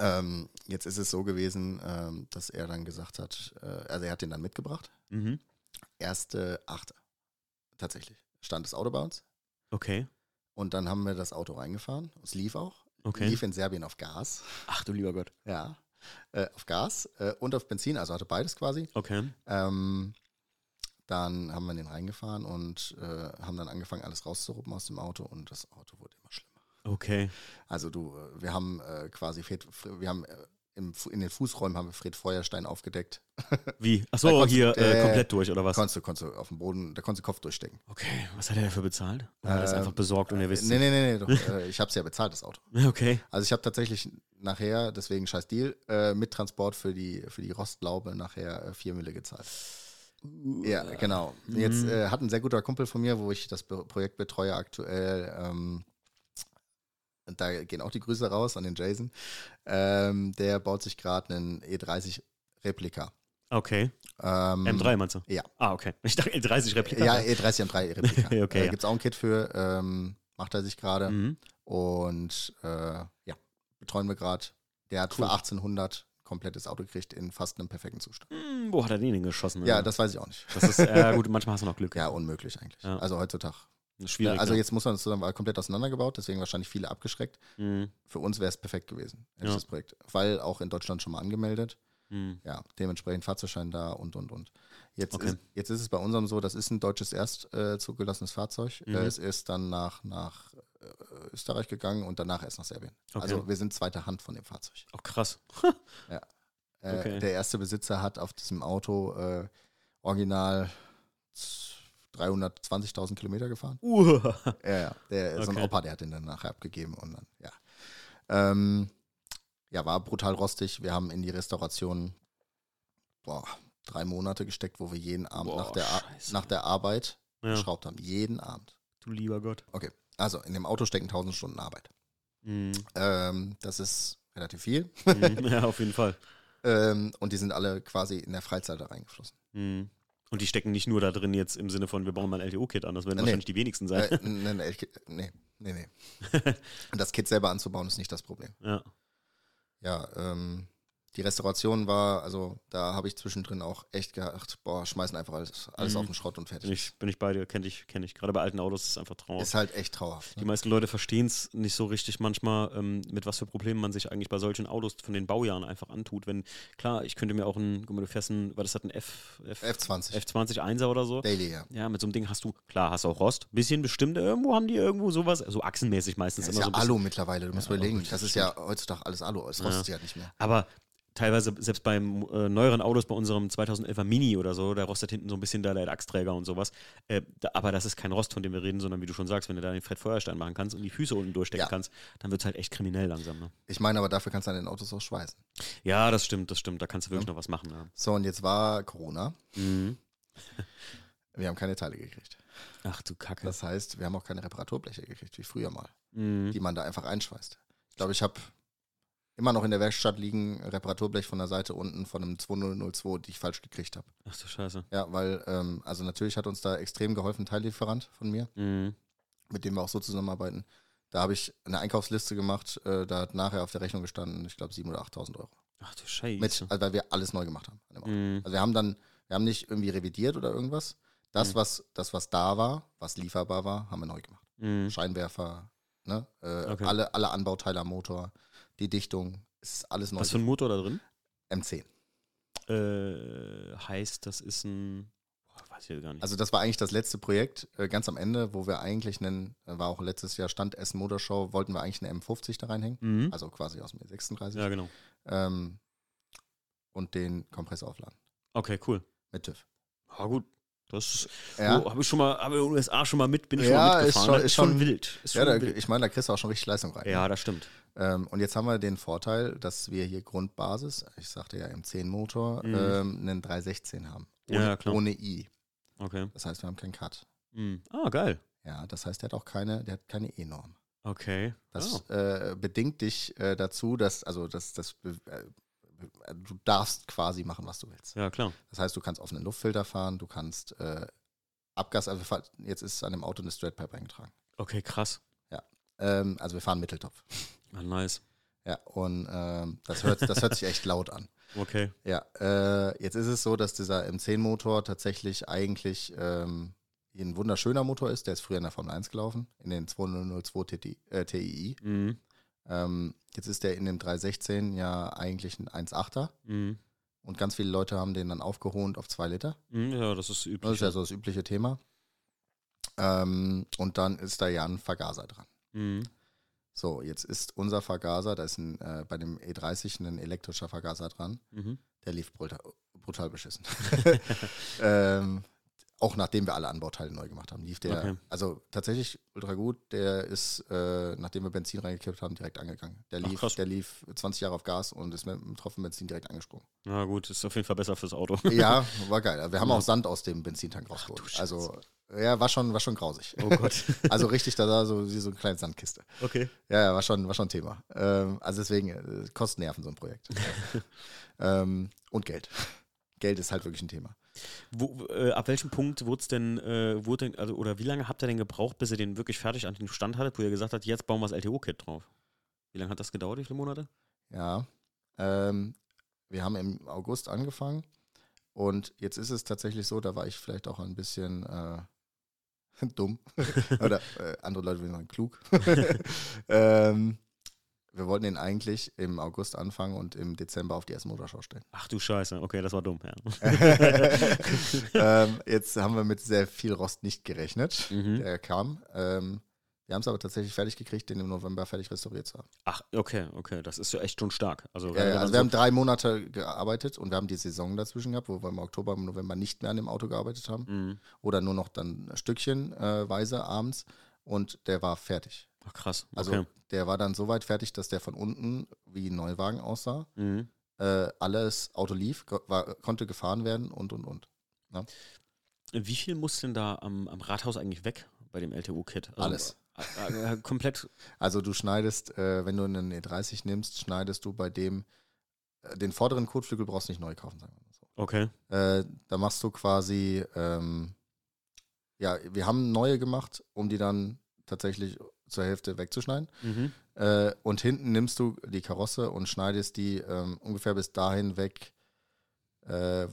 Speaker 2: Ähm, jetzt ist es so gewesen, ähm, dass er dann gesagt hat, äh, also er hat den dann mitgebracht.
Speaker 1: Mhm.
Speaker 2: Erste Achte. Tatsächlich. Stand das Auto bei uns.
Speaker 1: Okay,
Speaker 2: Und dann haben wir das Auto reingefahren. Es lief auch.
Speaker 1: okay.
Speaker 2: Lief in Serbien auf Gas.
Speaker 1: Ach du lieber Gott.
Speaker 2: Ja. Äh, auf Gas äh, und auf Benzin, also hatte beides quasi.
Speaker 1: Okay.
Speaker 2: Ähm, dann haben wir den reingefahren und äh, haben dann angefangen, alles rauszuruppen aus dem Auto und das Auto wurde immer schlimmer.
Speaker 1: Okay.
Speaker 2: Also du, äh, wir haben äh, quasi, Fred, Fre- wir haben äh, im, Fu- in den Fußräumen haben wir Fred Feuerstein aufgedeckt.
Speaker 1: Wie?
Speaker 2: Da
Speaker 1: Achso,
Speaker 2: konntest-
Speaker 1: hier äh,
Speaker 2: äh,
Speaker 1: komplett durch, oder was?
Speaker 2: Konntest du, konntest du auf dem Boden, da konntest du Kopf durchstecken.
Speaker 1: Okay, was hat er dafür bezahlt? Oder hat er ist
Speaker 2: Ähm,
Speaker 1: einfach besorgt und er
Speaker 2: nee,
Speaker 1: wisst
Speaker 2: nee, nee, nee, doch, äh, ich habe es ja bezahlt, das Auto.
Speaker 1: es. Okay.
Speaker 2: Also ich habe tatsächlich nachher, deswegen scheiß Deal, äh, mit Transport für die, für die Rostlaube nachher äh, vier Mille gezahlt.
Speaker 1: Uh.
Speaker 2: Ja, genau.
Speaker 1: Mhm.
Speaker 2: Jetzt äh, hat ein sehr guter Kumpel von mir, wo ich das Be Projekt betreue aktuell, ähm, und da gehen auch die Grüße raus an den Jason, ähm, der baut sich gerade einen E30-Replika.
Speaker 1: Okay.
Speaker 2: Ähm,
Speaker 1: M3 meinst du?
Speaker 2: ja.
Speaker 1: Ah, okay. Ich dachte 30 Replika.
Speaker 2: Ja, E E30 M3-Replika.
Speaker 1: Okay,
Speaker 2: äh,
Speaker 1: ja.
Speaker 2: Gibt es auch ein Kit für, ähm, macht er sich gerade.
Speaker 1: Mhm.
Speaker 2: Und äh, ja, betreuen wir gerade. Der hat für 1800 einen komplettes Auto gekriegt in fast einem perfekten Zustand.
Speaker 1: Hm, Wo hat er den denn geschossen?
Speaker 2: Ja,
Speaker 1: Alter?
Speaker 2: das weiß ich auch nicht.
Speaker 1: das ist, äh, gut, manchmal hast du noch Glück.
Speaker 2: Ja, unmöglich eigentlich.
Speaker 1: Ja.
Speaker 2: Also heutzutage.
Speaker 1: Das ist
Speaker 2: Ja,
Speaker 1: Schwierig.
Speaker 2: also
Speaker 1: ne?
Speaker 2: jetzt muss man es zusammen, war komplett auseinandergebaut, deswegen wahrscheinlich viele abgeschreckt.
Speaker 1: Hm,
Speaker 2: Für uns wäre es perfekt gewesen, hätte
Speaker 1: Ja.
Speaker 2: ich das Projekt. Weil auch in Deutschland schon mal angemeldet.
Speaker 1: hm.
Speaker 2: Ja, dementsprechend Fahrzeugschein da und, und, und. Jetzt,
Speaker 1: Okay.
Speaker 2: ist, jetzt ist es bei unserem so, das ist ein deutsches erst äh, zugelassenes Fahrzeug.
Speaker 1: Mhm.
Speaker 2: Äh, es ist dann nach, nach äh, Österreich gegangen und danach erst nach Serbien.
Speaker 1: Okay.
Speaker 2: Also wir sind zweite Hand von dem Fahrzeug.
Speaker 1: Oh, krass.
Speaker 2: Äh,
Speaker 1: Okay.
Speaker 2: Der erste Besitzer hat auf diesem Auto äh, original 320.000 Kilometer gefahren.
Speaker 1: Uah.
Speaker 2: Ja, ja. Der, So ein
Speaker 1: Okay.
Speaker 2: Opa, der hat den dann nachher abgegeben und dann, ja. Ähm, ja, war brutal rostig. Wir haben in die Restauration boah, drei Monate gesteckt, wo wir jeden Abend
Speaker 1: Boah,
Speaker 2: nach, der Ar-
Speaker 1: Scheiße.
Speaker 2: nach der Arbeit
Speaker 1: Ja.
Speaker 2: geschraubt haben. Jeden Abend.
Speaker 1: Du lieber Gott.
Speaker 2: Also in dem Auto stecken 1000 Stunden Arbeit.
Speaker 1: Hm,
Speaker 2: Ähm, das ist relativ viel.
Speaker 1: hm, ja, auf jeden Fall.
Speaker 2: Ähm, und die sind alle quasi in der Freizeit da reingeflossen.
Speaker 1: Hm. Und die stecken nicht nur da drin jetzt im Sinne von, wir bauen mal ein LTO-Kit an. Das werden
Speaker 2: Nee.
Speaker 1: wahrscheinlich die wenigsten sein.
Speaker 2: Äh, nee, nee, ich- nee, nee, nee. Und das Kit selber anzubauen ist nicht das Problem.
Speaker 1: Ja.
Speaker 2: ja, ähm, die Restauration war, also da habe ich zwischendrin auch echt gedacht, boah, schmeißen einfach alles, alles
Speaker 1: Mhm.
Speaker 2: auf den Schrott und fertig.
Speaker 1: Bin ich, bin ich bei dir, kenne ich, kenne ich. Gerade bei alten Autos ist es einfach traurig.
Speaker 2: Ist halt echt trauerhaft.
Speaker 1: Die
Speaker 2: Ne?
Speaker 1: meisten Leute verstehen es nicht so richtig manchmal, ähm, mit was für Problemen man sich eigentlich bei solchen Autos von den Baujahren einfach antut. Wenn, klar, ich könnte mir auch einen, guck mal, du fährst einen, war das hat ein F, F,
Speaker 2: F20.
Speaker 1: F20 1er oder so.
Speaker 2: Daily, ja.
Speaker 1: Ja, mit so einem Ding hast du, klar, hast du auch Rost. Bisschen bestimmt, irgendwo haben die irgendwo sowas, so achsenmäßig meistens
Speaker 2: Das ist
Speaker 1: immer
Speaker 2: ja
Speaker 1: so ein bisschen.
Speaker 2: Alu mittlerweile, du musst
Speaker 1: aber
Speaker 2: überlegen,
Speaker 1: gut,
Speaker 2: das
Speaker 1: das
Speaker 2: ist ja heutzutage alles Alu, es rostet ja nicht mehr.
Speaker 1: Aber teilweise, selbst beim äh, neueren Autos, bei unserem 2011er Mini oder so, da rostet hinten so ein bisschen da der Achsträger und sowas. Äh, da, aber das ist kein Rost, von dem wir reden, sondern wie du schon sagst, wenn du da den Fred Feuerstein machen kannst und die Füße unten durchstecken
Speaker 2: Ja.
Speaker 1: kannst, dann wird es halt echt kriminell langsam. Ne?
Speaker 2: Ich meine, aber dafür kannst du an den Autos auch schweißen.
Speaker 1: Ja, das stimmt, das stimmt. Da kannst du wirklich noch was machen. Ja.
Speaker 2: So, und jetzt war Corona,
Speaker 1: Mhm.
Speaker 2: wir haben keine Teile gekriegt.
Speaker 1: Ach du Kacke.
Speaker 2: Das heißt, wir haben auch keine Reparaturbleche gekriegt, wie früher mal,
Speaker 1: Mhm.
Speaker 2: die man da einfach einschweißt. Ich glaube, ich habe immer noch in der Werkstatt liegen Reparaturblech von der Seite unten von einem 2002, die ich falsch gekriegt habe.
Speaker 1: Ach du Scheiße.
Speaker 2: Ja, weil, ähm, also natürlich hat uns da extrem geholfen, ein Teillieferant von mir,
Speaker 1: Mhm.
Speaker 2: mit dem wir auch so zusammenarbeiten. Da habe ich eine Einkaufsliste gemacht, äh, da hat nachher auf der Rechnung gestanden, ich glaube, 7.000 oder 8.000 Euro.
Speaker 1: Ach du
Speaker 2: Mit,
Speaker 1: Scheiße.
Speaker 2: also, weil wir alles neu gemacht haben. An dem Auto.
Speaker 1: Mhm.
Speaker 2: Also wir haben dann, wir haben nicht irgendwie revidiert oder irgendwas. Das,
Speaker 1: Mhm.
Speaker 2: was, das, was da war, was lieferbar war, haben wir neu gemacht.
Speaker 1: Mhm.
Speaker 2: Scheinwerfer, ne? äh,
Speaker 1: Okay.
Speaker 2: alle, alle Anbauteile am Motor, die Dichtung, es ist alles neu.
Speaker 1: Was für ein Motor da drin?
Speaker 2: M10.
Speaker 1: Äh, heißt, das ist ein. Boah, weiß ich gar nicht.
Speaker 2: Also das war eigentlich das letzte Projekt, äh, ganz am Ende, wo wir eigentlich einen, äh, war auch letztes Jahr Stand Essen Motorshow, wollten wir eigentlich eine M50 da reinhängen,
Speaker 1: mhm.
Speaker 2: also quasi aus dem 36
Speaker 1: Ja, genau.
Speaker 2: ähm, und den Kompressor aufladen
Speaker 1: Okay, cool.
Speaker 2: mit TÜV.
Speaker 1: Ah, gut. Das
Speaker 2: Ja,
Speaker 1: oh, habe ich schon mal, habe in den USA schon mal mit, bin ich schon
Speaker 2: Ja,
Speaker 1: mal
Speaker 2: ist
Speaker 1: mitgefahren.
Speaker 2: schon-
Speaker 1: ne?
Speaker 2: ist schon-
Speaker 1: wild. Ist
Speaker 2: ja
Speaker 1: schon
Speaker 2: da,
Speaker 1: wild.
Speaker 2: ich meine, da kriegst du auch schon richtig Leistung rein. ne?
Speaker 1: Ja, das stimmt.
Speaker 2: Ähm, und jetzt haben wir den Vorteil, dass wir hier Grundbasis, ich sagte ja M10 Motor,
Speaker 1: Mhm.
Speaker 2: ähm, einen 316 haben. Ohne,
Speaker 1: Ja, ja, klar.
Speaker 2: ohne I.
Speaker 1: Okay.
Speaker 2: Das heißt, wir haben keinen Cut.
Speaker 1: Mhm. Ah, geil.
Speaker 2: Ja, das heißt, der hat auch keine, der hat keine E-Norm.
Speaker 1: Okay.
Speaker 2: Das
Speaker 1: oh.
Speaker 2: äh, bedingt dich äh, dazu, dass, also das, das be- äh, be- du darfst quasi machen, was du willst.
Speaker 1: Ja, klar.
Speaker 2: Das heißt, du kannst offenen Luftfilter fahren, du kannst äh, Abgas, also wir fahren- jetzt ist an dem Auto eine Straight Pipe eingetragen.
Speaker 1: Okay, krass.
Speaker 2: Ähm, also wir fahren Mitteltopf.
Speaker 1: Ah, nice.
Speaker 2: Ja, und ähm, das, hört, das hört sich echt laut an.
Speaker 1: Okay.
Speaker 2: Ja, äh, jetzt ist es so, dass dieser M10-Motor tatsächlich eigentlich ähm, ein wunderschöner Motor ist. Der ist früher in der Formel 1 gelaufen, in den 2002 TTI, äh, TII.
Speaker 1: Mhm.
Speaker 2: Ähm, jetzt ist der in dem 316 ja eigentlich ein 1,8er
Speaker 1: Mhm.
Speaker 2: und ganz viele Leute haben den dann aufgeholt auf 2 Liter.
Speaker 1: Mhm, Ja, das ist üblich.
Speaker 2: Das ist ja so das übliche Thema. Ähm, und dann ist da ja ein Vergaser dran.
Speaker 1: mhm.
Speaker 2: So, jetzt ist unser Vergaser, da ist ein, äh, bei dem E30 ein elektrischer Vergaser dran.
Speaker 1: Mhm.
Speaker 2: Der lief brutal, brutal beschissen. ähm, auch nachdem wir alle Anbauteile neu gemacht haben, lief der,
Speaker 1: Okay.
Speaker 2: also tatsächlich ultra gut. Der ist, äh, nachdem wir Benzin reingekippt haben, direkt angegangen. Der
Speaker 1: Ach,
Speaker 2: lief,
Speaker 1: krass.
Speaker 2: der lief 20 Jahre auf Gas und ist mit dem Tropfen Benzin direkt angesprungen.
Speaker 1: Na gut, ist auf jeden Fall besser fürs Auto.
Speaker 2: ja, war geil. Wir haben
Speaker 1: Ja.
Speaker 2: auch Sand aus dem Benzintank
Speaker 1: du
Speaker 2: rausgeholt.
Speaker 1: Scheiße.
Speaker 2: Also, ja, war schon, war schon grausig.
Speaker 1: Oh Gott.
Speaker 2: also richtig, da war so wie so eine kleine Sandkiste.
Speaker 1: Okay.
Speaker 2: Ja, ja, war schon, war schon ein Thema. Ähm, also deswegen, äh, kostet Nerven so ein Projekt. ähm, und Geld. Geld ist halt wirklich ein Thema.
Speaker 1: Wo, äh, ab welchem Punkt wurde es denn, äh, wurde denn, also oder wie lange habt ihr denn gebraucht, bis ihr den wirklich fertig an den Stand hattet, wo ihr gesagt habt, jetzt bauen wir das LTO-Kit drauf? Wie lange hat das gedauert, wie viele Monate?
Speaker 2: Ja. Ähm, wir haben im August angefangen und jetzt ist es tatsächlich so, da war ich vielleicht auch ein bisschen äh, dumm oder äh, andere Leute würden sagen klug. ähm, wir wollten ihn eigentlich im August anfangen und im Dezember auf die erste Motorschau stellen.
Speaker 1: Ach du Scheiße, okay, das war dumm, ja.
Speaker 2: ähm, jetzt haben wir mit sehr viel Rost nicht gerechnet.
Speaker 1: Mhm.
Speaker 2: Der kam. Ähm, wir haben es aber tatsächlich fertig gekriegt, den im November fertig restauriert zu haben.
Speaker 1: Ach, okay, okay, das ist ja echt schon stark. Also,
Speaker 2: Ja,
Speaker 1: wenn
Speaker 2: ja,
Speaker 1: man
Speaker 2: also
Speaker 1: so-
Speaker 2: wir haben drei Monate gearbeitet und wir haben die Saison dazwischen gehabt, wo wir im Oktober, im November nicht mehr an dem Auto gearbeitet haben
Speaker 1: Mhm.
Speaker 2: oder nur noch dann stückchenweise abends und der war fertig.
Speaker 1: Ach, krass, okay.
Speaker 2: Also der war dann so weit fertig, dass der von unten wie ein Neuwagen aussah.
Speaker 1: mhm.
Speaker 2: Äh, alles, Auto lief, go- war, konnte gefahren werden und und und.
Speaker 1: Wie viel muss denn da am, am Rathaus eigentlich weg bei dem LTU-Kit?
Speaker 2: Alles.
Speaker 1: Also, Äh, äh, komplett.
Speaker 2: Also du schneidest, äh, wenn du einen E30 nimmst, schneidest du bei dem, äh, den vorderen Kotflügel brauchst du nicht neu kaufen, sagen wir mal so.
Speaker 1: Okay.
Speaker 2: äh, da machst du quasi, ähm, ja, wir haben neue gemacht, um die dann tatsächlich zur Hälfte wegzuschneiden.
Speaker 1: Mhm.
Speaker 2: Äh, und hinten nimmst du die Karosse und schneidest die ähm, ungefähr bis dahin weg, äh,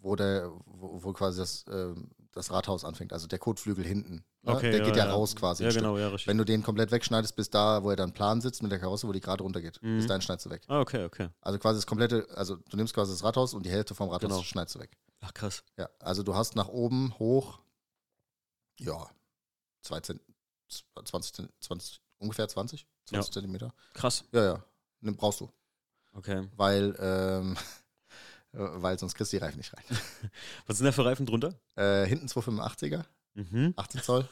Speaker 2: wo, der, wo, wo quasi das, ähm, das Rathaus anfängt, also der Kotflügel hinten. Ne?
Speaker 1: Okay,
Speaker 2: der
Speaker 1: ja,
Speaker 2: geht ja,
Speaker 1: ja.
Speaker 2: raus quasi.
Speaker 1: Ja,
Speaker 2: Also ein Stück.
Speaker 1: genau, ja, richtig.
Speaker 2: Wenn du den komplett wegschneidest, bis da, wo er dann plan sitzt mit der Karosse, wo die gerade runtergeht,
Speaker 1: Mhm.
Speaker 2: bis dahin schneidest du weg.
Speaker 1: ah, okay, okay.
Speaker 2: Also quasi das komplette, also du nimmst quasi das Rathaus und die Hälfte vom Rathaus
Speaker 1: Genau.
Speaker 2: schneidest du weg.
Speaker 1: Ach, krass.
Speaker 2: Ja, also du hast nach oben hoch, ja, zwei Zent 20, Zent- 20, ungefähr 20, 20 Zentimeter.
Speaker 1: Krass.
Speaker 2: Ja, ja, ne, brauchst du,
Speaker 1: Okay.
Speaker 2: weil, ähm, weil sonst kriegst du die Reifen nicht rein.
Speaker 1: Was sind da für Reifen drunter?
Speaker 2: Äh, hinten 285er,
Speaker 1: Mhm.
Speaker 2: 18 Zoll,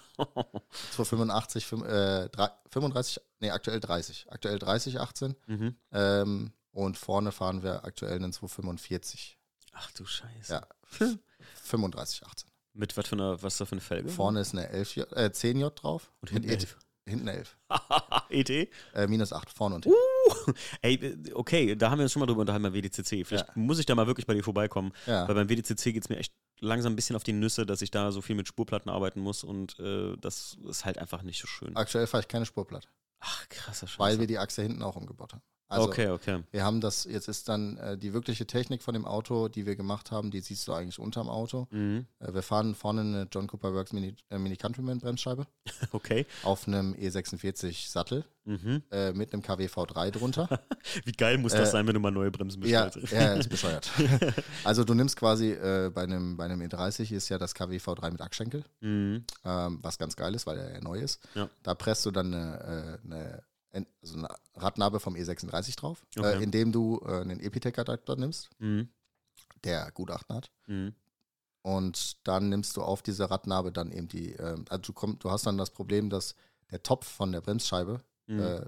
Speaker 2: 285, fün- äh, drei- 35, nee, aktuell 30, aktuell 30, 18
Speaker 1: mhm.
Speaker 2: ähm, und vorne fahren wir aktuell einen 245,
Speaker 1: Ach du Scheiße.
Speaker 2: ja, 35, 18.
Speaker 1: Mit was für einer, was da für eine Felge?
Speaker 2: Vorne ist eine 11, J- äh, 10J drauf
Speaker 1: und hinten
Speaker 2: ET-
Speaker 1: 11.
Speaker 2: hinten 11.
Speaker 1: ET?
Speaker 2: Äh, minus 8, vorne und hinten.
Speaker 1: E Ey, äh, okay, da haben wir uns schon mal drüber unterhalten beim WDCC. Vielleicht
Speaker 2: Ja.
Speaker 1: muss ich da mal wirklich bei dir vorbeikommen,
Speaker 2: ja.
Speaker 1: weil beim WDCC geht es mir echt langsam ein bisschen auf die Nüsse, dass ich da so viel mit Spurplatten arbeiten muss und äh, das ist halt einfach nicht so schön.
Speaker 2: Aktuell fahre ich keine Spurplatte,
Speaker 1: Ach, krasser Scheiße.
Speaker 2: weil wir die Achse hinten auch umgebaut haben. Also
Speaker 1: okay, okay.
Speaker 2: wir haben das, jetzt ist dann äh, die wirkliche Technik von dem Auto, die wir gemacht haben, die siehst du eigentlich unterm Auto.
Speaker 1: Mhm.
Speaker 2: Äh, wir fahren vorne eine John Cooper Works Mini, äh, Mini Countryman Bremsscheibe
Speaker 1: Okay.
Speaker 2: auf einem E46 Sattel
Speaker 1: Mhm.
Speaker 2: äh, mit einem KW V3 drunter.
Speaker 1: Wie geil muss das
Speaker 2: Äh,
Speaker 1: sein, wenn du mal neue Bremsen
Speaker 2: ja,
Speaker 1: bestellst?
Speaker 2: ja, ist bescheuert. also du nimmst quasi äh, bei, einem, bei einem E30 ist ja das KW V3 mit Achschenkel.
Speaker 1: Mhm.
Speaker 2: ähm, was ganz geil ist, weil er ja neu ist.
Speaker 1: Ja.
Speaker 2: Da presst du dann eine, äh, eine, en- so eine Radnabe vom E36 drauf,
Speaker 1: Okay.
Speaker 2: äh, indem du äh, einen Epitech-Adapter nimmst,
Speaker 1: Mhm.
Speaker 2: der Gutachten hat.
Speaker 1: Mhm.
Speaker 2: Und dann nimmst du auf diese Radnabe dann eben die, ähm, also du, komm, du hast dann das Problem, dass der Topf von der Bremsscheibe
Speaker 1: Mhm.
Speaker 2: äh,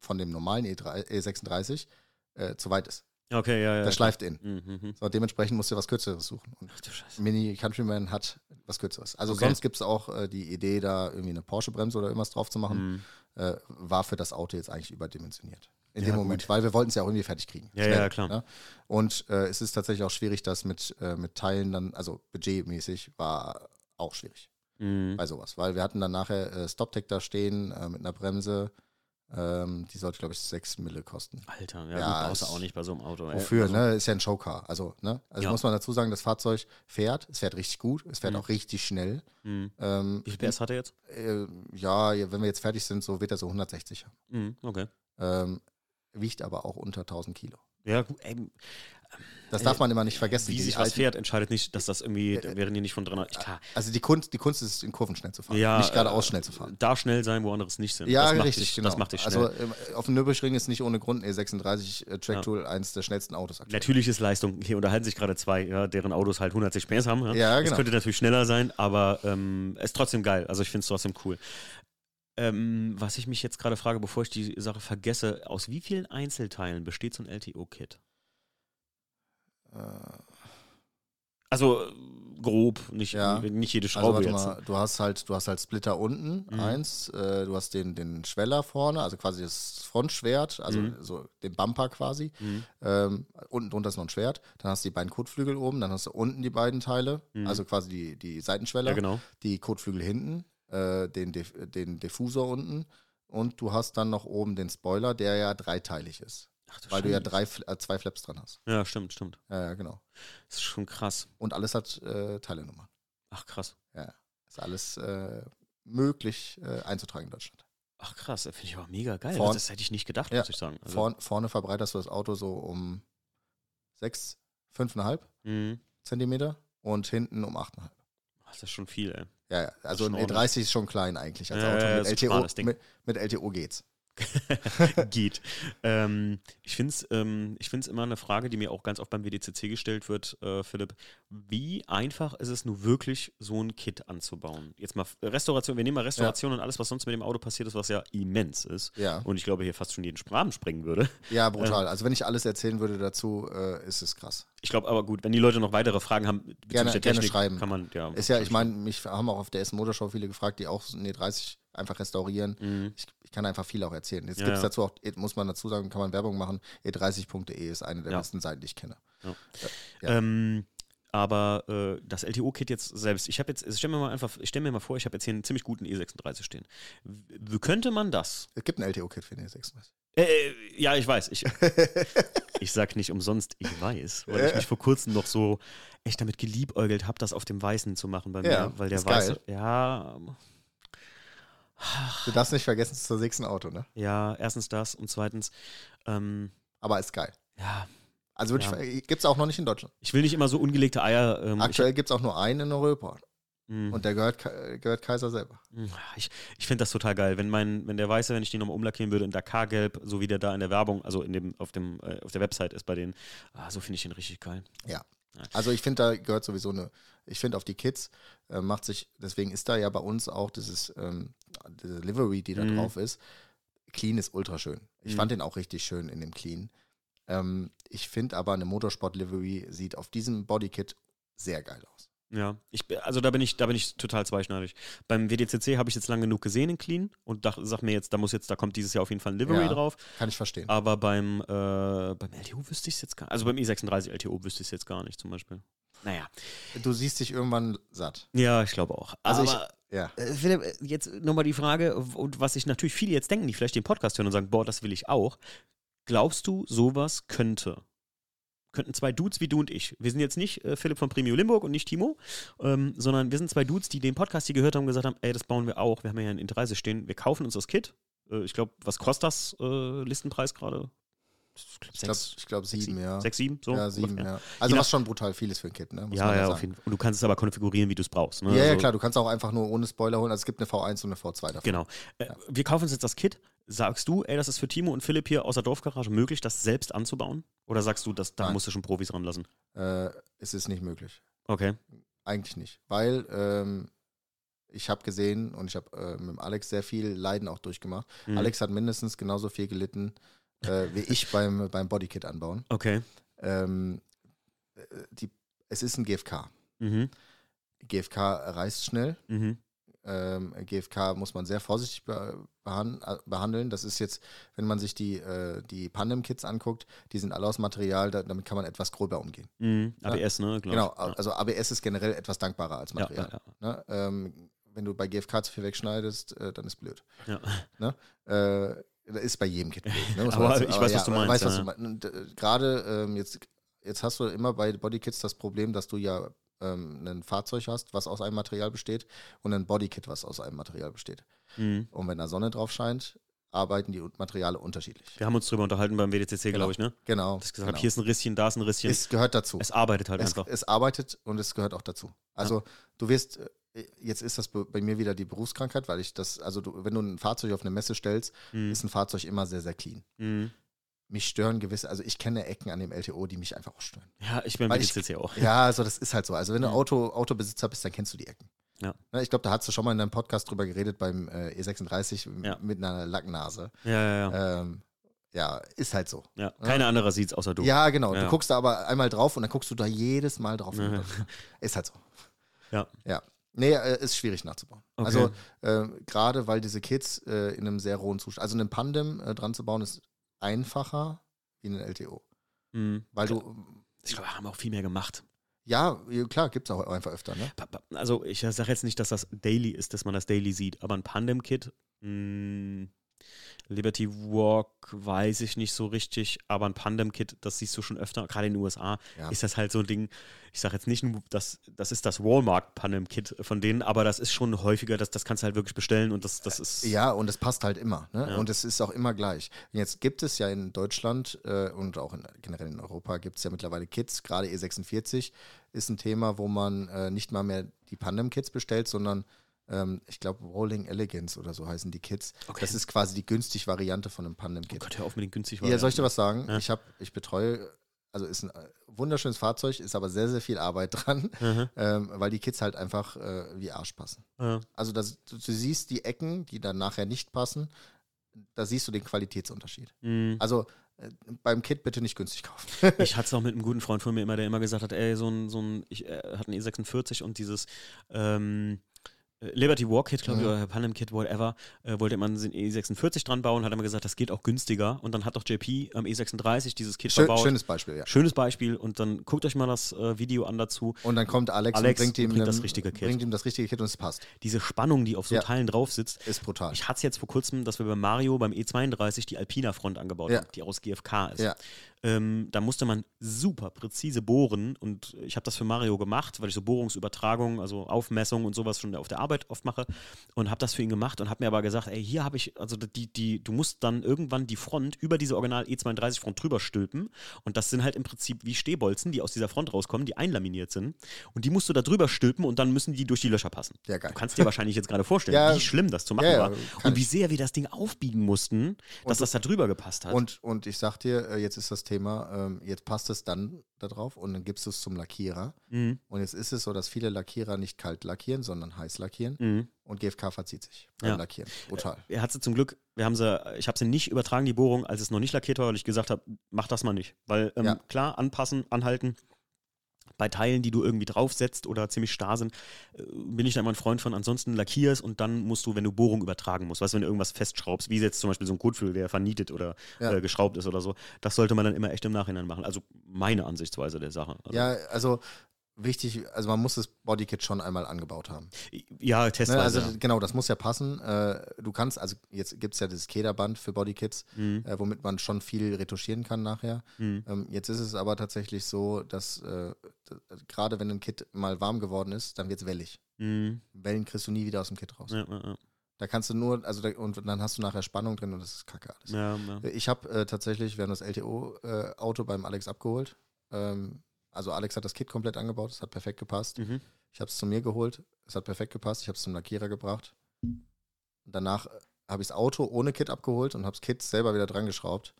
Speaker 2: von dem normalen E E3, E36 äh, zu weit ist.
Speaker 1: Okay, ja, ja.
Speaker 2: Der schleift in.
Speaker 1: Mhm, mhm.
Speaker 2: So, dementsprechend musst du was Kürzeres suchen. Und
Speaker 1: Ach du Scheiße.
Speaker 2: Mini Countryman hat was Kürzeres. Also
Speaker 1: Okay.
Speaker 2: sonst gibt es auch äh, die Idee, da irgendwie eine Porsche-Bremse oder irgendwas drauf zu machen.
Speaker 1: Mhm.
Speaker 2: äh, war für das Auto jetzt eigentlich überdimensioniert. In
Speaker 1: Ja,
Speaker 2: dem Moment, weil wir wollten es ja auch irgendwie fertig kriegen.
Speaker 1: Ja, ja, klar.
Speaker 2: ne? Und äh, es ist tatsächlich auch schwierig, das mit, äh, mit Teilen dann, also budgetmäßig war auch schwierig
Speaker 1: Mhm.
Speaker 2: bei sowas. Weil wir hatten dann nachher äh, StopTech da stehen äh, mit einer Bremse. Ähm, die sollte, glaube ich, 6 Mille kosten.
Speaker 1: Alter, ja,
Speaker 2: Ja,
Speaker 1: gut, brauchst du
Speaker 2: es-
Speaker 1: auch nicht bei so einem Auto. ey.
Speaker 2: Wofür, ne? Ist ja ein Showcar. Also, ne? Also
Speaker 1: also Ja.
Speaker 2: muss man dazu sagen, das Fahrzeug fährt, es fährt richtig gut, es fährt
Speaker 1: Mhm.
Speaker 2: auch richtig schnell.
Speaker 1: Mhm.
Speaker 2: Ähm,
Speaker 1: Wie viel PS hat er jetzt?
Speaker 2: äh, ja, wenn wir jetzt fertig sind, so wird er so 160 haben.
Speaker 1: Mhm. Okay.
Speaker 2: Ähm, wiegt aber auch unter 1000 Kilo.
Speaker 1: Ja, gut, ey,
Speaker 2: Das darf man immer nicht vergessen.
Speaker 1: Äh, wie
Speaker 2: die Äh,
Speaker 1: sich was
Speaker 2: alten-
Speaker 1: fährt, entscheidet nicht, dass das irgendwie, da wären die nicht von 300. Ich, klar,
Speaker 2: Also die Kunst, die Kunst ist es, in Kurven schnell zu fahren.
Speaker 1: Ja,
Speaker 2: nicht geradeaus
Speaker 1: äh,
Speaker 2: schnell zu fahren.
Speaker 1: da schnell sein, wo andere es nicht sind.
Speaker 2: Ja,
Speaker 1: das macht
Speaker 2: richtig,
Speaker 1: dich,
Speaker 2: genau.
Speaker 1: Das macht dich schnell.
Speaker 2: also ähm, auf dem Nürburgring ist nicht ohne Grund ein E36 äh, Track Tool eines der schnellsten Autos aktuell.
Speaker 1: Natürlich ist Leistung, hier unterhalten sich gerade zwei, ja, deren Autos halt 160 PS haben. Ja,
Speaker 2: Ja,
Speaker 1: Das
Speaker 2: genau.
Speaker 1: könnte natürlich schneller sein, aber ähm, ist trotzdem geil. Also ich finde es trotzdem cool. Ähm, was ich mich jetzt gerade frage, bevor ich die Sache vergesse, aus wie vielen Einzelteilen besteht so ein LTO-Kit?
Speaker 2: Äh,
Speaker 1: Also äh, grob, nicht,
Speaker 2: Ja.
Speaker 1: nicht jede
Speaker 2: also
Speaker 1: Schraube
Speaker 2: warte
Speaker 1: jetzt. ne?
Speaker 2: mal, du hast halt, du hast halt Splitter unten,
Speaker 1: Mhm.
Speaker 2: eins, äh, du hast den, den Schweller vorne, also quasi das Frontschwert, also
Speaker 1: Mhm.
Speaker 2: so den Bumper quasi.
Speaker 1: Mhm.
Speaker 2: Ähm, unten drunter ist noch ein Schwert, dann hast du die beiden Kotflügel oben, dann hast du unten die beiden Teile,
Speaker 1: Mhm.
Speaker 2: also quasi die, die Seitenschweller.
Speaker 1: Ja, genau.
Speaker 2: die Kotflügel hinten, äh, den, Dif den Diffusor unten und du hast dann noch oben den Spoiler, der ja dreiteilig ist.
Speaker 1: Ach, das
Speaker 2: weil du ja
Speaker 1: stimmt.
Speaker 2: drei, Fl- äh, zwei Flaps dran hast.
Speaker 1: Ja, stimmt, stimmt.
Speaker 2: Ja, ja, genau.
Speaker 1: Das ist schon krass.
Speaker 2: Und alles hat äh, Teilenummern.
Speaker 1: Ach, krass.
Speaker 2: Ist alles äh, möglich äh, einzutragen in Deutschland. Ach,
Speaker 1: Ach, krass. Das finde ich aber mega geil.
Speaker 2: Vorn-
Speaker 1: das hätte ich nicht gedacht,
Speaker 2: Ja,
Speaker 1: muss ich sagen. Also,
Speaker 2: Vorn, vorne verbreiterst du das Auto so um sechs, fünfeinhalb
Speaker 1: mh.
Speaker 2: Zentimeter und hinten um achteinhalb.
Speaker 1: mhm. Ach, das ist schon viel, ey.
Speaker 2: Ja, ja. Also
Speaker 1: schon
Speaker 2: ein E30 ist schon klein eigentlich als
Speaker 1: Ja,
Speaker 2: Auto.
Speaker 1: ja,
Speaker 2: mit,
Speaker 1: das ist ein schmales
Speaker 2: LTO,
Speaker 1: Ding.
Speaker 2: mit, mit LTO geht's.
Speaker 1: geht. Ähm, ich finde es ähm, ich find's immer eine Frage, die mir auch ganz oft beim WDCC gestellt wird, äh, Philipp. Wie einfach ist es nun wirklich, so ein Kit anzubauen? Jetzt mal F- Restauration, wir nehmen mal Restauration und alles, was sonst mit dem Auto passiert ist, was ja immens ist.
Speaker 2: Ja,
Speaker 1: Und ich glaube, hier fast schon jeden Sprachen sprengen würde.
Speaker 2: ja, brutal. Also wenn ich alles erzählen würde dazu, äh, ist es krass.
Speaker 1: Ich glaube aber gut, wenn die Leute noch weitere Fragen haben bezüglich
Speaker 2: Gerne- gerne schreiben.
Speaker 1: kann man, ja.
Speaker 2: Ist ja, ich meine, mich haben auch auf der Essen Motorshow viele gefragt, die auch so einen E30 einfach restaurieren.
Speaker 1: Mhm.
Speaker 2: Ich, ich kann einfach viel auch erzählen. Jetzt
Speaker 1: Ja,
Speaker 2: gibt's gibt es
Speaker 1: ja.
Speaker 2: dazu auch, muss man dazu sagen, kann man Werbung machen. E E30.de ist eine der
Speaker 1: Ja.
Speaker 2: besten Seiten, die ich kenne. Ja.
Speaker 1: Ähm, aber äh, das LTO-Kit jetzt selbst, ich habe jetzt, stell mir mal einfach, ich stell mir mal vor, ich habe jetzt hier einen ziemlich guten E36 stehen. W könnte man das?
Speaker 2: Es gibt ein LTO-Kit für den E E36.
Speaker 1: Äh, äh, ja, ich weiß. Ich, ich sag nicht umsonst, ich weiß, weil ich mich vor kurzem noch so echt damit geliebäugelt habe, das auf dem Weißen zu machen bei mir,
Speaker 2: Ja,
Speaker 1: weil der
Speaker 2: ist geil.
Speaker 1: Weiße, ja,
Speaker 2: Du darfst nicht vergessen, es ist das sechste Auto, ne?
Speaker 1: ja, erstens das und zweitens, ähm,
Speaker 2: Aber ist geil.
Speaker 1: ja,
Speaker 2: Also wirklich, gibt es auch noch nicht in Deutschland.
Speaker 1: ich will nicht immer so ungelegte Eier. Ähm, hm.
Speaker 2: Aktuell gibt es auch nur einen in Europa.
Speaker 1: ich, mh.
Speaker 2: Und der gehört, Ka- gehört Kaiser selber.
Speaker 1: Hm, Ich, ich finde das total geil. Wenn mein, wenn der Weiße, wenn ich den nochmal umlackieren würde in Dakar-Gelb, so wie der da in der Werbung, also in dem, auf dem, äh, auf der Website ist bei denen, ah, so finde ich den richtig geil.
Speaker 2: Also ich finde, da gehört sowieso eine, ich finde auf die Kids äh, macht sich, deswegen ist da ja bei uns auch dieses, ähm, diese Livery, die da
Speaker 1: Mhm.
Speaker 2: drauf ist. Clean ist ultra schön. Ich
Speaker 1: Mhm.
Speaker 2: fand den auch richtig schön in dem Clean. Ähm, ich finde aber eine Motorsport-Livery sieht auf diesem Bodykit sehr geil aus.
Speaker 1: Ja, ich, bin- also da bin ich, da bin ich total zweischneidig. Beim WDCC habe ich jetzt lange genug gesehen in Clean und dach, sag mir jetzt, da muss jetzt, da kommt dieses Jahr auf jeden Fall ein Livery
Speaker 2: Ja.
Speaker 1: drauf.
Speaker 2: Kann ich verstehen.
Speaker 1: Aber beim, äh, beim LTO wüsste ich es jetzt gar nicht. Also beim E36 LTO wüsste ich es jetzt gar nicht zum Beispiel. Naja.
Speaker 2: Du siehst dich irgendwann satt.
Speaker 1: Ja, ich glaube auch.
Speaker 2: Also ich-
Speaker 1: Aber
Speaker 2: Ja.
Speaker 1: Äh, Philipp, äh, jetzt nochmal die Frage, w- und was sich natürlich viele jetzt denken, die vielleicht den Podcast hören und sagen, boah, das will ich auch. Glaubst du, sowas könnte? Könnten zwei Dudes wie du und ich. Wir sind jetzt nicht äh, Philipp von Premium Limburg und nicht Timo, ähm, sondern wir sind zwei Dudes, die den Podcast hier gehört haben und gesagt haben, ey, das bauen wir auch. Wir haben ja ein Interesse stehen. Wir kaufen uns das Kit. Äh, ich glaube, was kostet das äh, Listenpreis gerade?
Speaker 2: Ich glaube, ich glaub, sieben, ja.
Speaker 1: Sechs, sieben, so?
Speaker 2: ja, sieben,
Speaker 1: ungefähr.
Speaker 2: ja. Also
Speaker 1: nach-
Speaker 2: was schon brutal viel ist für ein Kit, ne? Muss
Speaker 1: Ja,
Speaker 2: man
Speaker 1: ja,
Speaker 2: sagen.
Speaker 1: auf jeden Fall. Und du kannst es aber konfigurieren, wie du es brauchst. Ne?
Speaker 2: Ja, ja,
Speaker 1: Also-
Speaker 2: klar, du kannst auch einfach nur ohne Spoiler holen. Also es gibt eine V1 und eine V2 davon.
Speaker 1: Genau. Äh, wir kaufen uns jetzt das Kit. Sagst du, ey, das ist für Timo und Philipp hier aus der Dorfgarage möglich, das selbst anzubauen? Oder sagst du, das, da
Speaker 2: Nein.
Speaker 1: musst du schon Profis ranlassen?
Speaker 2: Äh, es ist nicht möglich.
Speaker 1: Okay.
Speaker 2: Eigentlich nicht. Weil ähm, ich habe gesehen und ich habe äh, mit dem Alex sehr viel Leiden auch durchgemacht.
Speaker 1: Mhm.
Speaker 2: Alex hat mindestens genauso viel gelitten äh, wie ich beim, beim Bodykit anbauen.
Speaker 1: Okay.
Speaker 2: Ähm, äh, die, es ist ein GFK.
Speaker 1: Mhm.
Speaker 2: GFK reißt schnell.
Speaker 1: Mhm.
Speaker 2: ähm, GFK muss man sehr vorsichtig be behan äh, behandeln. Das ist jetzt, wenn man sich die, äh, die Pandem-Kits anguckt, die sind alle aus Material, da, damit kann man etwas gröber umgehen.
Speaker 1: Mhm.
Speaker 2: Ja.
Speaker 1: ABS, ne? Glaub
Speaker 2: Genau,
Speaker 1: ich. Ja.
Speaker 2: also ABS ist generell etwas dankbarer als
Speaker 1: Ja,
Speaker 2: Material.
Speaker 1: ja,
Speaker 2: Ne? Ähm, wenn du bei GFK zu viel wegschneidest, äh, dann ist blöd.
Speaker 1: ja.
Speaker 2: Äh, das ist bei jedem Kit blöd. Ne? Muss
Speaker 1: Aber
Speaker 2: man dazu-
Speaker 1: ich weiß, was du
Speaker 2: man
Speaker 1: meinst,
Speaker 2: Weiß,
Speaker 1: ja.
Speaker 2: was du meinst. Und, äh, Gerade ähm, jetzt, jetzt hast du immer bei Bodykits das Problem, dass du ja ähm, ein Fahrzeug hast, was aus einem Material besteht und ein Bodykit, was aus einem Material besteht.
Speaker 1: Mhm.
Speaker 2: Und wenn da Sonne drauf scheint, arbeiten die Materiale unterschiedlich.
Speaker 1: Wir haben uns drüber unterhalten beim WDCC,
Speaker 2: Genau.
Speaker 1: glaube ich, ne?
Speaker 2: Genau.
Speaker 1: Das gesagt,
Speaker 2: genau.
Speaker 1: hier ist ein Risschen, da ist ein Risschen.
Speaker 2: es gehört dazu.
Speaker 1: es arbeitet halt
Speaker 2: Es,
Speaker 1: einfach.
Speaker 2: es arbeitet und es gehört auch dazu. Also du wirst, äh, jetzt ist das be- bei mir wieder die Berufskrankheit, weil ich das, also du, wenn du ein Fahrzeug auf eine Messe stellst,
Speaker 1: Mhm.
Speaker 2: ist ein Fahrzeug immer sehr, sehr clean.
Speaker 1: Mhm.
Speaker 2: Mich stören gewisse, also ich kenne Ecken an dem LTO, die mich einfach auch stören.
Speaker 1: Ja, ich bin beim
Speaker 2: Weil ich-
Speaker 1: WDCC auch.
Speaker 2: Ja, also das ist halt so. Also wenn du
Speaker 1: Mhm.
Speaker 2: Auto, Autobesitzer bist, dann kennst du die Ecken.
Speaker 1: Ja.
Speaker 2: Ne, Ich glaube, da hast du schon mal in deinem Podcast drüber geredet beim äh, E36 m-
Speaker 1: Ja.
Speaker 2: mit einer Lacknase.
Speaker 1: Ja, ja, ja.
Speaker 2: Ähm, ja, ist halt so.
Speaker 1: ja. Keiner anderer sieht es außer du.
Speaker 2: Ja, genau.
Speaker 1: Ja.
Speaker 2: Du guckst da aber einmal drauf und dann guckst du da jedes Mal drauf.
Speaker 1: Ja.
Speaker 2: Ist halt so.
Speaker 1: Ja.
Speaker 2: Ja. Nee, äh, ist schwierig nachzubauen.
Speaker 1: Okay.
Speaker 2: Also äh, gerade weil diese Kids äh, in einem sehr rohen Zustand, also einen Pandem äh, dran zu bauen, ist einfacher wie einen LTO.
Speaker 1: Mhm.
Speaker 2: Weil du,
Speaker 1: Ich glaube, wir haben auch viel mehr gemacht.
Speaker 2: ja, klar, gibt es auch einfach öfter, ne?
Speaker 1: Pa- pa- Also ich sage jetzt nicht, dass das Daily ist, dass man das Daily sieht, aber ein Pandem-Kit, mh, Liberty Walk weiß ich nicht so richtig, aber ein Pandem-Kit, das siehst du schon öfter, gerade in den USA,
Speaker 2: Ja.
Speaker 1: ist das halt so ein Ding, ich sage jetzt nicht, nur, das, das ist das Walmart-Pandem-Kit von denen, aber das ist schon häufiger, das, das kannst du halt wirklich bestellen und das, das ist,
Speaker 2: Ja, und es passt halt immer. Ne?
Speaker 1: Ja.
Speaker 2: Und es ist auch immer gleich. Jetzt gibt es ja in Deutschland äh, und auch in, generell in Europa gibt es ja mittlerweile Kits. Gerade E46 ist ein Thema, wo man äh, nicht mal mehr die Pandem-Kits bestellt, sondern ähm, ich glaube Rolling Elegance oder so heißen die Kits.
Speaker 1: Okay.
Speaker 2: Das ist quasi die günstig Variante von einem
Speaker 1: oh
Speaker 2: Pandem-Kit.
Speaker 1: Gott, hör auf mit den günstig
Speaker 2: Ja, soll ich dir was sagen?
Speaker 1: Ja.
Speaker 2: Ich, hab, ich betreue, also ist ein äh, wunderschönes Fahrzeug, ist aber sehr, sehr viel Arbeit dran,
Speaker 1: Mhm.
Speaker 2: ähm, weil die Kids halt einfach äh, wie Arsch passen.
Speaker 1: Ja.
Speaker 2: Also das, du, du siehst die Ecken, die dann nachher nicht passen, da siehst du den Qualitätsunterschied.
Speaker 1: Mhm.
Speaker 2: Also äh, beim Kit bitte nicht günstig kaufen.
Speaker 1: Ich hatte es auch mit einem guten Freund von mir immer, der immer gesagt hat, ey, so ein, so ein ich äh, hatte einen E46 und dieses ähm, äh, Liberty War Kit, glaube ich,
Speaker 2: Mhm.
Speaker 1: oder Panem Kit, whatever, äh, wollte man den E46 dran bauen, hat immer gesagt, das geht auch günstiger. Und dann hat doch JP am E36 dieses Kit
Speaker 2: Schön,
Speaker 1: verbaut.
Speaker 2: schönes Beispiel, ja.
Speaker 1: Schönes Beispiel. Und dann guckt euch mal das äh, Video an dazu.
Speaker 2: Und dann kommt Alex,
Speaker 1: Alex
Speaker 2: und bringt ihm,
Speaker 1: bringt
Speaker 2: einen-
Speaker 1: das richtige Kit.
Speaker 2: bringt ihm das richtige Kit und es passt.
Speaker 1: Diese Spannung, die auf so
Speaker 2: Ja.
Speaker 1: Teilen drauf sitzt.
Speaker 2: Ist brutal.
Speaker 1: Ich hatte es jetzt vor kurzem, dass wir bei Mario beim E32 die Alpina-Front angebaut
Speaker 2: Ja.
Speaker 1: haben, die aus GFK ist.
Speaker 2: Ja.
Speaker 1: Ähm, da musste man super präzise bohren und ich habe das für Mario gemacht, weil ich so Bohrungsübertragung, also Aufmessung und sowas schon auf der Arbeit oft mache und habe das für ihn gemacht und habe mir aber gesagt, ey, hier habe ich, also die, die, du musst dann irgendwann die Front über diese Original E32 Front drüber stülpen und das sind halt im Prinzip wie Stehbolzen, die aus dieser Front rauskommen, die einlaminiert sind und die musst du da drüber stülpen und dann müssen die durch die Löcher passen.
Speaker 2: Ja, geil.
Speaker 1: Du kannst dir wahrscheinlich jetzt gerade vorstellen,
Speaker 2: Ja.
Speaker 1: wie schlimm das zu machen
Speaker 2: Ja, ja,
Speaker 1: war
Speaker 2: kann
Speaker 1: und wie sehr wir das Ding aufbiegen mussten, dass das da drüber gepasst hat.
Speaker 2: Und, und ich sag dir, äh, jetzt ist das Thema, ähm, jetzt passt es dann da drauf und dann gibst du es zum Lackierer.
Speaker 1: mhm.
Speaker 2: Und jetzt ist es so, dass viele Lackierer nicht kalt lackieren, sondern heiß lackieren.
Speaker 1: Mhm.
Speaker 2: Und GFK verzieht sich beim
Speaker 1: Ja.
Speaker 2: Lackieren. Brutal.
Speaker 1: er hat sie zum Glück, wir haben sie, ich habe sie nicht übertragen, die Bohrung, als es noch nicht lackiert war, weil ich gesagt habe, mach das mal nicht. Weil ähm,
Speaker 2: Ja.
Speaker 1: klar, anpassen, anhalten. Bei Teilen, die du irgendwie draufsetzt oder ziemlich starr sind, äh, bin ich da immer ein Freund von. Ansonsten lackierst und dann musst du, wenn du Bohrung übertragen musst, weißt du, wenn du irgendwas festschraubst, wie jetzt zum Beispiel so ein Kotflügel, der vernietet oder
Speaker 2: Ja.
Speaker 1: äh, geschraubt ist oder so, das sollte man dann immer echt im Nachhinein machen. Also meine Ansichtsweise der Sache. Also,
Speaker 2: ja, also wichtig, also man muss das Bodykit schon einmal angebaut haben.
Speaker 1: ja,
Speaker 2: Ne,
Speaker 1: testweise.
Speaker 2: also genau, das muss ja passen. Äh, du kannst, also jetzt gibt es ja dieses Kederband für Bodykits,
Speaker 1: Mhm.
Speaker 2: äh, womit man schon viel retuschieren kann nachher.
Speaker 1: Mhm.
Speaker 2: Ähm, jetzt ist es aber tatsächlich so, dass äh, d- gerade wenn ein Kit mal warm geworden ist, dann wird es wellig.
Speaker 1: Mhm.
Speaker 2: Wellen kriegst du nie wieder aus dem Kit raus.
Speaker 1: Ja, ja, ja.
Speaker 2: Da kannst du nur, also da, und dann hast du nachher Spannung drin und das ist kacke alles.
Speaker 1: ja, ja.
Speaker 2: Ich habe äh, tatsächlich, wir haben das LTO-Auto äh, beim Alex abgeholt. Ähm, also Alex hat das Kit komplett angebaut, es hat perfekt gepasst.
Speaker 1: Mhm.
Speaker 2: Ich habe es zu mir geholt, es hat perfekt gepasst, ich habe es zum Lackierer gebracht. Danach habe ich das Auto ohne Kit abgeholt und habe das Kit selber wieder dran geschraubt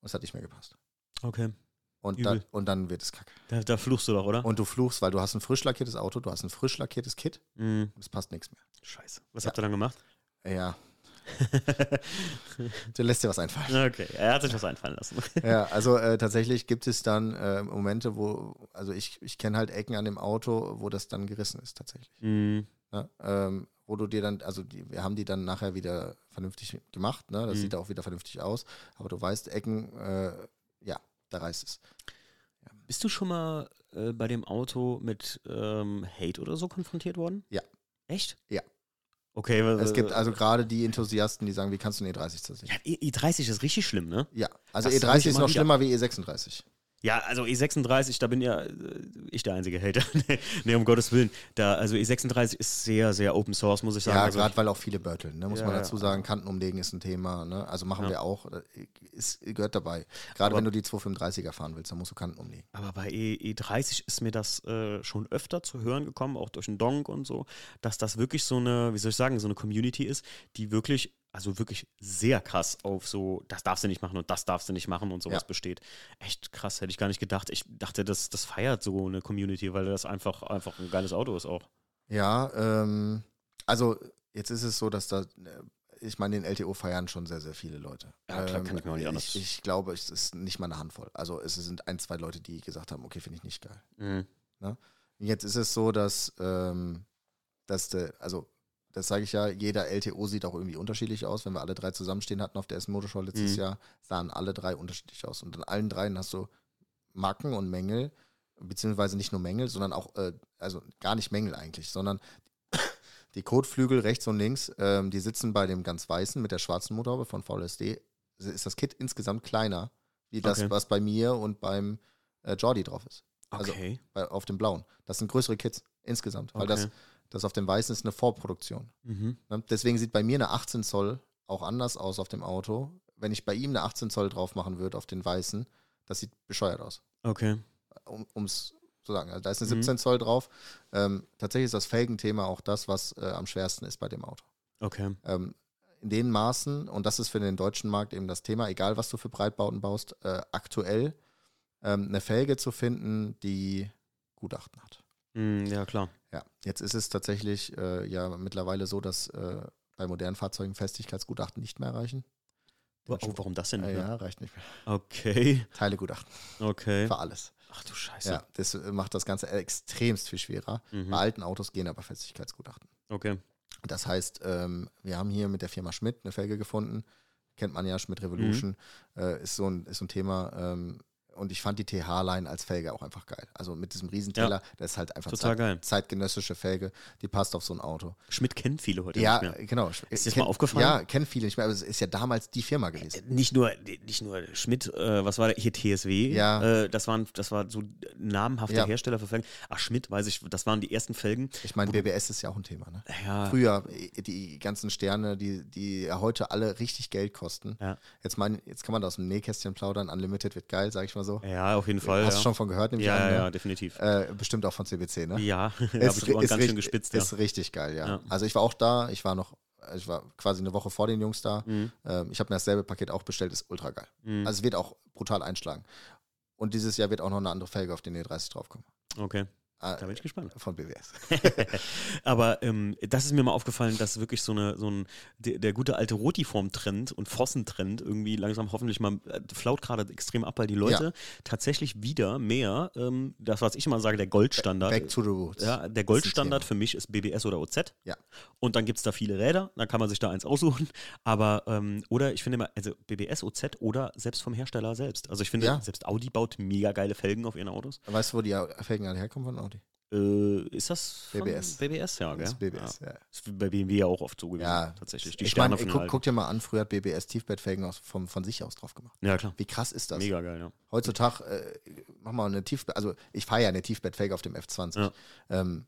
Speaker 2: und es hat nicht mehr gepasst.
Speaker 1: Okay.
Speaker 2: Und, dann
Speaker 1: Übel.
Speaker 2: und dann wird es kacke.
Speaker 1: Da, da fluchst du doch, oder?
Speaker 2: Und du fluchst, weil du hast ein frisch lackiertes Auto, du hast ein frisch lackiertes Kit
Speaker 1: Mhm.
Speaker 2: und es passt nichts mehr.
Speaker 1: Scheiße. Was
Speaker 2: Ja.
Speaker 1: habt ihr dann gemacht?
Speaker 2: Ja, du lässt dir was einfallen.
Speaker 1: Okay, er hat sich was einfallen lassen.
Speaker 2: Ja, also äh, tatsächlich gibt es dann äh, Momente, wo, also ich, ich kenne halt Ecken an dem Auto, wo das dann gerissen ist tatsächlich.
Speaker 1: Mhm.
Speaker 2: Ne? Ähm, wo du dir dann, also die, wir haben die dann nachher wieder vernünftig gemacht, ne? Das
Speaker 1: Mhm.
Speaker 2: sieht auch wieder vernünftig aus. Aber du weißt, Ecken, äh, ja, da reißt es.
Speaker 1: Bist du schon mal äh, bei dem Auto mit ähm, Hate oder so konfrontiert worden?
Speaker 2: Ja.
Speaker 1: Echt?
Speaker 2: Ja.
Speaker 1: Okay, weil-
Speaker 2: Es gibt also gerade die Enthusiasten, die sagen, wie kannst du einen E30 zersichern?
Speaker 1: Ja, E- E30 ist richtig schlimm, ne?
Speaker 2: Ja, also
Speaker 1: Das sag ich
Speaker 2: E30 ist
Speaker 1: immer
Speaker 2: noch
Speaker 1: wieder.
Speaker 2: schlimmer wie E E36.
Speaker 1: Ja, also E36, da bin ja äh, ich der einzige Hater. nee, nee, um Gottes Willen. Da, also E36 ist sehr, sehr Open Source, muss ich sagen.
Speaker 2: Ja,
Speaker 1: also
Speaker 2: gerade weil auch viele börteln, ne, muss
Speaker 1: Ja,
Speaker 2: man
Speaker 1: ja,
Speaker 2: dazu sagen. Kanten umlegen ist ein Thema, ne? also machen
Speaker 1: Ja.
Speaker 2: wir auch, äh, ist, gehört dabei. Gerade
Speaker 1: Aber-
Speaker 2: wenn du die 235er fahren willst, dann musst du Kanten umlegen.
Speaker 1: Aber bei e E30 ist mir das äh, schon öfter zu hören gekommen, auch durch den Donk und so, dass das wirklich so eine, wie soll ich sagen, so eine Community ist, die wirklich, also wirklich sehr krass auf so, das darfst du nicht machen und das darfst du nicht machen und sowas
Speaker 2: Ja.
Speaker 1: besteht. Echt krass, hätte ich gar nicht gedacht. Ich dachte, das, das feiert so eine Community, weil das einfach, einfach ein geiles Auto ist auch.
Speaker 2: Ja, ähm, also jetzt ist es so, dass da, äh, ich meine, den LTO feiern schon sehr, sehr viele Leute. Ähm,
Speaker 1: Ja, klar, kann ich mir auch nicht anders-
Speaker 2: Ich, ich glaube, es ist nicht mal eine Handvoll. Also es sind ein, zwei Leute, die gesagt haben, okay, finde ich nicht geil. Jetzt ist es so, dass, ähm, dass de, also das sage ich ja, jeder LTO sieht auch irgendwie unterschiedlich aus. Wenn wir alle drei zusammenstehen hatten auf der Essen Motorshow letztes
Speaker 1: Mhm.
Speaker 2: Jahr, sahen alle drei unterschiedlich aus. Und an allen dreien hast du Macken und Mängel, beziehungsweise nicht nur Mängel, sondern auch, äh, also gar nicht Mängel eigentlich, sondern Die Kotflügel rechts und links, ähm, die sitzen bei dem ganz weißen mit der schwarzen Motorhaube von VLSD. Ist das Kit insgesamt kleiner, wie das,
Speaker 1: Okay.
Speaker 2: was bei mir und beim äh, Jordi drauf ist. Also-
Speaker 1: Okay.
Speaker 2: Bei, auf dem blauen. Das sind größere Kits insgesamt, weil das,
Speaker 1: Okay.
Speaker 2: das auf dem weißen ist eine Vorproduktion.
Speaker 1: mhm.
Speaker 2: Ne? Deswegen sieht bei mir eine 18 Zoll auch anders aus auf dem Auto. Wenn ich bei ihm eine 18 Zoll drauf machen würde auf den weißen, das sieht bescheuert aus.
Speaker 1: Okay.
Speaker 2: Um es zu sagen. Also da ist eine
Speaker 1: Mhm.
Speaker 2: 17 Zoll drauf. Ähm, tatsächlich ist das Felgenthema auch das, was äh, am schwersten ist bei dem Auto.
Speaker 1: Okay.
Speaker 2: Ähm, in den Maßen, und das ist für den deutschen Markt eben das Thema, egal was du für Breitbauten baust, äh, aktuell ähm, eine Felge zu finden, die Gutachten hat.
Speaker 1: Mm, ja, klar.
Speaker 2: Ja, jetzt ist es tatsächlich äh, ja mittlerweile so, dass äh, bei modernen Fahrzeugen Festigkeitsgutachten nicht mehr reichen.
Speaker 1: Wa- Oh, warum das denn?
Speaker 2: Äh,
Speaker 1: nicht mehr?
Speaker 2: ja, reicht nicht mehr.
Speaker 1: Okay.
Speaker 2: Teilegutachten
Speaker 1: Okay.
Speaker 2: für alles.
Speaker 1: Ach du Scheiße.
Speaker 2: Ja, das macht das Ganze extremst viel schwerer. Bei
Speaker 1: Mhm.
Speaker 2: alten Autos gehen aber Festigkeitsgutachten.
Speaker 1: Okay.
Speaker 2: Das heißt, ähm, wir haben hier mit der Firma Schmidt eine Felge gefunden. Kennt man ja, Schmidt Revolution.
Speaker 1: Mhm.
Speaker 2: Äh, ist, so ein, ist so ein Thema. Ähm, und ich fand die TH-Line als Felge auch einfach geil. Also mit diesem Riesenteller, das ist halt einfach
Speaker 1: Total
Speaker 2: zeit-
Speaker 1: geil.
Speaker 2: zeitgenössische Felge. Die passt auf so ein Auto.
Speaker 1: Schmidt kennen viele heute
Speaker 2: Ja,
Speaker 1: nicht mehr.
Speaker 2: genau.
Speaker 1: Ist dir das
Speaker 2: Ken-
Speaker 1: mal aufgefallen? Äh,
Speaker 2: Ja, kennen viele nicht mehr, aber es ist ja damals die Firma gewesen.
Speaker 1: Nicht nur, nicht nur Schmidt, äh, was war der? Hier TSW.
Speaker 2: Ja.
Speaker 1: Äh, das, waren, das war so namhafte
Speaker 2: Ja.
Speaker 1: Hersteller für Felgen. Ach, Schmidt, weiß ich, das waren die ersten Felgen.
Speaker 2: Ich meine, BBS ist ja auch ein Thema. Ne?
Speaker 1: äh, Ja,
Speaker 2: Früher, äh, die ganzen Sterne, die, die ja heute alle richtig Geld kosten.
Speaker 1: Ja.
Speaker 2: Jetzt, mein, jetzt kann man da aus dem Nähkästchen plaudern. Unlimited wird geil, sag ich mal so.
Speaker 1: ja auf jeden Fall.
Speaker 2: Hast du
Speaker 1: ja.
Speaker 2: schon von gehört, nämlich
Speaker 1: ja, ja,
Speaker 2: an,
Speaker 1: ja, definitiv.
Speaker 2: ne? äh, Bestimmt auch von CBC, ne?
Speaker 1: Ja, da habe ich die Ohren ganz schön
Speaker 2: richtig-
Speaker 1: gespitzt. Ja.
Speaker 2: Ist richtig geil, ja.
Speaker 1: Ja.
Speaker 2: Also ich war auch da, ich war noch, ich war quasi eine Woche vor den Jungs da.
Speaker 1: Mhm.
Speaker 2: Ähm, ich habe mir dasselbe Paket auch bestellt, ist ultra geil.
Speaker 1: Mhm.
Speaker 2: Also es wird auch brutal einschlagen. Und dieses Jahr wird auch noch eine andere Felge auf den E30 draufkommen.
Speaker 1: okay,
Speaker 2: Ah,
Speaker 1: da bin ich gespannt.
Speaker 2: von BWS.
Speaker 1: Aber ähm, das ist mir mal aufgefallen, dass wirklich so, eine, so ein, der, der gute alte Rotiform-Trend und Fossen-Trend irgendwie langsam hoffentlich mal äh, flaut gerade extrem ab, weil die Leute tatsächlich wieder mehr, ähm, das was ich immer sage, der Goldstandard.
Speaker 2: Back to the Roots.
Speaker 1: ja, der
Speaker 2: Ist ein
Speaker 1: Goldstandard
Speaker 2: Thema.
Speaker 1: für mich ist BBS oder OZ.
Speaker 2: Ja.
Speaker 1: Und dann gibt es da viele Räder, dann kann man sich da eins aussuchen. Aber, ähm, oder ich finde mal, also BBS, OZ oder selbst vom Hersteller selbst. Also ich finde,
Speaker 2: Ja.
Speaker 1: selbst Audi baut mega geile Felgen auf ihren Autos.
Speaker 2: Weißt du, wo die Felgen alle herkommen von Audi?
Speaker 1: Äh, ist das von
Speaker 2: BBS.
Speaker 1: BBS, ja, gell?
Speaker 2: Das ist BBS. Ja.
Speaker 1: Ist wie bei BMW ja auch oft so gewesen.
Speaker 2: Ja.
Speaker 1: tatsächlich. Die
Speaker 2: Ich
Speaker 1: Sterne
Speaker 2: meine,
Speaker 1: von den
Speaker 2: guck,
Speaker 1: Alten.
Speaker 2: guck dir mal an, früher hat BBS Tiefbettfelgen aus, vom, von sich aus drauf gemacht.
Speaker 1: Ja, klar.
Speaker 2: Wie krass ist das?
Speaker 1: Mega geil, ja.
Speaker 2: Heutzutage, äh, mach mal eine Tiefbett, also ich fahre ja eine Tiefbettfelge auf dem F20.
Speaker 1: Ja.
Speaker 2: Ähm,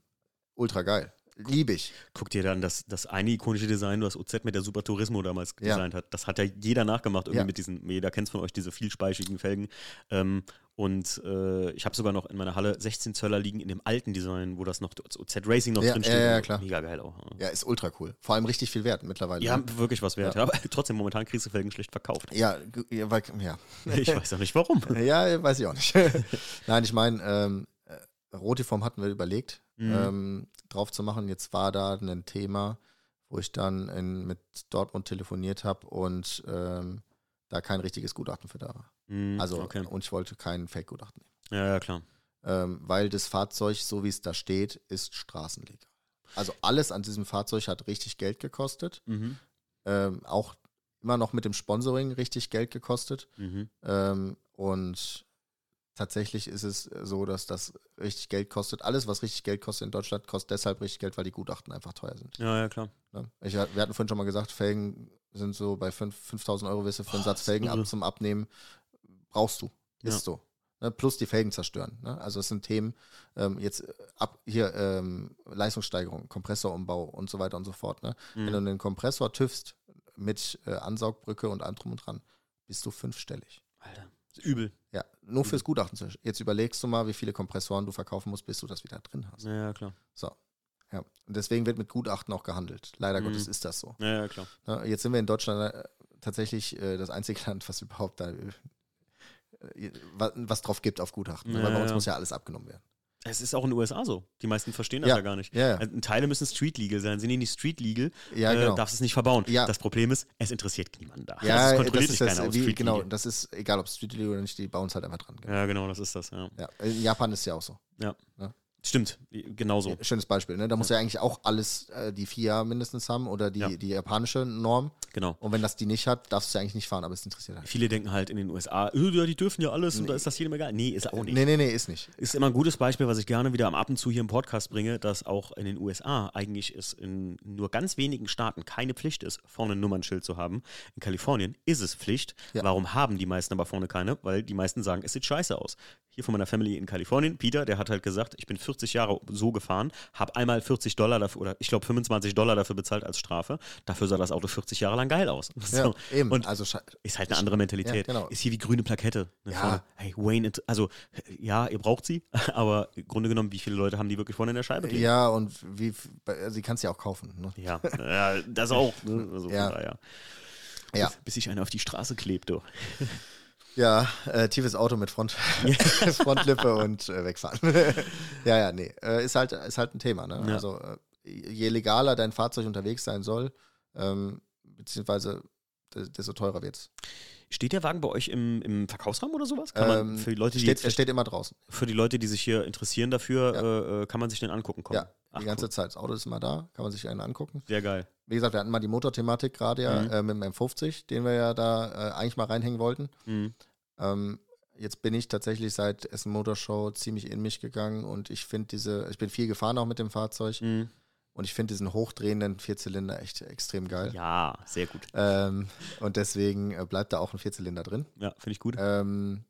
Speaker 2: ultra geil. Liebe ich.
Speaker 1: Guck dir dann das, das eine ikonische Design, was OZ mit der Super Turismo damals
Speaker 2: Ja.
Speaker 1: designt hat. Das hat ja jeder nachgemacht, irgendwie
Speaker 2: Ja.
Speaker 1: mit diesen, jeder kennt von euch, diese vielspeichigen Felgen. Ähm, und äh, ich habe sogar noch in meiner Halle 16 Zöller liegen in dem alten Design, wo das noch das OZ Racing noch
Speaker 2: Ja,
Speaker 1: drinsteht.
Speaker 2: ja, ja,
Speaker 1: Also
Speaker 2: klar.
Speaker 1: Mega geil auch. Ja.
Speaker 2: Ja, ist ultra cool. Vor allem richtig viel wert mittlerweile.
Speaker 1: Die
Speaker 2: ne?
Speaker 1: haben wirklich was wert, ja. aber trotzdem momentan kriegst du Felgen schlecht verkauft.
Speaker 2: ja, g- ja, weil, ja.
Speaker 1: Ich weiß auch nicht warum.
Speaker 2: Ja, weiß ich auch nicht. Nein, ich meine, ähm, äh, Rotiform hatten wir überlegt,
Speaker 1: Mhm.
Speaker 2: ähm, drauf zu machen. Jetzt war da ein Thema, wo ich dann in, mit Dortmund telefoniert habe und ähm, da kein richtiges Gutachten für da war.
Speaker 1: Mhm,
Speaker 2: Also,
Speaker 1: okay.
Speaker 2: und ich wollte kein Fake-Gutachten nehmen.
Speaker 1: Ja, ja, klar.
Speaker 2: Ähm, weil das Fahrzeug, so wie es da steht, ist straßenlegal. Also alles an diesem Fahrzeug hat richtig Geld gekostet.
Speaker 1: Mhm.
Speaker 2: Ähm, auch immer noch mit dem Sponsoring richtig Geld gekostet.
Speaker 1: Mhm.
Speaker 2: Ähm, und tatsächlich ist es so, dass das richtig Geld kostet. Alles, was richtig Geld kostet in Deutschland, kostet deshalb richtig Geld, weil die Gutachten einfach teuer sind.
Speaker 1: Ja, ja, klar.
Speaker 2: Ne? Ich, wir hatten vorhin schon mal gesagt, Felgen sind so bei fünf- 5000 Euro wirst du für einen
Speaker 1: Boah,
Speaker 2: Satz Felgen
Speaker 1: ist irre.
Speaker 2: ab zum Abnehmen. Brauchst du. Ist
Speaker 1: Ja.
Speaker 2: so. Ne? Plus die Felgen zerstören. Ne? Also es sind Themen, ähm, jetzt äh, ab hier ähm, Leistungssteigerung, Kompressorumbau und so weiter und so fort. Ne?
Speaker 1: Mhm.
Speaker 2: Wenn du einen Kompressor tüffst mit äh, Ansaugbrücke und allem drum und dran, bist du fünfstellig.
Speaker 1: Alter, ist übel.
Speaker 2: Ja, nur fürs
Speaker 1: Mhm.
Speaker 2: Gutachten. zum Beispiel. Jetzt überlegst du mal, wie viele Kompressoren du verkaufen musst, bis du das wieder drin hast.
Speaker 1: Ja, ja, klar.
Speaker 2: So. Ja. Und deswegen wird mit Gutachten auch gehandelt. Leider
Speaker 1: Mhm.
Speaker 2: Gottes ist das so.
Speaker 1: Ja, ja, klar.
Speaker 2: Ne, Jetzt sind wir in Deutschland äh, tatsächlich äh, das einzige Land, was überhaupt da äh, was, was drauf gibt auf Gutachten. ne?
Speaker 1: Ja,
Speaker 2: Weil bei uns
Speaker 1: ja.
Speaker 2: muss ja alles abgenommen werden.
Speaker 1: Es ist auch in den USA so. Die meisten verstehen das ja, gar nicht.
Speaker 2: Ja, ja.
Speaker 1: Also, Teile müssen Street Legal sein. Sind die nicht Street Legal,
Speaker 2: ja
Speaker 1: äh,
Speaker 2: genau.
Speaker 1: darfst es nicht verbauen.
Speaker 2: Ja.
Speaker 1: Das Problem ist, es interessiert niemanden da.
Speaker 2: ja,
Speaker 1: das
Speaker 2: äh,
Speaker 1: kontrolliert
Speaker 2: das
Speaker 1: nicht
Speaker 2: ist das,
Speaker 1: keiner aus
Speaker 2: wie,
Speaker 1: Street
Speaker 2: genau,
Speaker 1: Legal.
Speaker 2: das ist egal, ob es Street Legal oder nicht, die bauen es halt einfach dran. Genau.
Speaker 1: Ja, genau, das ist das. Ja.
Speaker 2: Ja. In Japan ist es ja auch so.
Speaker 1: Ja.
Speaker 2: Ne?
Speaker 1: Stimmt, genau so.
Speaker 2: Schönes Beispiel, ne? Da muss ja, eigentlich auch alles äh, die FIA mindestens haben oder die,
Speaker 1: Ja.
Speaker 2: die japanische Norm.
Speaker 1: Genau.
Speaker 2: Und wenn das die nicht hat, darfst du ja eigentlich nicht fahren, aber es interessiert halt.
Speaker 1: Viele denken halt in den USA, "Äh, ja, die dürfen ja alles und da ist das jedem egal. Nee, ist auch Oh, nicht.
Speaker 2: Nee, nee, nee, ist nicht.
Speaker 1: Ist immer ein gutes Beispiel, was ich gerne wieder am ab und zu hier im Podcast bringe, dass auch in den USA eigentlich es in nur ganz wenigen Staaten keine Pflicht ist, vorne ein Nummernschild zu haben. In Kalifornien ist es Pflicht.
Speaker 2: Ja.
Speaker 1: Warum haben die meisten aber vorne keine? Weil die meisten sagen, es sieht scheiße aus. Hier von meiner Family in Kalifornien, Peter, der hat halt gesagt, ich bin 40 Jahre so gefahren, habe einmal 40 Dollar dafür, oder ich glaube 25 Dollar dafür bezahlt als Strafe. Dafür sah das Auto 40 Jahre lang geil aus.
Speaker 2: Ja,
Speaker 1: So.
Speaker 2: eben.
Speaker 1: Und
Speaker 2: also, sche-
Speaker 1: ist halt eine andere Mentalität.
Speaker 2: Ja, genau.
Speaker 1: Ist hier wie grüne Plakette. Ne,
Speaker 2: Ja.
Speaker 1: vorne. Hey, Wayne, it- also ja, ihr braucht sie, aber im Grunde genommen, wie viele Leute haben die wirklich vorne in der Scheibe kleben?
Speaker 2: ja, und wie, also, sie kannst ja auch kaufen. Ne?
Speaker 1: Ja, ja das auch. Ne? Also
Speaker 2: Ja.
Speaker 1: von daher.
Speaker 2: Ja.
Speaker 1: Bis, bis ich einer auf die Straße klebte.
Speaker 2: Ja, äh, tiefes Auto mit Front, Frontlippe und äh, wegfahren. ja, ja, nee. Äh, ist, halt, ist halt ein Thema. Ne?
Speaker 1: Ja.
Speaker 2: Also äh, je legaler dein Fahrzeug unterwegs sein soll, ähm, beziehungsweise de- desto teurer wird's.
Speaker 1: Steht der Wagen bei euch im, im Verkaufsraum oder sowas? Kann man
Speaker 2: Ähm,
Speaker 1: für, die Leute, die
Speaker 2: Steht,
Speaker 1: jetzt,
Speaker 2: steht immer draußen.
Speaker 1: für die Leute, die sich hier interessieren dafür, äh, äh, kann man sich den angucken kommen.
Speaker 2: Ja,
Speaker 1: Ach,
Speaker 2: die ganze Zeit. Das Auto ist immer da, kann man sich einen angucken.
Speaker 1: Sehr geil.
Speaker 2: Wie gesagt, wir hatten mal die Motorthematik gerade ja
Speaker 1: Mhm.
Speaker 2: äh, mit dem M50, den wir ja da äh, eigentlich mal reinhängen wollten.
Speaker 1: Mhm.
Speaker 2: Ähm, jetzt bin ich tatsächlich seit Essen Motorshow ziemlich in mich gegangen und ich finde diese, ich bin viel gefahren auch mit dem Fahrzeug.
Speaker 1: Mhm.
Speaker 2: Und ich finde diesen hochdrehenden Vierzylinder echt extrem geil.
Speaker 1: Ja, sehr gut.
Speaker 2: Ähm, und deswegen äh, bleibt da auch ein Vierzylinder drin.
Speaker 1: Ja, finde ich gut.
Speaker 2: Ähm,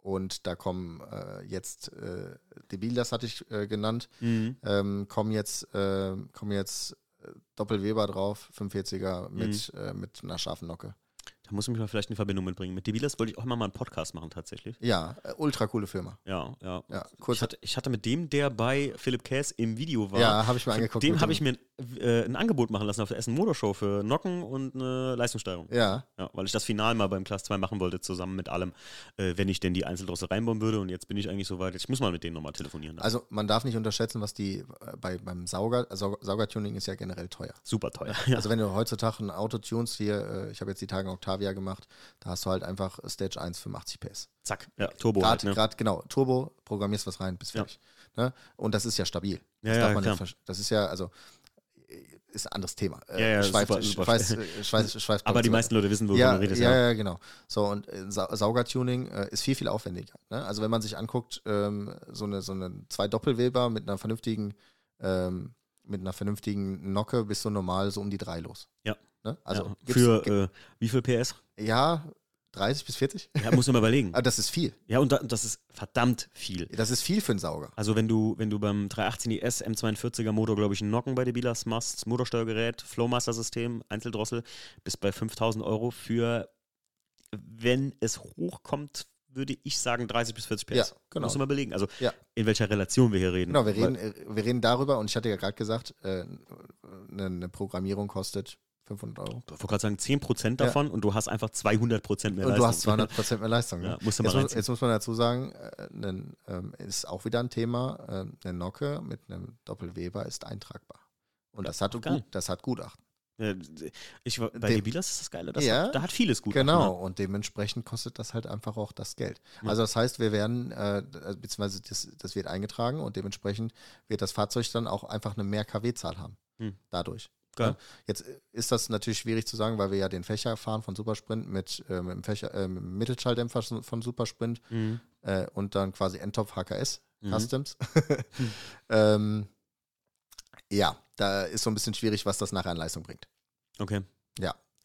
Speaker 2: und da kommen äh, jetzt äh, die Bildas hatte ich äh, genannt,
Speaker 1: Mhm.
Speaker 2: ähm, kommen jetzt, äh, kommen jetzt äh, Doppelweber drauf, 45er mit,
Speaker 1: Mhm.
Speaker 2: äh, mit einer scharfen Nocke.
Speaker 1: Da muss ich mich mal vielleicht in Verbindung mitbringen. Mit Debilas wollte ich auch immer mal einen Podcast machen, tatsächlich.
Speaker 2: Ja, äh, ultra coole Firma.
Speaker 1: Ja, ja.
Speaker 2: Ja, kurz.
Speaker 1: Ich hatte, ich hatte mit dem, der bei Philipp Käs im Video war,
Speaker 2: Ja, habe ich mir angeguckt.
Speaker 1: dem
Speaker 2: mit
Speaker 1: habe ich mir ein, äh, ein Angebot machen lassen auf der Essen Motorshow für Nocken und eine Leistungssteigerung.
Speaker 2: Ja,
Speaker 1: Ja, weil ich das Final mal beim Class 2 machen wollte, zusammen mit allem, äh, wenn ich denn die Einzeldrossel reinbauen würde. Und jetzt bin ich eigentlich so weit, ich muss mal mit denen nochmal telefonieren.
Speaker 2: also man darf nicht unterschätzen, was die äh, bei, beim Sauger, Saug- Saugertuning ist ja generell teuer.
Speaker 1: Super teuer. Ja.
Speaker 2: Also wenn du heutzutage ein Auto tunst, hier, äh, ich habe jetzt die Tage Octavia gemacht, da hast du halt einfach Stage 1 85 PS.
Speaker 1: Zack, ja, Turbo.
Speaker 2: Grad,
Speaker 1: Halt, ne?
Speaker 2: grad, genau, Turbo, programmierst was rein, bis
Speaker 1: Ja.
Speaker 2: fertig. Ne? Und das ist ja stabil.
Speaker 1: Ja,
Speaker 2: das
Speaker 1: ja, klar.
Speaker 2: nicht versch- Das ist ja, also, äh, ist ein anderes Thema. Äh,
Speaker 1: Ja, ja,
Speaker 2: schweift,
Speaker 1: super, super.
Speaker 2: Schweiß, äh, schweiß, schweiß,
Speaker 1: Aber die meisten Leute wissen, worüber
Speaker 2: ja,
Speaker 1: du redest.
Speaker 2: ja, ja, genau. So, und äh, Sa Saugertuning äh, ist viel, viel aufwendiger. Ne? Also, wenn man sich anguckt, ähm, so, eine, so eine zwei Doppelweber mit einer vernünftigen, ähm, mit einer vernünftigen Nocke bist du normal so um die drei los.
Speaker 1: Ja.
Speaker 2: Ne? Also,
Speaker 1: ja.
Speaker 2: gibt's-
Speaker 1: Für
Speaker 2: gi-
Speaker 1: äh, wie viel PS?
Speaker 2: ja, 30 bis 40?
Speaker 1: Ja, muss man mal überlegen.
Speaker 2: Aber das ist viel.
Speaker 1: Ja, und da, das ist verdammt viel.
Speaker 2: Das ist viel für einen Sauger.
Speaker 1: Also wenn du, wenn du beim 318IS M42er Motor, glaube ich, einen Nocken bei Debilas machst, Motorsteuergerät, Flowmaster-System, Einzeldrossel, bis bei 5000 Euro für, wenn es hochkommt, würde ich sagen 30 bis 40 PS.
Speaker 2: Ja, genau.
Speaker 1: Muss man mal belegen. Also
Speaker 2: Ja.
Speaker 1: in welcher Relation wir hier reden.
Speaker 2: Genau, wir
Speaker 1: Weil-
Speaker 2: reden, äh, wir reden darüber und ich hatte ja gerade gesagt, äh, eine, eine Programmierung kostet 500 Euro.
Speaker 1: Ich wollte gerade sagen, 10% davon und du hast einfach 200% mehr
Speaker 2: Und
Speaker 1: Leistung.
Speaker 2: du hast 200% mehr Leistung. Ne?
Speaker 1: Ja, musst du mal
Speaker 2: jetzt, muss,
Speaker 1: reinziehen.
Speaker 2: jetzt muss man dazu sagen, äh, nen, ähm, ist auch wieder ein Thema, ähm, eine Nocke mit einem Doppelweber ist eintragbar. Und das hat,
Speaker 1: geil.
Speaker 2: gut, das hat Gutachten.
Speaker 1: Äh, Ich, war- bei
Speaker 2: Dem-
Speaker 1: Debilas ist das Geile. Das
Speaker 2: Ja.
Speaker 1: hat, da hat vieles gut.
Speaker 2: genau,
Speaker 1: Ne?
Speaker 2: und dementsprechend kostet das halt einfach auch das Geld.
Speaker 1: Ja.
Speaker 2: Also das heißt, wir werden, äh, d- beziehungsweise das, das wird eingetragen und dementsprechend wird das Fahrzeug dann auch einfach eine mehr KW-Zahl haben.
Speaker 1: Hm.
Speaker 2: Dadurch.
Speaker 1: Geil.
Speaker 2: Ja. Jetzt ist das natürlich schwierig zu sagen, weil wir ja den Fächer fahren von Supersprint mit, äh, mit, dem Fächer, äh, mit dem Mittelschalldämpfer von Supersprint
Speaker 1: Mhm.
Speaker 2: äh, und dann quasi Endtopf HKS
Speaker 1: Mhm.
Speaker 2: Customs. ähm, ja, da ist so ein bisschen schwierig, was das nachher an Leistung bringt.
Speaker 1: Okay.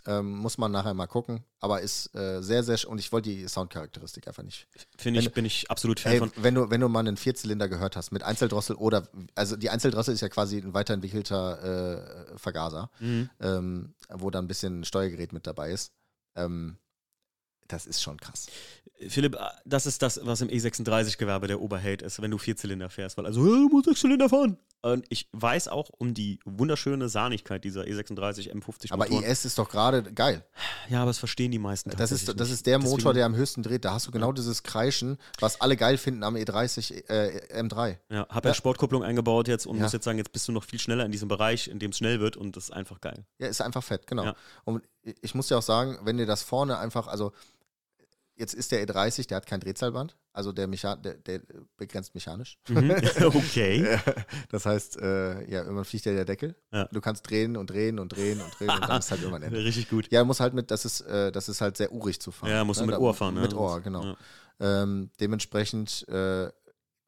Speaker 2: Ähm, muss man nachher mal gucken, aber ist äh, sehr, sehr sch- und ich wollte die Soundcharakteristik einfach nicht.
Speaker 1: Finde ich,
Speaker 2: Wenn-
Speaker 1: bin ich absolut Fan
Speaker 2: Ey,
Speaker 1: von.
Speaker 2: wenn du wenn du mal einen Vierzylinder gehört hast mit Einzeldrossel oder also die Einzeldrossel ist ja quasi ein weiterentwickelter äh, Vergaser,
Speaker 1: Mhm.
Speaker 2: ähm, wo da ein bisschen Steuergerät mit dabei ist. Ähm, das ist schon krass.
Speaker 1: Philipp, äh, das ist das, was im E36-Gewerbe der Oberhate ist, wenn du Vierzylinder fährst, weil also, äh, muss Sechszylinder fahren. Und ich weiß auch um die wunderschöne Sahnigkeit dieser E E36 M50
Speaker 2: Aber
Speaker 1: Motoren.
Speaker 2: IS ist doch gerade geil.
Speaker 1: ja, aber es verstehen die meisten
Speaker 2: Das
Speaker 1: tatsächlich
Speaker 2: ist, das
Speaker 1: nicht.
Speaker 2: ist der
Speaker 1: Deswegen-
Speaker 2: Motor, der am höchsten dreht. Da hast du genau dieses Kreischen, was alle geil finden am E30, äh, M3.
Speaker 1: Ja, hab ja, Sportkupplung eingebaut jetzt und
Speaker 2: Ja.
Speaker 1: muss jetzt sagen, jetzt bist du noch viel schneller in diesem Bereich, in dem es schnell wird und das ist einfach geil.
Speaker 2: Ja, ist einfach fett, genau.
Speaker 1: Ja.
Speaker 2: Und ich muss ja auch sagen, wenn dir das vorne einfach, also jetzt ist der E30, der hat kein Drehzahlband, also der, Mecha der, der begrenzt mechanisch.
Speaker 1: Mhm. Okay.
Speaker 2: Das heißt, äh, ja, irgendwann fliegt ja der Deckel.
Speaker 1: Ja.
Speaker 2: Du kannst drehen und drehen und drehen und drehen und dann ist halt irgendwann Ende.
Speaker 1: Richtig gut.
Speaker 2: Ja, muss halt mit, das ist, äh, das ist halt sehr urig zu fahren.
Speaker 1: Ja, musst du mit
Speaker 2: Da-
Speaker 1: Ohr fahren, ne?
Speaker 2: Mit Ohr, genau.
Speaker 1: Ja.
Speaker 2: Ähm, dementsprechend äh,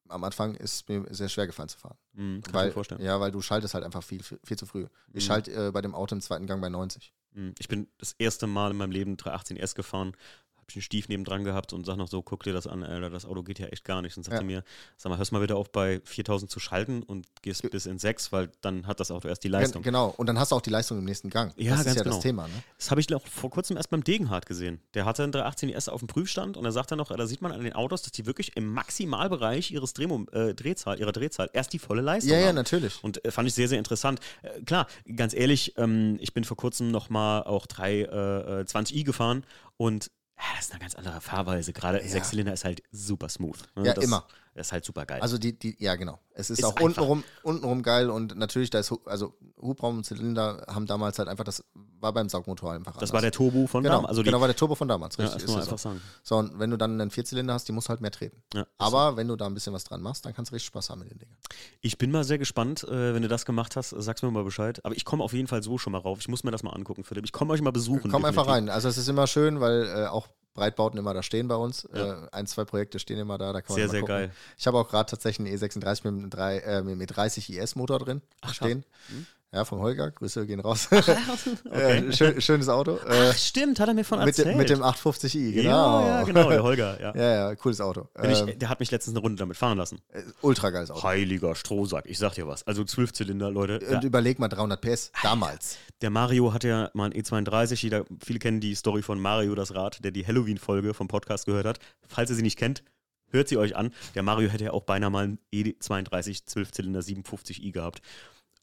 Speaker 2: am Anfang ist mir sehr schwer gefallen zu fahren.
Speaker 1: Mhm, kann ich mir
Speaker 2: Weil,
Speaker 1: vorstellen.
Speaker 2: ja, weil du schaltest halt einfach viel, viel, viel zu früh. Ich
Speaker 1: Mhm.
Speaker 2: schalte äh, bei dem Auto im zweiten Gang bei 90.
Speaker 1: Mhm. Ich bin das erste Mal in meinem Leben 318S gefahren, hab ich einen Stief nebendran gehabt und sag noch so, guck dir das an, Alter, das Auto geht ja echt gar nicht. Und sagte
Speaker 2: Ja.
Speaker 1: mir, sag mal, hörst mal bitte auf, bei 4000 zu schalten und gehst
Speaker 2: Ge-
Speaker 1: bis in 6, weil dann hat das Auto erst die
Speaker 2: Gen-
Speaker 1: Leistung.
Speaker 2: Genau. Und dann hast du auch die Leistung im nächsten Gang.
Speaker 1: Ja,
Speaker 2: das ist
Speaker 1: ganz
Speaker 2: ja
Speaker 1: genau.
Speaker 2: das Thema. Ne?
Speaker 1: Das habe ich auch vor kurzem erst beim Degenhardt gesehen. Der hatte einen 318S auf dem Prüfstand und er sagt dann noch, da sieht man an den Autos, dass die wirklich im Maximalbereich ihres Drehmom äh, Drehzahl, ihrer Drehzahl erst die volle Leistung
Speaker 2: Ja, ja,
Speaker 1: haben.
Speaker 2: natürlich.
Speaker 1: Und äh, fand ich sehr, sehr interessant. Äh, klar, ganz ehrlich, ähm, ich bin vor kurzem nochmal auch äh, 320i gefahren und äh, das ist eine ganz andere Fahrweise. Gerade
Speaker 2: Ja.
Speaker 1: Sechszylinder ist halt super smooth. ne?
Speaker 2: Ja,
Speaker 1: das,
Speaker 2: immer.
Speaker 1: Das ist halt super geil.
Speaker 2: Also die, die, ja genau. Es ist,
Speaker 1: Ist
Speaker 2: auch
Speaker 1: einfach.
Speaker 2: untenrum, untenrum geil und natürlich, da ist, Hu- also Hubraum und Zylinder haben damals halt einfach, das war beim Saugmotor einfach
Speaker 1: das
Speaker 2: anders.
Speaker 1: war der Turbo von
Speaker 2: genau,
Speaker 1: damals. Also die,
Speaker 2: genau, war der Turbo von damals,
Speaker 1: ja, das
Speaker 2: richtig.
Speaker 1: muss
Speaker 2: ist
Speaker 1: man
Speaker 2: ja so.
Speaker 1: einfach sagen.
Speaker 2: so, und wenn du dann einen Vierzylinder hast, die muss halt mehr treten.
Speaker 1: Ja,
Speaker 2: Aber wenn du da ein bisschen was dran machst, dann kannst du richtig Spaß haben mit den Dingen.
Speaker 1: Ich bin mal sehr gespannt, äh, wenn du das gemacht hast, äh, sag's mir mal Bescheid. Aber ich komme auf jeden Fall so schon mal rauf. Ich muss mir das mal angucken, Philipp. Ich komme euch mal besuchen.
Speaker 2: Komm einfach
Speaker 1: definitiv.
Speaker 2: rein. Also es ist immer schön, weil äh, auch Breitbauten immer da stehen bei uns.
Speaker 1: Ja.
Speaker 2: Äh, ein, zwei Projekte stehen immer da, da kann man
Speaker 1: Sehr,
Speaker 2: mal
Speaker 1: sehr
Speaker 2: gucken.
Speaker 1: geil.
Speaker 2: Ich habe auch gerade tatsächlich einen E36 mit einem, drei- äh, mit einem 30 IS-Motor drin
Speaker 1: Ach, krass.
Speaker 2: stehen.
Speaker 1: Hm.
Speaker 2: Ja, vom Holger. Grüße gehen raus.
Speaker 1: okay.
Speaker 2: Äh, schön, schönes Auto. Äh,
Speaker 1: Ach, stimmt, hat er mir von
Speaker 2: mit,
Speaker 1: Ah, erzählt.
Speaker 2: dem- mit dem 850i, genau.
Speaker 1: Ja, ja, genau, der Holger, ja.
Speaker 2: ja, ja, cooles Auto.
Speaker 1: Bin
Speaker 2: Ähm,
Speaker 1: ich, der hat mich letztens eine Runde damit fahren lassen.
Speaker 2: äh, ultra geiles Auto.
Speaker 1: Heiliger Strohsack, ich sag dir was. Also Zwölfzylinder, Leute. Da,
Speaker 2: Und überleg mal 300 PS damals.
Speaker 1: der Mario hat ja mal einen E32. Jeder, viele kennen die Story von Mario das Rad, der die Halloween-Folge vom Podcast gehört hat. Falls ihr sie nicht kennt, hört sie euch an. Der Mario hätte ja auch beinahe mal einen E32 Zwölfzylinder 57i gehabt.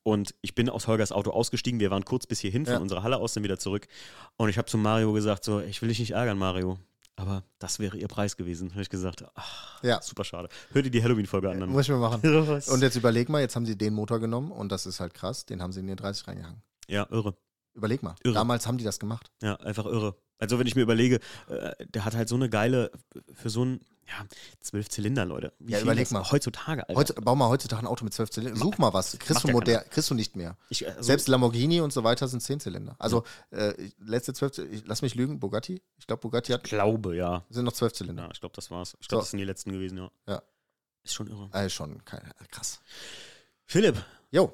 Speaker 1: Und ich bin aus Holgers Auto ausgestiegen. Wir waren kurz bis hierhin von
Speaker 2: Ja.
Speaker 1: unserer Halle aus, dann wieder zurück. Und ich habe zu Mario gesagt: So, ich will dich nicht ärgern, Mario. Aber das wäre ihr Preis gewesen. Habe ich gesagt: Ach,
Speaker 2: Ja.
Speaker 1: super schade. Hört ihr die Halloween-Folge an? Dann
Speaker 2: Muss ich mir machen. Und
Speaker 1: Und
Speaker 2: jetzt überleg mal, jetzt haben sie den Motor genommen und das ist halt krass, den haben sie in den 30 reingehangen.
Speaker 1: ja, irre.
Speaker 2: Überleg mal.
Speaker 1: Irre.
Speaker 2: Damals haben die das gemacht.
Speaker 1: Ja, einfach irre. Also wenn ich mir überlege, äh, der hat halt so eine geile, für so einen, ja, zwölf Zylinder, Leute. Wie
Speaker 2: Ja,
Speaker 1: viel
Speaker 2: überleg
Speaker 1: das
Speaker 2: mal.
Speaker 1: Heutzutage, Alter.
Speaker 2: Heute, bau mal heutzutage ein Auto mit 12 Zylindern. Such mal was. Kriegst
Speaker 1: Macht
Speaker 2: du,
Speaker 1: ja
Speaker 2: modern, kriegst du nicht mehr.
Speaker 1: ich, also,
Speaker 2: Selbst Lamborghini und so weiter sind 10 Zylinder. Also, äh, ich- letzte 12 Zylinder, ich, lass mich lügen, Bugatti. Ich glaube, Bugatti hat,
Speaker 1: glaube, ja.
Speaker 2: sind noch 12 Zylinder.
Speaker 1: Ja, ich glaube, das war's. Ich glaube,
Speaker 2: So.
Speaker 1: das sind die letzten gewesen, ja.
Speaker 2: Ja.
Speaker 1: Ist schon irre.
Speaker 2: Äh, schon kein, krass.
Speaker 1: Philipp,
Speaker 2: Jo,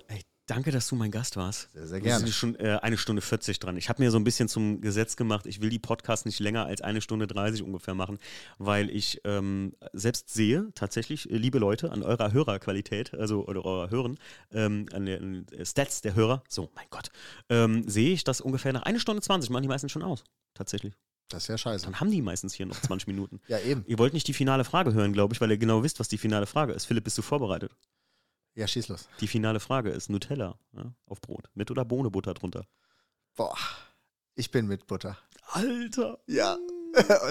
Speaker 1: danke, dass du mein Gast warst.
Speaker 2: sehr, sehr
Speaker 1: Wir
Speaker 2: gerne.
Speaker 1: sind schon äh, eine Stunde 40 dran. Ich habe mir so ein bisschen zum Gesetz gemacht, ich will die Podcasts nicht länger als eine Stunde 30 ungefähr machen, weil ich ähm, selbst sehe, tatsächlich, äh, liebe Leute, an eurer Hörerqualität, also oder eurer Hören, ähm, an den äh, Stats der Hörer, so, mein Gott, ähm, sehe ich, dass ungefähr nach einer Stunde 20 machen die meisten schon aus. Tatsächlich.
Speaker 2: Das ist ja scheiße.
Speaker 1: Dann haben die meistens hier noch 20 Minuten.
Speaker 2: Ja, eben.
Speaker 1: Ihr wollt nicht die finale Frage hören, glaube ich, weil ihr genau wisst, was die finale Frage ist. Philipp, bist du vorbereitet?
Speaker 2: Ja, schieß los.
Speaker 1: Die finale Frage ist Nutella ja, auf Brot. Mit oder Bohne Butter drunter?
Speaker 2: Boah, ich bin mit Butter.
Speaker 1: Alter.
Speaker 2: Ja.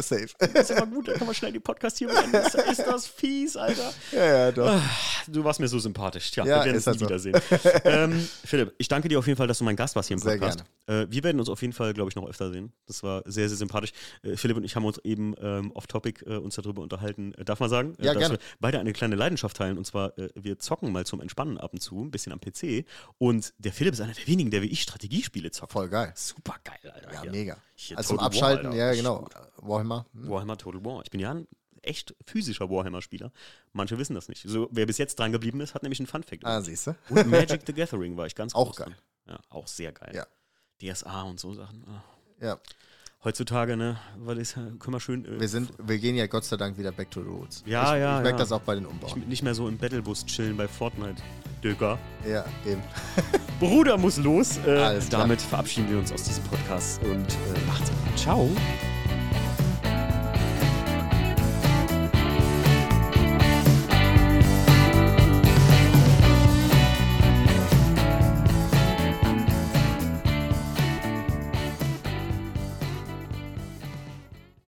Speaker 2: Safe.
Speaker 1: Das ist immer gut, da kann man schnell den Podcast hier beenden. Ist, ist das fies, Alter.
Speaker 2: ja, ja, doch.
Speaker 1: Du warst mir so sympathisch. Tja,
Speaker 2: Ja,
Speaker 1: wir werden uns
Speaker 2: ist halt
Speaker 1: nie
Speaker 2: so.
Speaker 1: wiedersehen. ähm, Philipp, ich danke dir auf jeden Fall, dass du mein Gast warst hier im
Speaker 2: Sehr
Speaker 1: Podcast. Äh, wir werden uns auf jeden Fall, glaube ich, noch öfter sehen. Das war sehr, sehr sympathisch. Äh, Philipp und ich haben uns eben ähm, off-topic äh, uns darüber unterhalten. Äh, darf man sagen? Äh,
Speaker 2: Ja,
Speaker 1: dass
Speaker 2: gerne.
Speaker 1: wir beide eine kleine Leidenschaft teilen. Und zwar, äh, wir zocken mal zum Entspannen ab und zu, ein bisschen am PC. Und der Philipp ist einer der wenigen, der wie ich Strategiespiele zockt.
Speaker 2: Voll geil.
Speaker 1: Super geil, Alter.
Speaker 2: Ja,
Speaker 1: Hier.
Speaker 2: mega.
Speaker 1: Hier
Speaker 2: Also zum
Speaker 1: Total War,
Speaker 2: Abschalten,
Speaker 1: Alter.
Speaker 2: ja,
Speaker 1: Richtig
Speaker 2: genau.
Speaker 1: gut.
Speaker 2: Warhammer. Hm.
Speaker 1: Warhammer Total War. Ich bin ja ein echt physischer Warhammer-Spieler. Manche wissen das nicht. So, wer bis jetzt dran geblieben ist, hat nämlich einen Fun-Fact.
Speaker 2: Ah, siehst du?
Speaker 1: Und Magic the Gathering war ich ganz
Speaker 2: Auch
Speaker 1: groß
Speaker 2: geil.
Speaker 1: Dran. Ja, auch sehr geil.
Speaker 2: Ja.
Speaker 1: DSA und so Sachen. Ah.
Speaker 2: Ja.
Speaker 1: Heutzutage, ne, weil das können wir schön äh,
Speaker 2: Wir, sind, wir gehen ja Gott sei Dank wieder back to the roots.
Speaker 1: Ja,
Speaker 2: ich,
Speaker 1: ja,
Speaker 2: Ich merke
Speaker 1: ja.
Speaker 2: das auch bei den
Speaker 1: ich,
Speaker 2: Umbauten.
Speaker 1: nicht mehr so im Battlebus chillen bei Fortnite. Döker.
Speaker 2: ja, eben.
Speaker 1: Bruder muss los. Äh,
Speaker 2: Alles klar.
Speaker 1: damit verabschieden wir uns aus diesem Podcast und äh, macht's gut. Ciao.